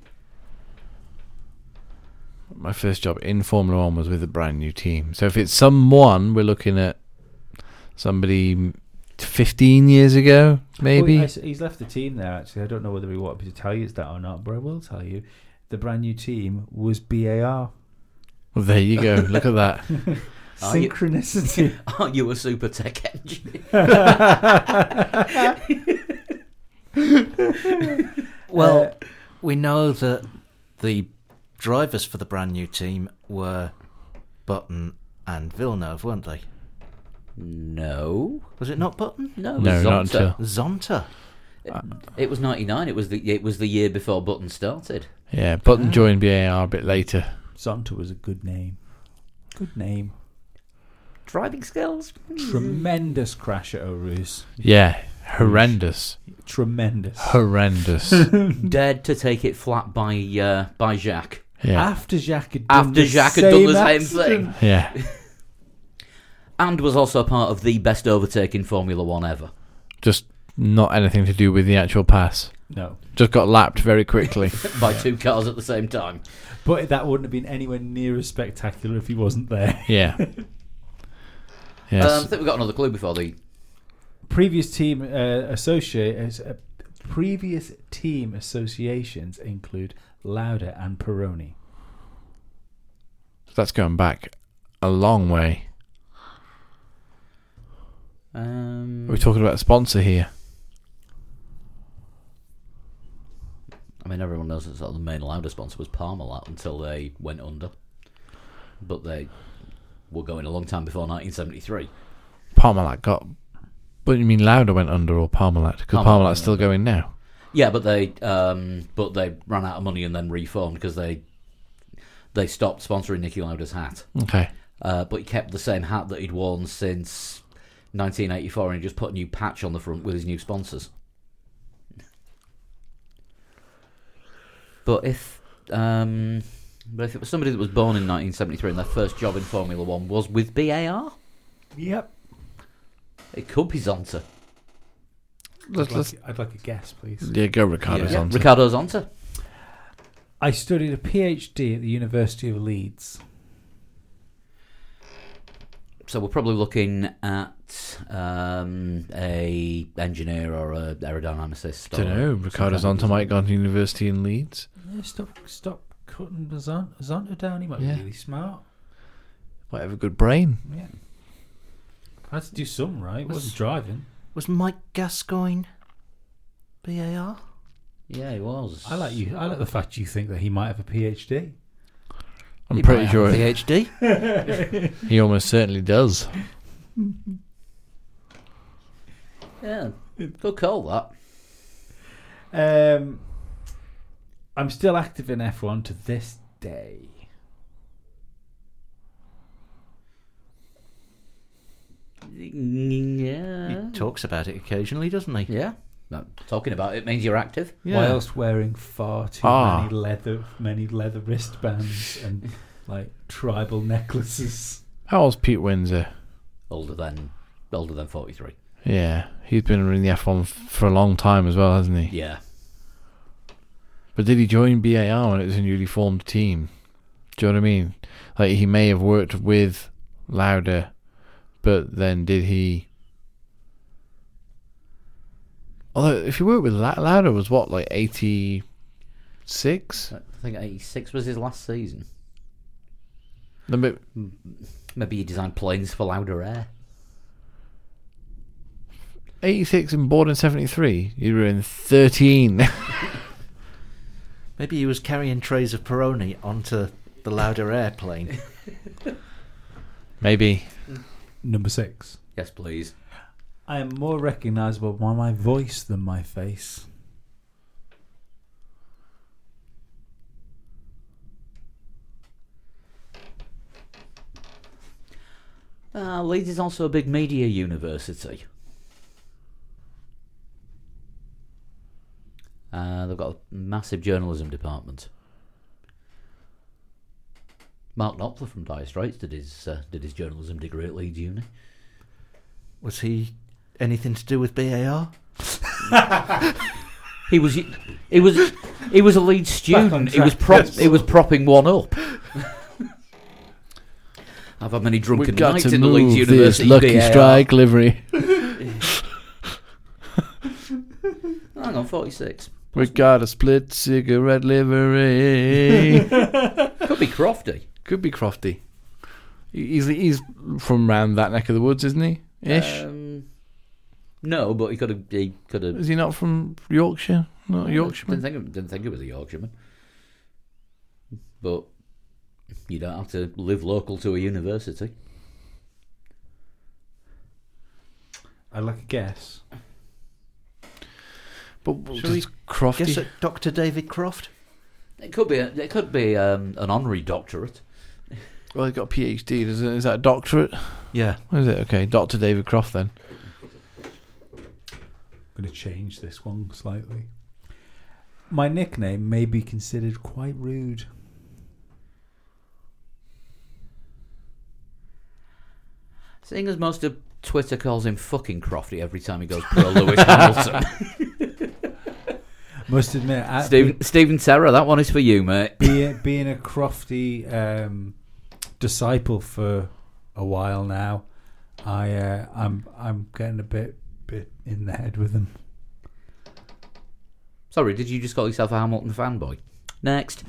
C: My first job in Formula One was with a brand new team. So if it's someone, we're looking at somebody 15 years ago,
B: Well,
C: maybe.
B: I s- he's left the team there. Actually, I don't know whether he wanted me to tell you that or not, but I will tell you. The brand new team was BAR.
C: well, there you go. Look at that.
A: Are you-
B: Synchronicity.
A: Aren't you a super tech engineer?
D: Well,
B: Uh,
D: we know that the drivers for the brand new team were Button and Villeneuve, weren't they?
A: No.
D: Was it not Button?
A: No, it
C: No,
A: was
C: not
A: Zonta.
C: until.
D: Zonta.
A: It was 99. It was the it was the year before Button started.
C: Yeah, Button joined BAR a bit later.
B: Zonta was a good name. Good name.
A: Driving skills?
B: Tremendous crash at O'Roos.
C: Yeah, horrendous.
B: Tremendous.
C: Horrendous.
A: Dared to take it flat by uh, by Jacques.
C: Yeah.
B: After Jacques had done
A: After
B: the
A: Jacques
B: same
A: had done the same
B: accident.
A: thing.
C: Yeah.
A: And was also part of the best overtaking Formula One ever.
C: Just not anything to do with the actual pass.
B: No,
C: Just got lapped very quickly.
A: By two cars at the same time.
B: but that wouldn't have been anywhere near as spectacular if he wasn't there.
C: Yeah. Yes.
A: Um, I think we got another clue before the.
B: Previous team uh, associate as- uh, previous team associations include Lauda and Peroni.
C: That's going back a long way.
A: Um,
C: We're talking about a sponsor here.
A: I mean, everyone knows that sort of the main Lauda sponsor was Parmalat until they went under. But they were going a long time before 1973.
C: Parmalat got. But you mean Lauda went under or Parmalat? Because
A: Parmalat
C: Parmalat's
A: went
C: still going now.
A: Yeah, but they um, but they ran out of money and then reformed because they they stopped sponsoring Nicky Lauda's hat.
C: Okay.
A: Uh, but he kept the same hat that he'd worn since 1984 and he just put a new patch on the front with his new sponsors. But if um, but if it was somebody that was born in 1973 and their first job in Formula One was with BAR,
B: Yep.
A: it could be Zonta.
C: Let's,
B: I'd
C: let's,
B: like, I'd like a guess, please.
C: yeah, go Ricardo's
A: Yeah.
C: on.
A: Ricardo Zonta.
B: I studied a PhD at the University of Leeds.
A: So we're probably looking at um, a engineer or a aerodynamicist.
C: don't
A: or
C: know.
A: some
C: Ricardo's
A: kind
C: on
A: of-
C: to Mike gone to University in Leeds.
B: Yeah, stop, stop cutting Zon- Zonta down. He might
C: Yeah.
B: be really smart.
C: Might have a good brain.
B: Yeah. I had to do some right. wasn't driving.
D: Was Mike Gascoigne BAR?
A: Yeah, he was.
B: I like you. I like the fact you think that he might have a PhD.
C: I'm
A: He
C: pretty
A: might
C: sure
D: PhD?
C: he almost certainly does.
A: Yeah, good call that.
B: Um, I'm still active in F1 to this day.
A: Yeah.
D: He talks about it occasionally, doesn't he?
A: Yeah. No, talking about it means you're active.
B: Whilst wearing far too
C: Ah.
B: many leather, many leather wristbands and like tribal necklaces.
C: How old's Pete Windsor?
A: Older than older than 43.
C: Yeah, he's been in the F1 f- for a long time as well, hasn't he?
A: Yeah.
C: But did he join BAR when it was a newly formed team? Do you know what I mean? Like he may have worked with Lauda, but then did he? Although if he worked with La- Lauda was what like eighty six?
A: I think 86 was his last season. Maybe he designed planes for louder air.
C: 86 and Borden 73. You were in 13.
D: Maybe he was carrying trays of Peroni onto the louder airplane.
C: Maybe.
B: Number six.
A: Yes, please.
B: I am more recognisable by my voice than my face.
A: Uh, Leeds is also a big media university. Uh, they've got a massive journalism department. Mark Knopfler from Dire Straits did his uh, did his journalism degree at Leeds Uni.
D: Was he anything to do with BAR?
A: He was he was he was a Leeds student. He was prop he was propping one up. I've had many drunken
C: We've got
A: nights
C: to
A: in the Leeds
C: move this
A: University.
C: lucky
A: VAR.
C: strike livery.
A: Hang on, forty six.
C: We got a split cigarette livery.
A: Could be Crofty.
C: Could be Crofty. He- He's he's from round that neck of the woods, isn't he? Ish.
A: Um, no, but he could have. He could have.
C: Is he not from Yorkshire? Not a
A: Didn't
C: Yorkshireman.
A: think. It, didn't think it was a Yorkshireman. But you don't have to live local to a university.
B: I'd like a guess.
C: But but
D: Shall we
C: does Crofty?
D: Guess at Dr. David Croft?
A: It could be. A, it could be um, an honorary doctorate.
C: well, he's got a PhD. Does it, is that a doctorate?
D: Yeah.
C: What is it? Okay, Doctor David Croft. Then
B: I'm going to change this one slightly. My nickname may be considered quite rude.
A: Seeing as most of Twitter calls him fucking Crofty every time he goes pro Lewis Hamilton.
B: Must admit, I,
A: Stephen, Stephen Terra, that one is for you, mate.
B: being, being a crofty um, disciple for a while now, I uh, I'm I'm getting a bit bit in the head with them.
A: Sorry, did you just call yourself a Hamilton fanboy? Next.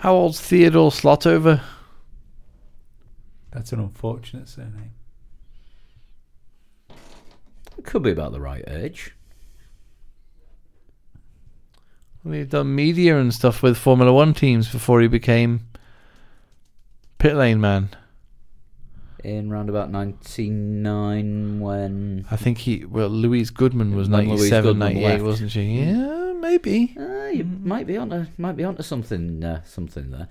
C: how old's Theodore Slotover?
B: That's an unfortunate surname.
A: Could be about the right age.
C: Well, he'd done media and stuff with Formula One teams before he became pit lane man.
A: In round about 99 when...
C: I think he well Louise Goodman was
A: When
C: 97,
A: Louise Goodman
C: 98,
A: left.
C: wasn't she? Yeah, maybe.
A: Ah, you
B: Mm.
A: might be onto might be onto something uh, something there.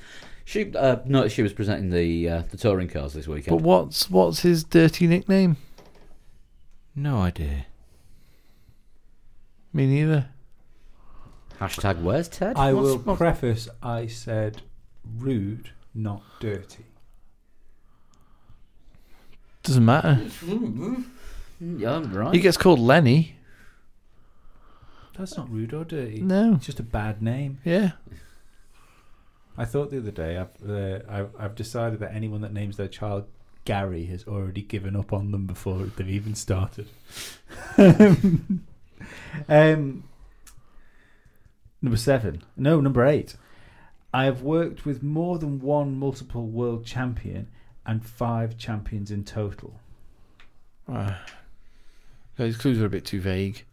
A: She uh, noticed she was presenting the uh, the touring cars this
C: But
A: weekend.
C: what's what's his dirty nickname?
D: No idea.
C: Me neither.
A: Hashtag Where's Ted?
B: I
A: What's-
B: will
A: what's-
B: preface. I said rude, not dirty.
C: Doesn't matter.
A: Yeah, I'm right.
C: He gets called Lenny.
B: That's not rude or dirty.
C: No.
B: It's just a bad name.
C: Yeah.
B: I thought the other day. I've uh, I've, I've decided that anyone that names their child Gary has already given up on them before they've even started. um, number seven. No, number eight. I have worked with more than one multiple world champion and five champions in total.
C: Ah. Those clues are a bit too vague.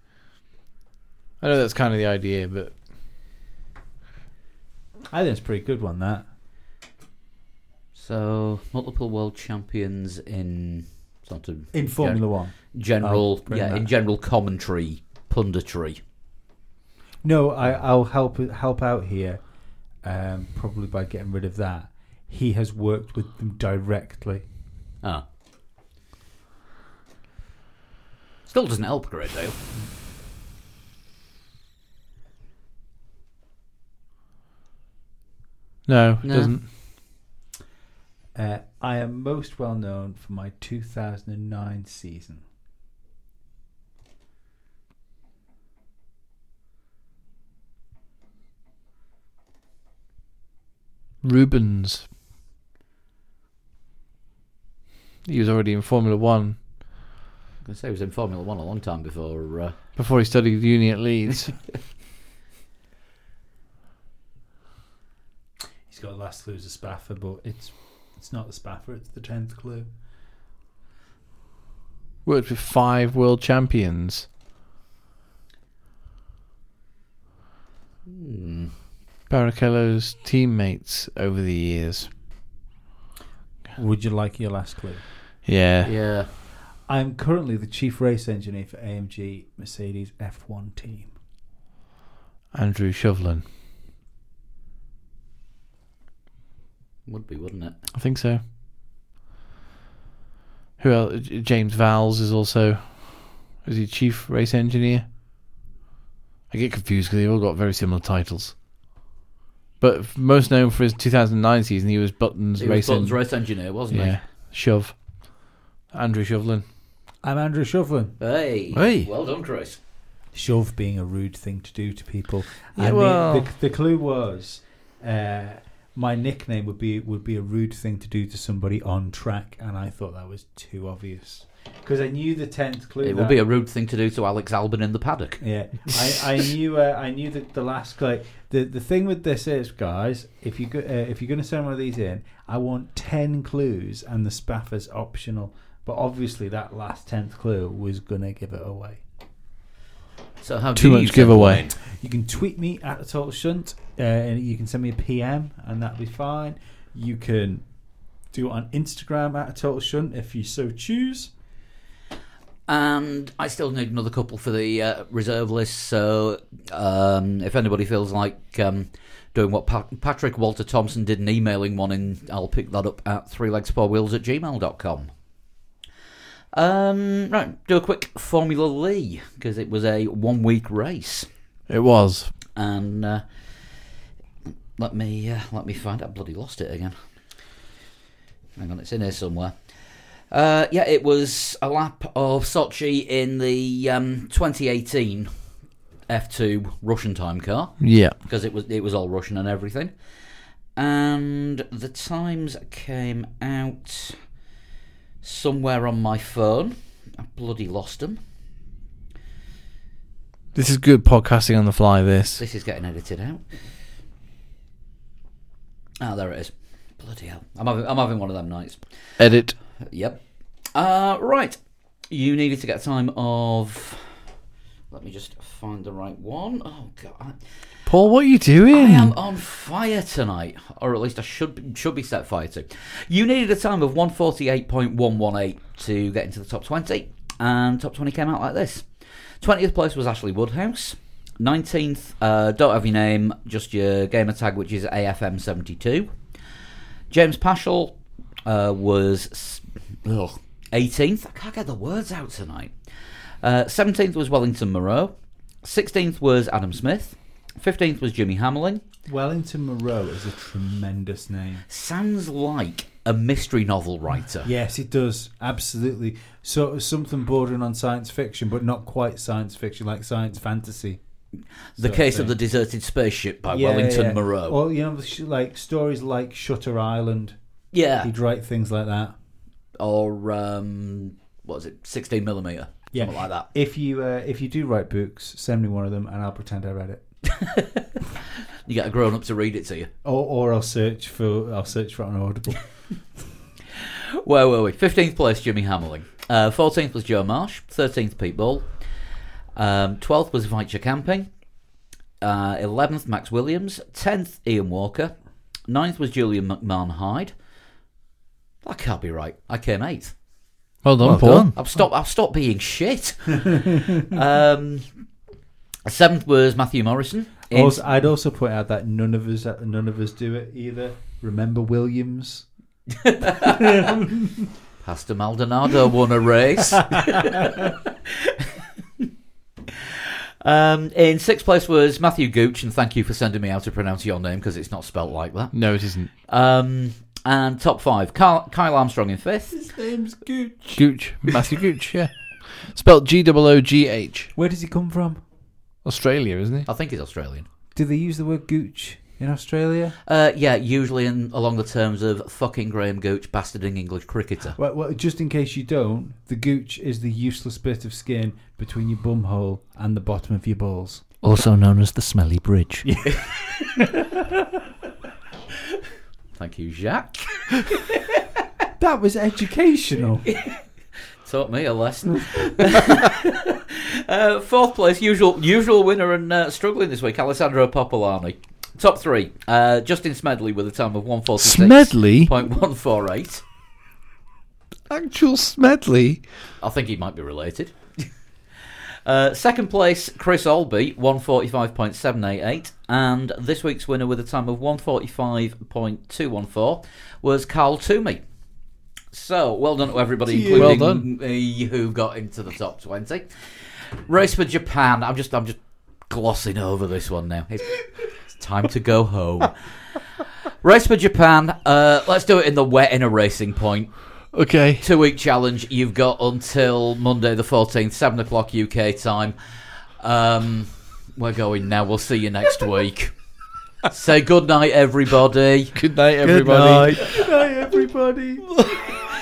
C: I know that's kind of the idea, but
B: I think it's a pretty good one. That
A: so multiple world champions in sort of
B: in Formula One.
E: Oh,
A: general
B: bring
A: yeah
B: that.
A: in general commentary punditry.
B: No, I, I'll help help out here, um, probably by getting rid of that. He has worked with them directly.
A: Ah. Still doesn't help a great deal.
C: no, it
A: No.
C: doesn't.
B: Uh, I am most well known for my 2009 season.
C: Rubens. He was already in Formula
A: I
C: One
A: was gonna say he was in Formula One a long time before. Uh,
C: before he studied uni at Leeds.
B: He's got last clue as a spaffer, but it's it's not the spaffer; it's the tenth clue.
E: worked with five world champions.
A: hmm,
E: Barrichello's teammates over the years.
B: Would you like your last clue?
E: Yeah.
A: Yeah.
B: I'm currently the chief race engineer for AMG Mercedes F1 team.
E: Andrew Shovlin.
A: Would be, wouldn't it?
E: I think so. Who else? J- James Vowles is also. Is he chief race engineer? I get confused because they all got very similar titles. But f- most known for his 2009 season, he was Button's
A: He
E: race.
A: was Button's
E: en-
A: race engineer, wasn't
E: yeah, shove. Andrew Shovlin.
B: I'm Andrew Shovlin.
A: he? Hey.
E: Hey.
A: Well done, Chris.
B: Shove being a rude thing to do to people.
E: Yeah,
B: I mean,
E: well-
B: the, the clue was uh, my nickname would be would be a rude thing to do to somebody on track, and I thought that was too obvious because I knew the tenth clue.
A: It
B: that-
A: would be a rude thing to do to Alex Albon in the paddock.
B: Yeah, I, I knew. Uh, I knew that the last like the the thing with this is, guys, if you go, uh, if you're going to send one of these in, I want ten clues, and the spaffer's optional. But obviously, that last tenth clue was going to give it away.
A: So how
E: Too
A: do
E: much
A: you
E: giveaway.
A: calculate?
B: You can tweet me at the total shunt, uh, and you can send me a PM, and that'll be fine. You can do it on Instagram at a total shunt if you so choose.
A: And I still need another couple for the uh, reserve list. So um, if anybody feels like um, doing what Pat- Patrick Walter Thompson did and emailing one in, I'll pick that up at three legs four wheels at gmail.com. Um, right, do a quick Formula Lee because it was a one week race.
E: It was.
A: And uh, let me uh, let me find. I bloody lost it again. Hang on, it's in here somewhere. Uh, yeah, it was a lap of Sochi in the um, 2018 F2 Russian time car
E: Yeah.
A: because it was it was all Russian and everything. And the times came out somewhere on my phone. I bloody lost them.
E: This is good podcasting on the fly, this.
A: This is getting edited out. Ah, there it is. Bloody hell! I'm having I'm having one of them nights.
E: Edit.
A: Yep. Uh, right. You needed to get a time of. Let me just find the right one. Oh god,
E: Paul, what are you doing?
A: I, I am on fire tonight, or at least I should be- should be set fire to. You needed a time of one forty eight point one one eight to get into the top twenty, and top twenty came out like this. Twentieth place was Ashley Woodhouse. Nineteenth, uh, don't have your name, just your gamer tag, which is AFM seventy two. James Paschal uh, was s- ugh, 18th. I can't get the words out tonight. Uh, 17th was Wellington Moreau. 16th was Adam Smith. 15th was Jimmy Hamlin.
B: Wellington Moreau is a tremendous name.
A: Sounds like a mystery novel writer.
B: Yes, it does. Absolutely. So something bordering on science fiction, but not quite science fiction, like science fantasy.
A: the
B: sort
A: Case of
B: thing.
A: the Deserted Spaceship by
B: Yeah,
A: Wellington
B: yeah.
A: Moreau.
B: Or you know, sh- like stories like Shutter Island.
A: yeah.
B: He'd write things like that.
A: Or, um, what is it, 16 millimeter?
B: Yeah.
A: Something like that.
B: If you uh, if you do write books, send me one of them, and I'll pretend I read it.
A: You get a grown up to read it to you.
B: Or, or I'll search for I'll search for it on Audible.
A: Where were we? 15th place, Jimmy Hamilton. Uh, 14th was Joe Marsh. 13th, Pete Ball. Um, 12th was Vitcher Camping. Uh, 11th, Max Williams. 10th, Ian Walker. 9th was Julian McMahon Hyde. That can't be right. I came 8th.
E: Well done,
D: Well
E: Paul.
D: done.
A: I've stopped, I've stopped being shit. um, 7th was Matthew Morrison. In-
B: also, I'd also point out that none of us none of us do it either. Remember Williams.
A: Pastor Maldonado won a race. um, in sixth place was Matthew Gooch, and thank you for sending me how to pronounce your name because it's not spelt like that.
E: No, it isn't.
A: Um, and top five, Kyle, Kyle Armstrong in fifth.
B: His name's Gooch.
E: Gooch. Matthew Gooch, yeah. Spelled G O O G H.
B: Where does he come from?
E: Australia, isn't he?
A: I think he's Australian.
B: Do they use the word gooch in Australia?
A: Uh, yeah, usually in, along the terms of fucking Graham Gooch, bastarding English cricketer.
B: Well, well, just in case you don't, the gooch is the useless bit of skin between your bum hole and the bottom of your balls.
D: Also known as the Smelly Bridge.
A: Thank you, Jacques.
B: That was educational.
A: Taught me a lesson. uh, fourth place, usual usual winner and uh, struggling this week, Alessandro Popolani. Top three, uh, Justin Smedley with a time of one forty six
E: Smedley?
A: point one four eight.
E: Actual Smedley.
A: I think he might be related. Uh, second place, Chris Olby, 145.788. And this week's winner with a time of 145.214 was Carl Toomey. So, well done to everybody, including
C: Well done.
A: me, who got into the top 20. Race for Japan. I'm just, I'm just glossing over this one now. It's, it's time to go home. Race for Japan. Uh, let's do it in the wet in a racing point
E: Okay.
A: two week challenge. You've got until Monday the 14th, 7 o'clock UK time. Um, we're going now. We'll see you next week. Say good night, everybody.
E: Good night, everybody.
C: Good night, everybody.